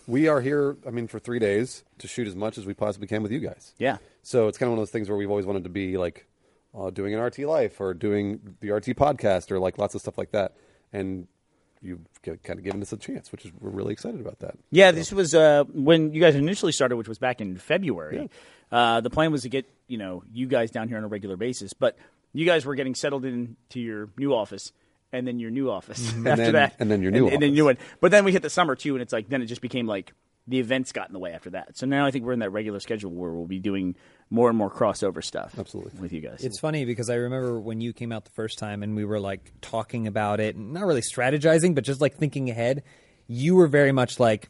S2: We are here. I mean, for three days to shoot as much as we possibly can with you guys.
S3: Yeah.
S2: So it's kind of one of those things where we've always wanted to be like uh, doing an RT life or doing the RT podcast or like lots of stuff like that. And you've kind of given us a chance, which is we're really excited about that.
S3: Yeah, this was uh, when you guys initially started, which was back in February. Uh, the plan was to get you know you guys down here on a regular basis, but you guys were getting settled into your new office, and then your new office [LAUGHS] after
S2: then-
S3: that,
S2: Mm-hmm. and then your new
S3: and, and then
S2: office.
S3: new one. But then we hit the summer too, and it's like then it just became like the events got in the way after that. So now I think we're in that regular schedule where we'll be doing more and more crossover stuff. Absolutely with you guys.
S4: It's funny because I remember when you came out the first time and we were like talking about it, and not really strategizing, but just like thinking ahead. You were very much like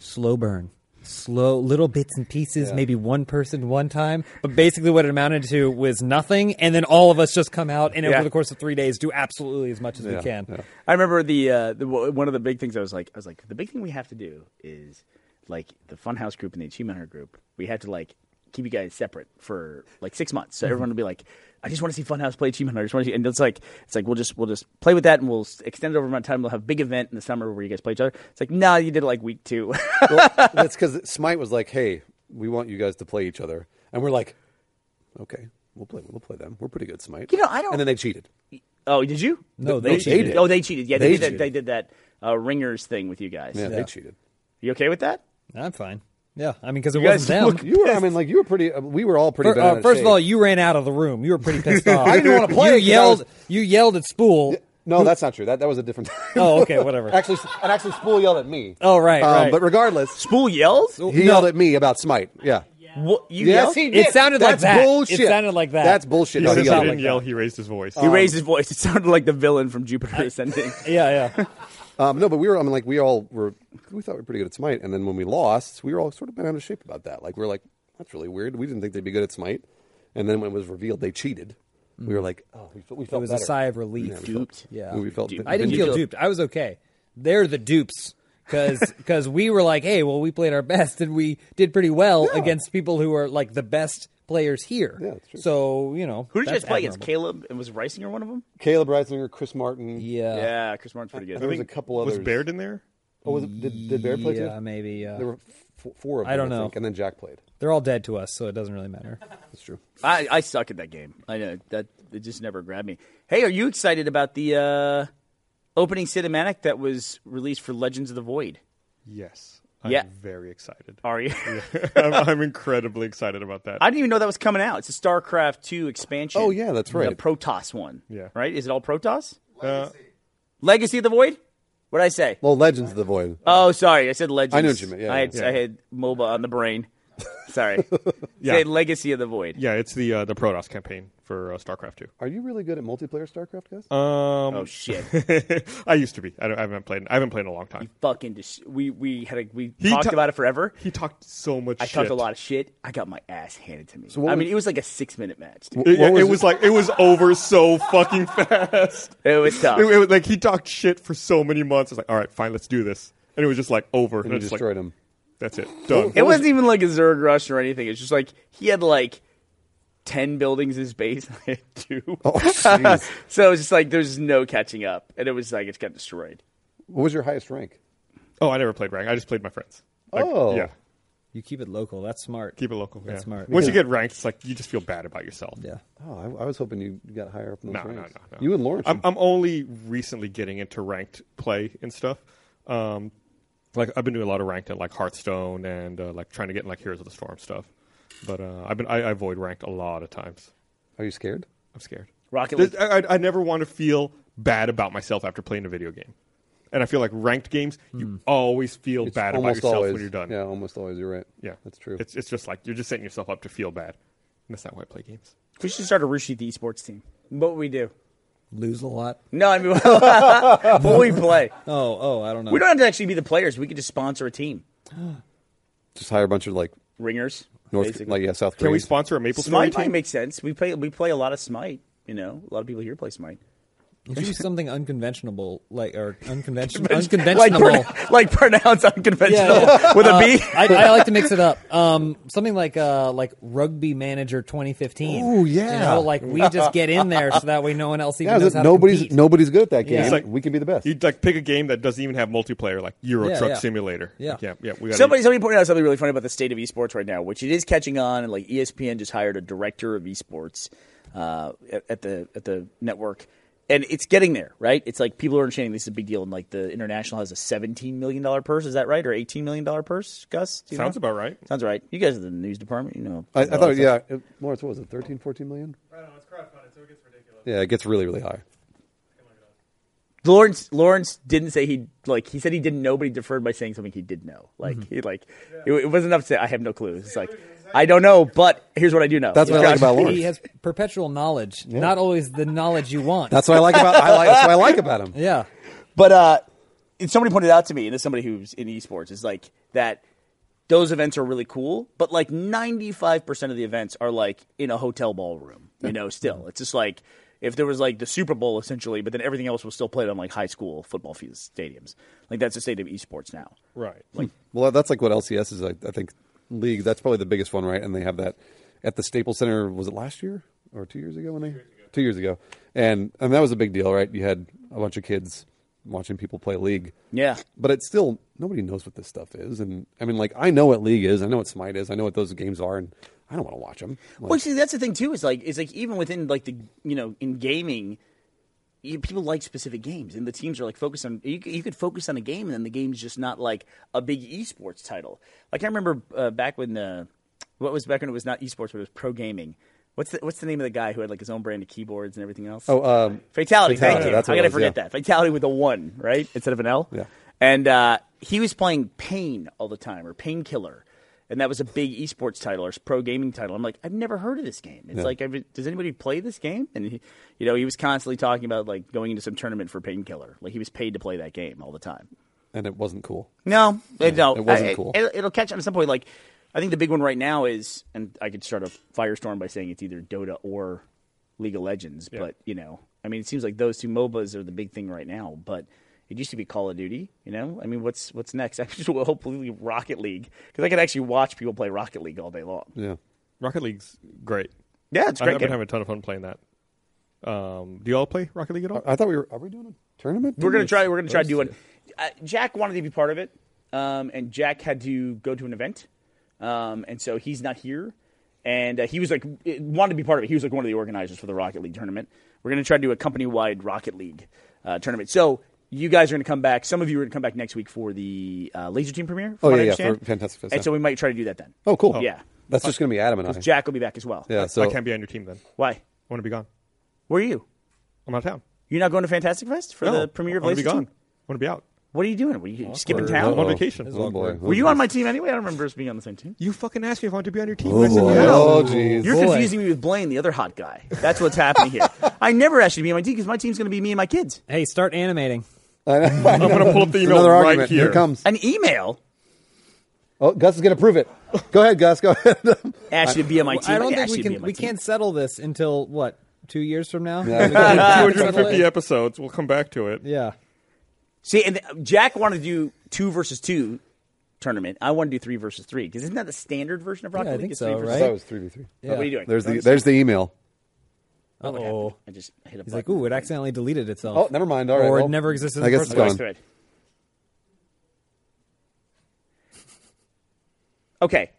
S4: slow burn, slow little bits and pieces, maybe one person one time. But basically, what it amounted to was nothing, and then all of us just come out and
S3: Yeah.
S4: over the course of three days do absolutely as much as we can.
S3: I remember the, uh, the w- one of the big things I was like, I was like, the big thing we have to do is like the Funhouse group and the Achievement Hunter group. We have to like keep you guys separate for like six months, so everyone will be like, I just want to see Funhouse play Achievement Hunter. I just want to see, and it's like it's like we'll just we'll just play with that and we'll s- extend it over my time. We'll have a big event in the summer where you guys play each other. It's like, nah, you did it like week two. [LAUGHS]
S2: well, that's because Smite was like, "Hey, we want you guys to play each other," and we're like, "Okay, we'll play. We'll play them. We're pretty good, Smite."
S3: You know, I don't-
S2: And then they cheated.
S3: oh, did you?
S4: No, they cheated.
S3: Oh, they cheated. Yeah, they,
S2: They
S3: did, that,
S2: cheated.
S3: they did that uh, ringers thing with you guys.
S2: Yeah,
S4: Yeah.
S2: they cheated.
S3: You okay with that?
S4: I'm fine. Yeah, I mean, because it
S3: guys
S4: wasn't them.
S3: look-
S2: You were. I mean, like you were pretty. uh, we were all pretty.
S4: Fir-
S2: bent
S4: uh,
S2: out
S4: first of
S2: shape.
S4: all, you ran out of the room. You
S2: [LAUGHS]
S4: were pretty pissed off.
S2: I didn't wanna play 'cause I
S4: You
S2: was-
S4: yelled. You yelled at Spool.
S2: no, that's not true. That that was a different. [LAUGHS]
S4: Oh, okay, whatever.
S2: actually, and actually, Spool yelled at me.
S4: Oh, right,
S2: Um,
S4: right.
S2: But regardless,
S3: Spool yelled.
S2: he yelled at me about Smite. Yeah.
S3: What, you
S2: Yes,
S3: yelled?
S2: he did.
S4: It sounded like
S2: That's
S4: that. It
S2: bullshit.
S4: sounded like that.
S2: That's bullshit. No,
S10: Since
S2: he
S10: he
S2: yelled
S10: didn't
S2: like
S10: yell. He raised his voice.
S2: Um,
S3: He raised his voice. It sounded like the villain from Jupiter
S2: [LAUGHS]
S3: Ascending.
S4: [LAUGHS] Yeah, yeah.
S2: Um, no, but we were. I mean, like we all were. We thought we were pretty good at Smite, and then when we lost, we were all sort of bent out of shape about that. Like we were like, that's really weird. We didn't think they'd be good at Smite, and then when it was revealed they cheated, we were like, oh, we felt, we felt
S4: It was
S2: better.
S4: a sigh of relief.
S3: Duped.
S2: [LAUGHS]
S4: Yeah.
S2: We felt.
S3: Dude,
S4: I didn't feel duped. I was okay. They're the dupes
S2: [LAUGHS]
S4: because we were like, hey, well, we played our best and we did pretty well against people who are like the best players here. Yeah,
S2: that's true.
S4: So you know,
S3: Who did you
S4: that's
S3: guys play against?
S4: admirable.
S3: Caleb and was Reisinger one of them?
S2: Caleb Reisinger, Chris Martin.
S4: Yeah,
S3: yeah, Chris Martin's pretty
S2: There
S3: good.
S2: was a couple others.
S10: Was Baird in there?
S2: Oh, was it, did, did Bear play too?
S4: Yeah, maybe. Uh,
S2: There were f- four of them.
S4: I don't know.
S2: think, and then Jack played.
S4: they're all dead to us, so it doesn't really matter.
S2: That's true.
S3: I, I suck at that game. I know that it just never grabbed me. Hey, are you excited about the uh, opening cinematic that was released for Legends of the Void?
S10: Yes. I'm
S3: Yeah.
S10: very excited.
S3: Are [LAUGHS] you?
S10: [LAUGHS] I'm, I'm incredibly excited about that.
S3: I didn't even know that was coming out. It's a StarCraft two expansion.
S2: Oh, yeah, that's
S3: The
S2: right.
S3: Protoss one.
S10: Yeah.
S3: Right? Is it all Protoss?
S10: Uh,
S3: Legacy of the Void? What did I say?
S2: Well, Legends of the Void.
S3: Oh, sorry, I said Legends.
S2: I knew what you meant. Yeah,
S3: I had
S2: yeah.
S3: I had MOBA on the brain. [LAUGHS]
S2: [LAUGHS]
S3: Sorry.
S10: Yeah.
S3: Say Legacy of the Void.
S10: Yeah, it's the uh, the Protoss campaign for uh, StarCraft Two.
S2: Are you really good at multiplayer StarCraft, guys?
S10: Um,
S2: [LAUGHS]
S3: Oh shit!
S10: [LAUGHS] I used to be. I, don't, I haven't played. I haven't played in a long time.
S3: Fucking dis- we we had a, we
S10: He
S3: talked
S10: ta-
S3: about it forever.
S10: He talked so much.
S3: I
S10: shit.
S3: talked a lot of shit. I got my ass handed to me.
S2: what
S3: I
S2: was-
S3: mean, it was like a six minute match. Dude.
S2: Wh-
S10: It,
S2: what
S10: it
S2: was
S10: was like it was over so fucking fast.
S3: It
S2: [LAUGHS]
S3: was tough.
S10: It, it was like he talked shit for so many months. It's like, all right, fine, let's do this, and it was just like over.
S2: and you destroyed him.
S10: That's it. Done.
S3: It wasn't even like a Zerg rush or anything. It's just like he had like ten buildings in his base. [LAUGHS] and I had two. [LAUGHS]
S2: Oh, jeez.
S3: so it was just like there's no catching up, and it was like it got destroyed.
S2: what was your highest rank?
S10: oh, I never played rank. I just played my friends. Like,
S2: Oh.
S10: yeah.
S4: You keep it local. That's smart.
S10: Keep it local.
S4: That's
S10: yeah.
S4: smart.
S10: Once you get ranked, it's like you just feel bad about yourself.
S4: yeah.
S2: Oh, I, I was hoping you got higher up in those
S10: No, no, no,
S2: ranks.
S10: no.
S2: You and Lawrence.
S10: I'm, I'm only recently getting into ranked play and stuff. Um, like I've been doing a lot of ranked at like Hearthstone and uh, like trying to get in like Heroes of the Storm stuff. But uh, I've been I, I avoid ranked a lot of times.
S2: Are you scared?
S10: I'm scared.
S3: Rocket
S10: There's-
S3: League.
S10: I, I, I never want to feel bad about myself after playing a video game, and I feel like ranked games you always feel bad about
S2: Hmm. almost
S10: yourself
S2: always.
S10: when you're done.
S2: Yeah, almost always. You're right.
S10: Yeah.
S2: that's true.
S10: It's it's just like you're just setting yourself up to feel bad, and that's not why I play games.
S3: We should start a Rushi the esports team. What would we do?
S4: Lose a lot.
S3: No, I mean, [LAUGHS] what would we play?
S4: Oh, oh, I don't know.
S3: We don't have to actually be the players. We could just sponsor a team.
S2: Just hire a bunch of like
S3: Ringers.
S2: North,
S3: basically.
S2: like yeah, South
S10: Can we
S2: Koreans.
S10: sponsor a Maple Story
S3: Smite
S10: team?
S3: might make sense. We play we play a lot of Smite. You know, a lot of people here play Smite.
S2: [LAUGHS]
S4: do something unconventional, like or unconventional,
S3: Like,
S4: unconventional.
S3: pronounce like pronounce unconventional
S4: Yeah.
S3: with a
S4: Uh,
S3: B.
S4: I, I like to mix it up. Um, something like uh, like Rugby Manager 2015.
S2: Ooh,
S4: You
S2: yeah.
S4: know, like we just get in there so that way no one else even
S2: Yeah,
S4: knows how
S2: nobody's
S4: to compete.
S2: nobody's good at that game.
S4: It's
S10: like-
S2: we can be the best.
S10: You'd like pick a game that doesn't even have multiplayer, like Euro
S4: Yeah,
S10: Truck
S4: yeah.
S10: Simulator.
S4: Yeah.
S10: Like, yeah, yeah. We gotta,
S3: Somebody, somebody pointed out something really funny about the state of esports right now, which it is catching on. And like E ESPN just hired a director of esports uh, at, at the at the network, and it's getting there, right? It's like people are understanding this is a big deal, and like the international has a seventeen million dollar purse. Is that right, or eighteen million dollar purse? Gus, Do you
S10: sounds
S3: know?
S10: about right.
S3: sounds right. You guys are the news department, you know.
S2: I, I
S3: you know
S2: thought,
S3: that stuff.
S2: yeah, it, Lawrence, what was it, 13, 14 million?
S1: I don't know. It's crowdfunded, so it gets ridiculous.
S2: Yeah, it gets really, really high.
S3: Lawrence Lawrence didn't say he like he said he didn't know, but he deferred by saying something he did know. Like
S10: Mm-hmm.
S3: he like it, it wasn't enough to say I have no clue. It's like I don't know, but here's what I do know.
S2: That's what I like about
S4: He
S2: Lawrence.
S4: has perpetual knowledge, not always the knowledge you want.
S2: That's what I like about. I like, that's what I like about him.
S4: yeah.
S3: But uh, and somebody pointed out to me, and as somebody who's in esports, is like that those events are really cool, but like 95% of the events are like in a hotel ballroom, you know, still. It's just like if there was like the Super Bowl essentially, but then everything else was still played on like high school football fields- stadiums. Like that's the state of esports now.
S10: Right.
S2: Hmm. Well, that's like what LCS is. Like, I think league. That's probably the biggest one, right? And they have that at the Staples Center. Was it last year or two years ago? When they two years ago, and and that was a big deal, right? You had a bunch of kids watching people play league.
S3: Yeah.
S2: but it's still nobody knows what this stuff is, and I mean, like I know what league is, I know what Smite is, I know what those games are, and I don't want to watch them.
S3: Well, see, that's the thing too. Is like, is like even within like the you know in gaming, you, people like specific games, and the teams are like focused on. You, c- you could focus on a game, and then the game's just not like a big esports title. Like I remember uh, back when uh, what was back when it was not esports, but it was pro gaming. What's the, what's the name of the guy who had like his own brand of keyboards and everything else?
S2: oh, um,
S3: Fatality,
S2: Fatality,
S3: thank you.
S2: that's what
S3: I
S2: it
S3: gotta
S2: was,
S3: forget
S2: yeah.
S3: that. Fatality with a one, right? Instead of an L.
S2: Yeah.
S3: And uh, he was playing Pain all the time, or Painkiller. And that was a big esports title or pro gaming title. I'm like, I've never heard of this game. It's like, I've, does anybody play this game? And he, you know, he was constantly talking about like going into some tournament for Painkiller. Like he was paid to play that game all the time.
S2: and it wasn't cool.
S3: No, it, no,
S2: it wasn't
S3: I- I-
S2: cool.
S3: It'll, it'll catch up at some point. Like, I think the big one right now is, and I could start a firestorm by saying it's either Dota or League of Legends. But you know, I mean, it seems like those two MOBAs are the big thing right now. But it used to be Call of Duty. You know, I mean, what's what's next? [LAUGHS] I just will hopefully Rocket League because I could actually watch people play Rocket League all day long.
S2: Yeah,
S10: Rocket League's great.
S3: Yeah, it's a
S10: I-
S3: great.
S10: I've
S3: game.
S10: been having a ton of fun playing that. Um, do y'all play Rocket League at all?
S2: I thought we were. Are we doing a tournament?
S3: We're gonna try. We're gonna try to do one. Uh, Jack wanted to be part of it, um, and Jack had to go to an event, um, and so he's not here. And uh, he was like eh, wanted to be part of it. He was like one of the organizers for the Rocket League tournament. We're gonna try to do a company wide Rocket League uh, tournament. So you guys are gonna come back. Some of you are gonna come back next week for the uh, Laser Team premiere. from
S2: Oh,
S3: what
S2: yeah,
S3: I
S2: yeah,
S3: understand.
S2: for Fantastic Fest,
S3: And
S2: yeah.
S3: so we might try to do that then.
S2: Oh, cool.
S3: Yeah.
S2: that's just gonna be Adam and I.
S3: Jack will be back as well.
S2: yeah, so
S10: I can't be on your team then. I
S3: Why?
S10: want to be gone.
S3: Where are you?
S10: I'm out of town.
S3: You're not going to Fantastic Fest for
S10: no,
S3: the premiere of
S10: I want to
S3: Laser
S10: be gone.
S3: Team?
S10: I want to be out.
S3: What are you doing? Were you skipping
S10: Awkward.
S3: town?
S10: I'm on vacation.
S2: Oh boy.
S3: Were you on my team anyway? I don't remember us being on the same team.
S10: You fucking asked me if I wanted to be on your team. I
S2: [LAUGHS]
S10: said no.
S2: Oh jeez.
S3: You're
S4: Boy.
S3: confusing me with Blaine, the other hot guy. That's what's happening
S4: [LAUGHS]
S3: here. I never asked you to be on my team because my team's going to be me and my kids.
S4: Hey, start animating.
S10: I'm going to pull up the email
S2: Another
S10: right
S2: argument.
S10: here.
S2: Here
S10: [LAUGHS]
S2: comes.
S3: An email
S2: Oh, Gus is going to prove it. Go ahead, Gus. Go ahead.
S3: asked you to be on my team.
S4: I don't think
S3: asked
S4: we
S3: you to be on
S4: can.
S3: my
S4: We
S3: team.
S4: can't settle this until what? Two years from now?
S2: Yeah. [LAUGHS]
S4: We
S10: [LAUGHS]
S4: can't settle
S10: 250
S4: it?
S10: episodes. We'll come back to it.
S4: Yeah.
S3: See, and Jack wanted to do two versus two tournament. I want to do three versus three because isn't that the standard version of Rocket
S4: Yeah, I
S3: League?
S4: think
S3: It's
S4: so,
S3: three versus-
S4: right?
S2: that was three v three. Oh,
S4: Yeah.
S3: What are you doing?
S2: There's the there's the email.
S4: Uh oh.
S3: I just hit a
S4: He's
S3: button.
S4: like, ooh, it accidentally deleted itself.
S2: Oh, never mind. All right.
S4: Or it
S2: well,
S4: never existed in
S2: I
S4: the
S2: guess
S4: first
S2: it's
S4: place.
S2: gone.
S3: Voice thread. Okay,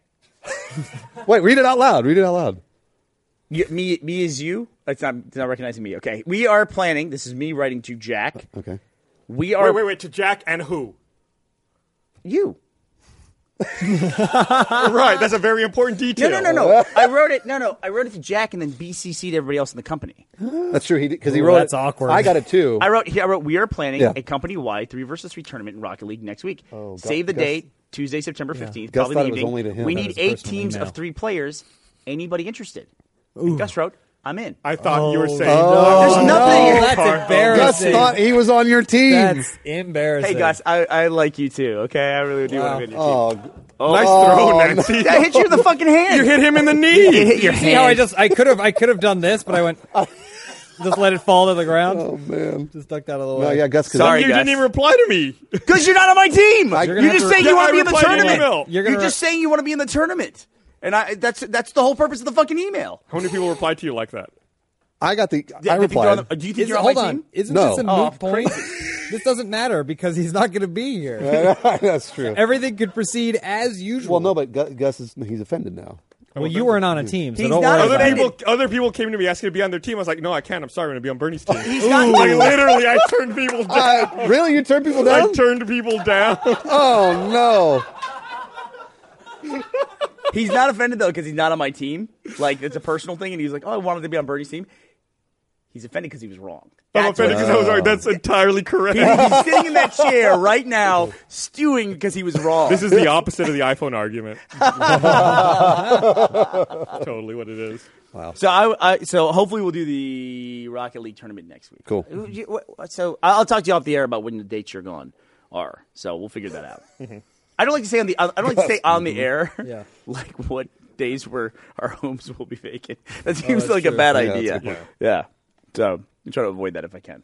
S2: Wait, read it out loud. Read it out loud.
S3: You- me, me is you. It's not, it's not recognizing me. Okay, we are planning. This is me writing to Jack.
S2: Okay.
S3: We are
S11: Wait, wait, wait. To Jack and who? [LAUGHS]
S3: you.
S10: right. That's a very important
S3: No,
S10: detail.
S3: no, no, no. I wrote it. No, no. I wrote it to Jack and then BCC'd everybody else in the company.
S2: That's true. He because he
S4: Ooh,
S2: wrote.
S4: that's
S2: it.
S4: awkward.
S2: I got it too.
S4: [LAUGHS]
S3: I wrote. I wrote. We are planning
S2: Yeah.
S3: a company-wide three versus three tournament in Rocket League next week.
S2: God-
S3: Save the
S2: Gus-
S3: date, Tuesday, September fifteenth.
S2: Gus
S3: probably
S2: thought
S3: in
S2: it was
S3: the evening.
S2: only to him.
S3: We
S2: That
S3: need
S4: was
S3: eight
S4: personal
S3: teams
S4: email.
S3: of three players. Anybody interested? And Gus wrote, "I'm in."
S10: I thought you were saying
S3: There's nothing.
S4: Oh, That's
S2: Gus
S4: embarrassing.
S2: thought he was on your team.
S4: That's [LAUGHS] embarrassing.
S3: Hey, Gus, I, I like you too. Okay, I really do want to be on your team.
S2: oh,
S10: nice throw,
S3: [LAUGHS]
S10: Nancy.
S3: I hit you in the fucking hand.
S10: you hit him
S3: [LAUGHS]
S10: in the knee.
S3: It hit your
S4: See
S3: hand.
S4: how I just I could have I could have done this, but
S2: [LAUGHS]
S4: I went just let it fall to the ground.
S2: oh man.
S4: Just ducked out of the way.
S2: No, yeah, Gus. 'cause
S3: Sorry.
S10: you
S3: Gus.
S10: didn't even reply to
S3: [LAUGHS]
S10: me.
S3: Because you're not on my team.
S4: gonna
S3: you
S4: have
S3: just
S4: to-
S3: saying
S10: Yeah,
S3: you want
S10: I
S3: to be in the
S10: replied to your
S3: tournament.
S10: email.
S4: You're
S3: You're,
S4: gonna
S3: just saying you want to be in the tournament. And I, that's that's the whole purpose of the fucking email.
S10: How many people reply to you like that?
S2: I got the.
S3: Do you
S2: I
S3: think you're on
S2: replied. [LAUGHS]
S3: the- do you think
S4: Is,
S3: you're on
S4: hold
S3: my
S4: on.
S3: team?
S4: Isn't
S2: No.
S4: this a
S3: Oh,
S4: moot point? [LAUGHS] this doesn't matter because he's not going to be here.
S2: That's true.
S4: Everything could proceed as usual.
S2: Well, no, but Gu- Gus is he's offended now.
S4: Well, you weren't on a team, so
S3: He's
S4: don't
S3: not
S4: worry
S3: on the
S4: about
S10: Other
S3: Right.
S10: people, other people came to me asking to be on their team. I was like, no, I can't. I'm sorry. I'm going to be on Bernie's [LAUGHS] team.
S3: He's not.
S10: like, literally, I turned [LAUGHS] people down.
S2: Uh, [LAUGHS] really, you turn people
S10: I
S2: down?
S10: turned people down.
S2: oh no.
S3: He's not offended though because he's not on my team. Like it's a personal thing, and he's like, "Oh, I wanted to be on Bernie's team." He's offended because he was wrong.
S10: I'm
S3: That's
S10: offended
S3: what-
S10: because I was like, that's entirely correct.
S3: He's sitting in that chair right now, stewing because
S10: [LAUGHS]
S3: he was wrong.
S10: [LAUGHS] this is the opposite of the
S4: [LAUGHS]
S10: iPhone argument. totally what it is. [LAUGHS]
S3: so I, I so hopefully we'll do the Rocket League tournament next week.
S2: Cool.
S3: Who- you- what- what- So I- I'll talk to you off the air about when the dates you're gone are. So we'll figure
S2: [LAUGHS]
S3: that out.
S2: Mm-hmm.
S3: I don't like to say on the I don't like to say on the air.
S4: Yeah.
S3: [LAUGHS] Like what days where our homes will be vacant. [LAUGHS] That seems like a
S4: true.
S3: bad
S2: Yeah, Oh, that's a
S3: idea.
S2: good
S3: Yeah.
S2: point.
S3: So I'm trying to avoid that if I can.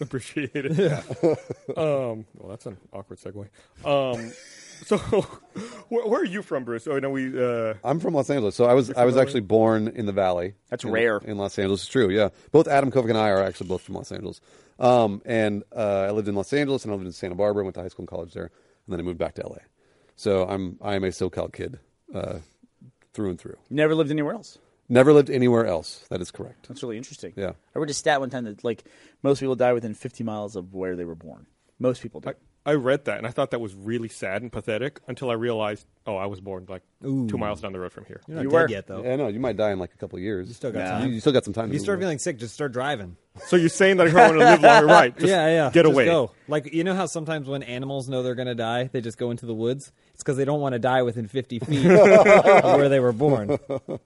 S10: Appreciate it. um, well, that's an awkward segue. Um, so, [LAUGHS] where, where are you from, Bruce? Oh, no, we. Uh,
S2: I'm from Los Angeles, so I was I was actually born in the Valley.
S3: That's
S2: in,
S3: rare.
S2: in Los Angeles. It's true. Yeah, both Adam Kovic and I are actually both from Los Angeles. Um, and uh, I lived in Los Angeles, and I lived in Santa Barbara, went to high school and college there, and then I moved back to LA. So I'm I am a SoCal kid uh, through and through.
S3: Never lived anywhere else.
S2: Never lived anywhere else. That is correct.
S3: That's really interesting.
S2: Yeah.
S3: I read a stat one time that like most people die within 50 miles of where they were born. Most people do.
S10: I read that and I thought that was really sad and pathetic until I realized, oh, I was born like two miles down the road from here.
S4: You're not
S3: You
S4: dead
S3: were.
S4: yet, though.
S2: Yeah, no, you might die in like a couple of years. You
S4: Oh. still got time.
S2: You, still got some time.
S4: If
S2: to
S4: you
S2: move
S4: start
S2: around.
S4: feeling sick, just start driving.
S10: So you're saying that if I want to live longer, right? Just
S4: yeah, yeah.
S10: Get
S4: Just
S10: away.
S4: go. Like you know how sometimes when animals know they're going to die, they just go into the woods. It's because they don't want to die within
S3: [LAUGHS]
S4: 50 feet of where they were born.
S3: I'm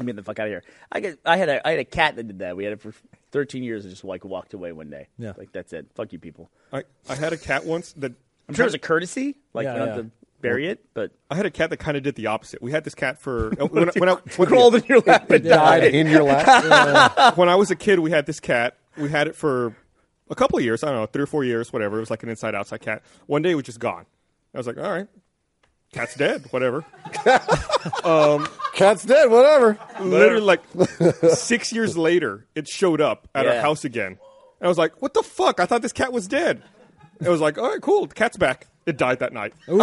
S3: getting the fuck out of here. I get, I had a I had a cat that did that. We had it for 13 years and just like walked away one day.
S4: Yeah.
S3: like that's it. Fuck you people.
S10: I, I had a cat once that
S3: I'm sure it was a courtesy, like
S4: Yeah,
S3: you don't
S4: yeah.
S3: have to bury it, but
S10: I had a cat that kind of did the opposite. We had this cat
S4: [LAUGHS]
S10: for when, I, when, I,
S3: crawled in your lap and
S2: died
S3: died.
S2: in your lap.
S4: [LAUGHS]
S10: when I was a kid, we had this cat. We had it for a couple of years. I don't know, three or four years, whatever. It was like an inside outside cat. One day it was just gone. I was like, all right, cat's dead, whatever.
S2: Cat's dead. Whatever.
S10: Literally, like six years later, it showed up at our
S3: Yeah.
S10: house again. And I was like, what the fuck? I thought this cat was dead. It was like, all right, cool. The cat's back. It died that night.
S4: Oh,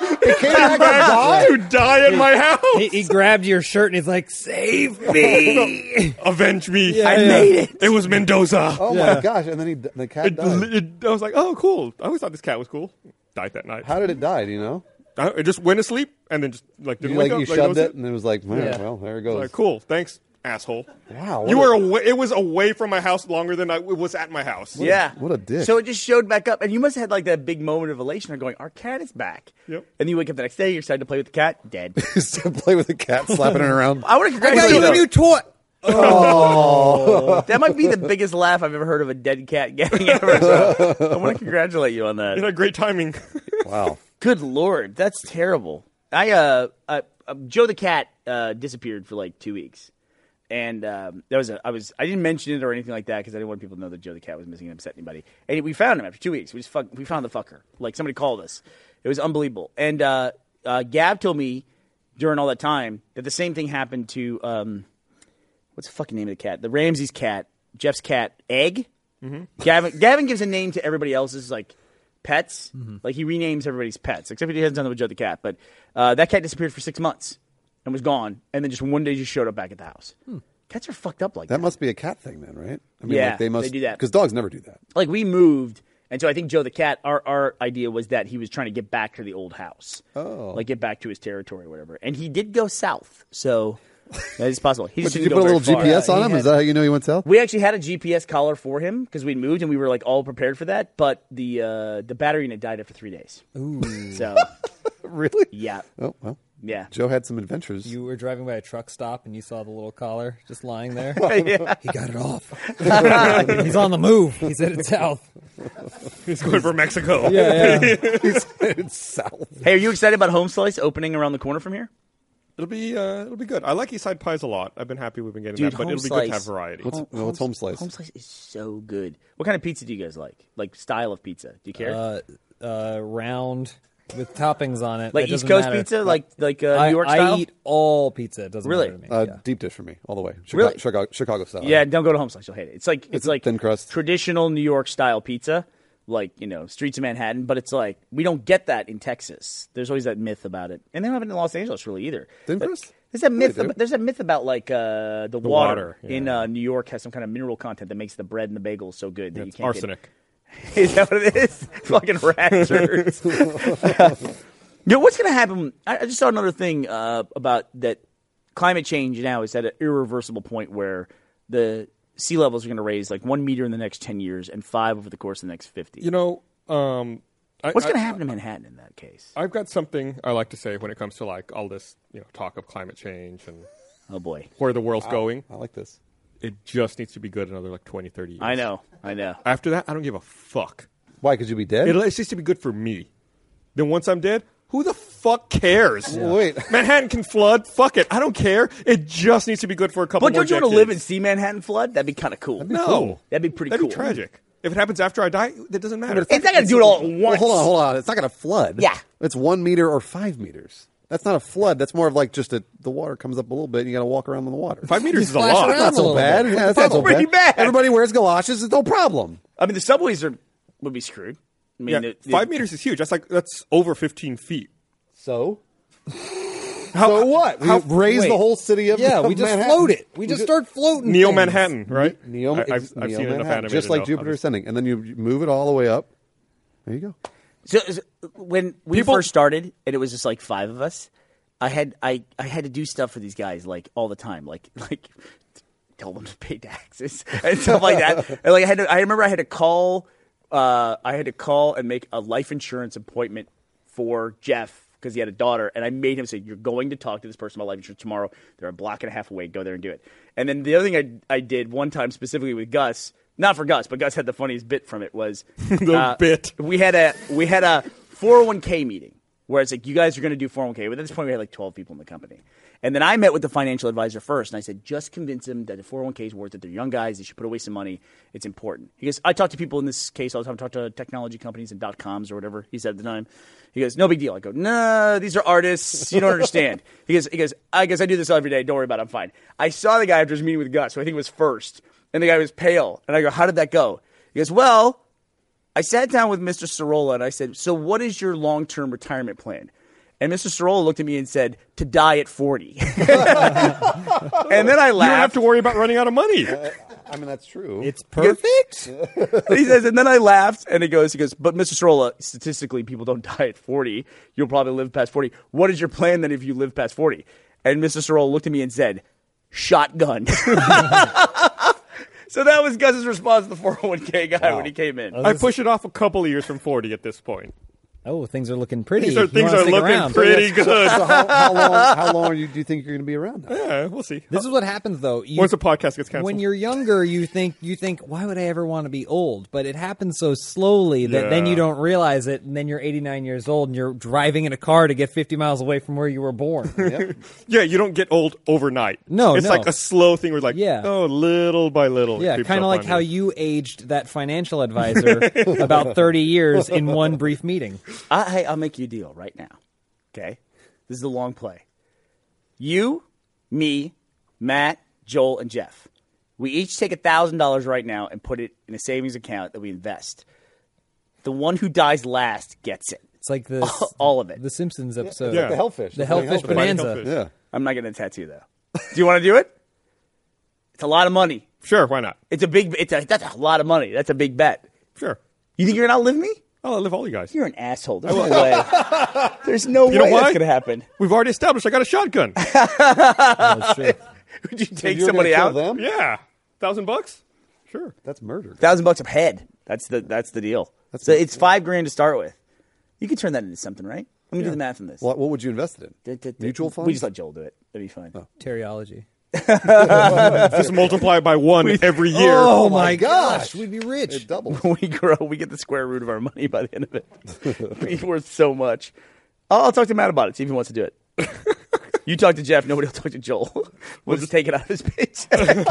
S2: It came back and died.
S10: You die in my house.
S4: He, he grabbed your shirt and he's like,
S3: [LAUGHS]
S4: "Save me!"
S10: Avenge
S1: [LAUGHS]
S10: me.
S4: Yeah, I yeah. made
S10: it. It was Mendoza.
S2: Oh my gosh! And then he d- the cat
S10: It-
S2: died.
S10: it- I was like, oh, cool. I always thought this cat was cool. Died that night.
S2: How did it die? Do you know?
S10: I, it just went to sleep and then just like didn't
S2: You, like
S10: wake
S2: you
S10: up. like, that
S2: shoved
S10: was
S2: it, and it was like, man,
S4: Yeah.
S2: well, there it
S10: Like,
S2: goes.
S10: cool. Thanks.
S1: asshole.
S2: Wow, what
S1: you
S2: a-
S1: were away, it was away from my house longer than I it was at my house.
S3: yeah.
S2: what a dick.
S3: So it just showed back up, and you must have had like that big moment of elation of going, our cat is back.
S1: Yep.
S3: And then you wake up the next day, you're excited to play with the cat, dead.
S2: Used to play with a [LAUGHS] cat, slapping it around.
S3: [LAUGHS]
S4: [LAUGHS]
S3: I want to
S4: I got
S3: congratulate
S4: you a new
S3: you.
S4: toy.
S3: though. That might be the biggest laugh I've ever heard of a dead cat [LAUGHS] getting
S4: [LAUGHS]
S3: ever. So I want to congratulate you on that.
S1: It had great timing.
S2: Wow.
S3: Good lord, that's terrible. I uh, uh, uh Joe the cat uh, disappeared for like two weeks, and um, that was a, I was I didn't mention it or anything like that because I didn't want people to know that Joe the cat was missing and upset anybody. And we found him after two weeks. We just fuck, we found the fucker. Like somebody called us. It was unbelievable. And uh, uh, Gab told me during all that time that the same thing happened to um, what's the fucking name of the cat? The Ramsey's cat, Jeff's cat, Egg. Gavin Gavin gives a name to everybody else's like pets. Like he renames everybody's pets, except he hasn't done that with Joe the cat. But uh, that cat disappeared for six months and was gone, and then just one day just showed up back at the house. Cats are fucked up like that.
S2: That must be a cat thing, then, right? I
S3: Yeah,
S2: like, they must
S3: they do that.
S2: because dogs never do that.
S3: Like we moved, and so I think Joe the cat. Our our idea was that he was trying to get back to the old house.
S2: Oh.
S3: like get back to his territory or whatever. And he did go south, so that is possible. He
S2: But
S3: just
S2: did you
S3: didn't
S2: put a
S3: go
S2: little
S3: very far.
S2: GPS on him? Is that how you know he went south?
S3: We actually had a GPS collar for him because we moved and we were like all prepared for that, but the uh, the battery in it died after three days. Ooh. So
S2: really?
S3: yeah,
S2: [LAUGHS] Oh well.
S3: yeah.
S2: Joe had some adventures.
S4: You were driving by a truck stop and you saw the little collar just lying there.
S3: [LAUGHS] yeah.
S4: he got it off. [LAUGHS] He's on the move. He's headed south.
S1: It's going for Mexico.
S4: Yeah,
S1: [LAUGHS]
S4: yeah.
S2: it's [LAUGHS] south.
S3: [LAUGHS] Hey, are you excited about Home Slice opening around the corner from here?
S1: It'll be uh, it'll be good. I like East Side pies a lot. I've been happy we've been getting
S3: Dude,
S1: that, but
S3: home
S1: it'll be good
S3: slice.
S1: to have variety.
S2: What's, no, it's home slice.
S3: Home Slice is so good. What kind of pizza do you guys like? Like style of pizza? Do you care?
S4: Uh, uh, round with toppings on it.
S3: like
S4: That
S3: East
S4: doesn't
S3: Coast
S4: matter.
S3: pizza? Like like uh,
S4: I,
S3: New York
S4: I
S3: style?
S4: eat all pizza. It doesn't
S3: Really?
S4: matter to me.
S2: Uh,
S4: yeah.
S2: Deep dish for me, all the way. Chicago,
S3: Really?
S2: Chicago, Chicago style.
S3: Yeah, don't go to Home Slice. You'll hate it. It's like it's,
S2: a
S3: like
S2: thin crust.
S3: traditional New York style pizza, like you know streets of Manhattan. But it's like we don't get that in Texas. There's always that myth about it, and they don't have it in Los Angeles really either.
S2: Thin
S3: But
S2: crust?
S3: There's that myth.
S2: they do.
S3: About, there's that myth about like uh, the, water,
S1: water,
S3: in uh, New York has some kind of mineral content that makes the bread and the bagels so good that you
S1: It's
S3: can't get-
S1: arsenic.
S3: [LAUGHS] is that what it is? Fucking ratchers. [LAUGHS] Yo, what's going to happen? I, I just saw another thing uh, about that climate change now is at an irreversible point where the sea levels are going to raise like one meter in the next 10 years and five over the course of the next 50.
S1: You know, um, I,
S3: what's
S1: I-
S3: going to happen to Manhattan in that case?
S1: I've got something I like to say when it comes to like all this, you know, talk of climate change and
S3: Oh, boy.
S1: where the world's going.
S2: I like this.
S1: It just needs to be good another like 20, 30 years.
S3: I know. I know.
S1: After that, I don't give a fuck.
S2: Why? Could you be dead?
S1: It'll, it's just to be good for me. Then once I'm dead, who the fuck cares?
S2: Wait.
S1: Manhattan can flood. Fuck it. I don't care. It just needs to be good for a couple.
S3: But
S1: more
S3: don't you want
S1: decades.
S3: to live and see Manhattan flood? That'd be kind of cool.
S1: No,
S3: That'd be pretty
S1: That'd
S3: cool.
S1: be tragic. If it happens after I die, that doesn't matter.
S3: It's not going to do it all at once.
S2: Well, hold on, hold on. It's not going to flood.
S3: Yeah.
S2: It's one meter or five meters. That's not a flood. That's more of like just a, the water comes up a little bit and you got to walk around on the water.
S1: Five meters is a
S4: splash
S1: lot.
S4: around.
S2: Oh, That's not
S4: a
S2: so
S4: little
S2: bad.
S4: bit.
S2: Yeah, that's not so
S3: Pretty
S2: bad.
S3: bad.
S2: Everybody wears galoshes. It's no problem.
S3: I mean, the subways are would be screwed. I mean,
S1: Yeah,
S3: the- the-
S1: five meters is huge. That's like that's over fifteen feet.
S2: So? so what? We
S1: how-
S2: raise
S4: wait.
S2: the whole city of
S4: Yeah,
S2: of
S4: we just
S2: Manhattan.
S4: float it. We just start floating.
S1: Neo
S4: things.
S1: Manhattan, right?
S2: Neo,
S1: I,
S2: it's
S1: I've, I've
S2: Neo
S1: seen enough
S2: Manhattan,
S1: animated.
S2: Just like
S1: enough
S2: Jupiter
S1: of it.
S2: Ascending. And then you you move it all the way up. There you go.
S3: So, so when we first started, and it was just like five of us, I had I, I had to do stuff for these guys like all the time, like [LAUGHS] like tell them to pay taxes [LAUGHS] and stuff like that.
S1: [LAUGHS]
S3: And like I had to, I remember I had to call uh, I had to call and make a life insurance appointment for Jeff because he had a daughter, and I made him say, "You're going to talk to this person about life insurance tomorrow. They're a block and a half away. Go there and do it." And then the other thing I I did one time specifically with Gus. Not for Gus, but Gus had the funniest bit from it was
S1: [LAUGHS]
S3: uh,
S1: The bit.
S3: we had a we had a 401k meeting where it's like you guys are going to do 401k but at this point we had like 12 people in the company and then i met with the financial advisor first and i said just convince them that the 401k is worth it they're young guys they should put away some money it's important he goes i talk to people in this case all the time I talk to technology companies and dot coms or whatever he said at the time he goes no big deal i go no these are artists you don't understand [LAUGHS] he goes he goes i guess i do this every day don't worry about it i'm fine i saw the guy after his meeting with gus who i think was first and the guy was pale and i go how did that go he goes well I sat down with Mr. Sorolla and I said, So what is your long term retirement plan? And Mr. Sorolla looked at me and said, To die at [LAUGHS] 40. and then I
S1: You don't have
S3: laughed.
S1: to worry about running out of money.
S4: Uh,
S2: I mean, that's true.
S4: It's perfect.
S3: he says, and then I laughed and he goes, he goes, But Mr. Sorolla, statistically, people don't [LAUGHS] die at 40. You'll probably live past 40. What is your plan then if you live past 40? And Mr. Sorolla looked at me and said, shotgun. [LAUGHS] so that was Gus's response to the 401k guy when he came in.
S1: I push it off a couple of years from 40 at this point.
S4: Oh, things are looking pretty.
S1: These are,
S4: You
S1: things
S4: wanna
S1: are
S4: stick
S1: looking
S4: around. [LAUGHS]
S1: pretty good.
S2: So how, how [LAUGHS] long? How long you, do you think you're going to be around? Now?
S1: yeah, Uh, we'll see.
S4: This is what happens though. You,
S1: Once the podcast gets canceled.
S4: when you're younger, you think you think, why would I ever want to be old? But it happens so slowly that then
S1: Yeah.
S4: you don't realize it, and then you're 89 years old and you're driving in a car to get 50 miles away from where you were born.
S1: [LAUGHS] yeah, you don't get old overnight.
S4: No,
S1: it's
S4: no.
S1: like a slow thing. Where like,
S4: Yeah.
S1: oh, little by little. it
S4: yeah,
S1: creeps
S4: kind of
S1: up
S4: like
S1: on
S4: how you aged that financial advisor
S1: [LAUGHS]
S4: about 30 years in one brief meeting.
S3: I, hey, I'll make you a deal right now. Okay? This is the long play. You, me, Matt, Joel, and Jeff. We each take $1,000 right now and put it in a savings account that we invest. The one who dies last gets it.
S4: It's
S3: [LAUGHS]
S4: like the
S3: All of it.
S4: the Simpsons episode,
S1: Yeah.
S2: The hellfish. That's
S4: the
S2: what
S4: Hellfish
S2: hellfish-
S4: Bonanza.
S1: Hellfish.
S2: Yeah.
S3: I'm not getting a tattoo, though. do you want to do it? It's a lot of money.
S1: Sure, why not?
S3: It's a big, it's a, that's a lot of money. That's a big bet.
S1: Sure,
S3: You think you're going to outlive me?
S1: I'll live all you guys.
S3: You're an asshole. There's [LAUGHS] no way. There's no
S1: You know
S3: way
S1: why?
S3: that's going to happen.
S1: We've already established I got a shotgun.
S2: [LAUGHS]
S4: That's true.
S3: Would you
S2: So
S3: take
S2: Oh, you're gonna
S3: somebody
S2: kill
S3: out?
S2: Them?
S1: yeah, thousand bucks. Sure.
S2: That's murder.
S3: thousand bucks a head. That's the that's the deal. so it's five grand to start with. You could turn that into something, right? Let me do the math on this.
S2: What, what would you invest it
S3: D-
S2: in?
S3: d- d-
S2: Mutual funds.
S3: We just let Joel do it. That'd be fine.
S4: Teriology.
S1: Just multiply it by one every year.
S4: Oh, my gosh, we'd be rich.
S2: it [LAUGHS] doubles.
S3: [LAUGHS] we grow. We get the square root of our money by the end of it. [LAUGHS] It's worth so much. I'll, I'll talk to Matt about it. See if he wants to do it. [LAUGHS] you talk to Jeff. Nobody will talk to Joel. [LAUGHS] We'll, just take it out of his paycheck.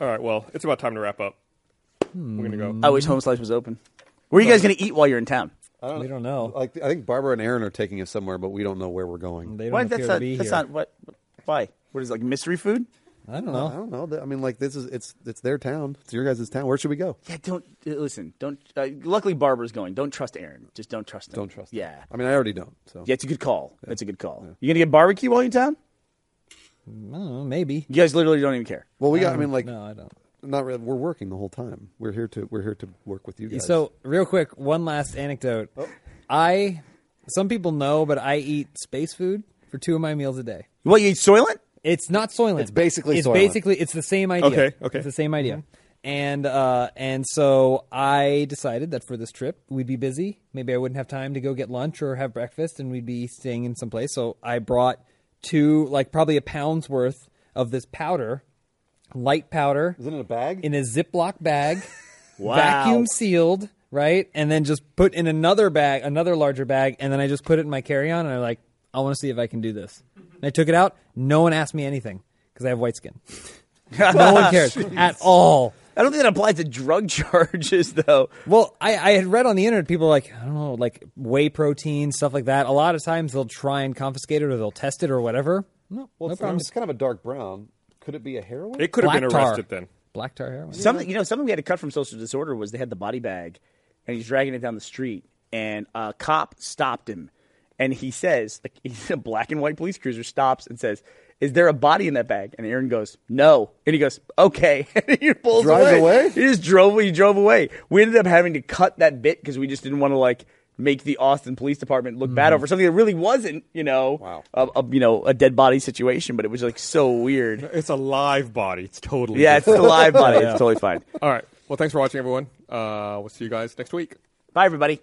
S1: All right, well, it's about time to wrap up. We're gonna go.
S3: I wish Home Slice was open. Where are you guys going to eat while you're in town?
S4: we don't know.
S2: Like I think Barbara and Aaron are taking us somewhere, but we don't know where we're going.
S4: they don't
S3: Why?
S4: appear
S3: That's
S4: to
S3: not.
S4: be
S3: That's
S4: here.
S3: not what. Why? What is it, like mystery food?
S4: I don't
S2: I
S3: Uh-huh.
S4: know.
S2: don't know. Th- I mean, like this is it's it's their town. It's your guys' town. Where should we go?
S3: Yeah, don't uh, listen. Don't. Uh, luckily, Barbara's going. Don't trust Aaron. Just don't trust him.
S2: Don't trust. them.
S3: Yeah.
S2: I mean, I already don't. So
S3: Yeah, it's a good call. That's a good call. You gonna get barbecue while you're in town?
S4: I don't know. Maybe.
S3: You guys literally don't even care.
S2: Well, we got. I mean, like
S4: No, I don't.
S2: not really. We're working the whole time. We're here to we're here to work with you guys.
S4: So, real quick, one last anecdote. I, some people know, but I eat space food for two of my meals a day.
S3: What you eat Soylent?
S4: It's not Soylent. It's
S2: basically
S4: It's
S2: Soylent.
S4: basically it's the same idea.
S1: Okay, okay.
S4: It's the same idea. And uh, and so I decided that for this trip we'd be busy. Maybe I wouldn't have time to go get lunch or have breakfast, and we'd be staying in some place. So I brought two, like probably a pound's worth of this powder, light powder,
S2: is it in a bag?
S4: in a Ziploc
S2: [LAUGHS]
S4: bag, vacuum sealed, right? And then just put in another bag, another larger bag, and then I just put it in my carry on and I'm like, I want to see if I can do this. And I took it out. No one asked me anything because I have
S2: [LAUGHS]
S4: white skin. no one cares at all.
S3: I don't think that applies to drug [LAUGHS] charges though.
S4: Well, I, I had read on the internet people are like, I don't know, like whey protein, stuff like that. A lot of times they'll try and confiscate it or they'll test it or whatever. No,
S2: well, it's,
S4: no
S2: it's
S4: problems.
S2: kind of a dark brown. Could it be a heroin?
S1: It could have been
S4: Black tar.
S1: arrested then.
S4: Black tar heroin.
S3: Something you know, something we had to cut from social disorder was they had the body bag, and he's dragging it down the street, and a cop stopped him, and he says, like, [LAUGHS] he's a black and white police cruiser stops and says. Is there a body in that bag? And Aaron goes, "No." And he goes, "Okay." [LAUGHS] And he pulls
S2: Drives away?
S3: He just drove. He drove away. We ended up having to cut that bit because we just didn't want to like make the Austin Police Department look bad over something that really wasn't, you know,
S2: Mm-hmm. Wow.
S3: a, a you know a dead body situation. But it was like so
S2: [LAUGHS]
S3: weird.
S1: It's a live body. It's totally
S3: Yeah, it's
S1: different.
S3: a live body. It's totally fine.
S1: all right. Well, thanks for watching, everyone. Uh, we'll see you guys next week.
S3: Bye, everybody.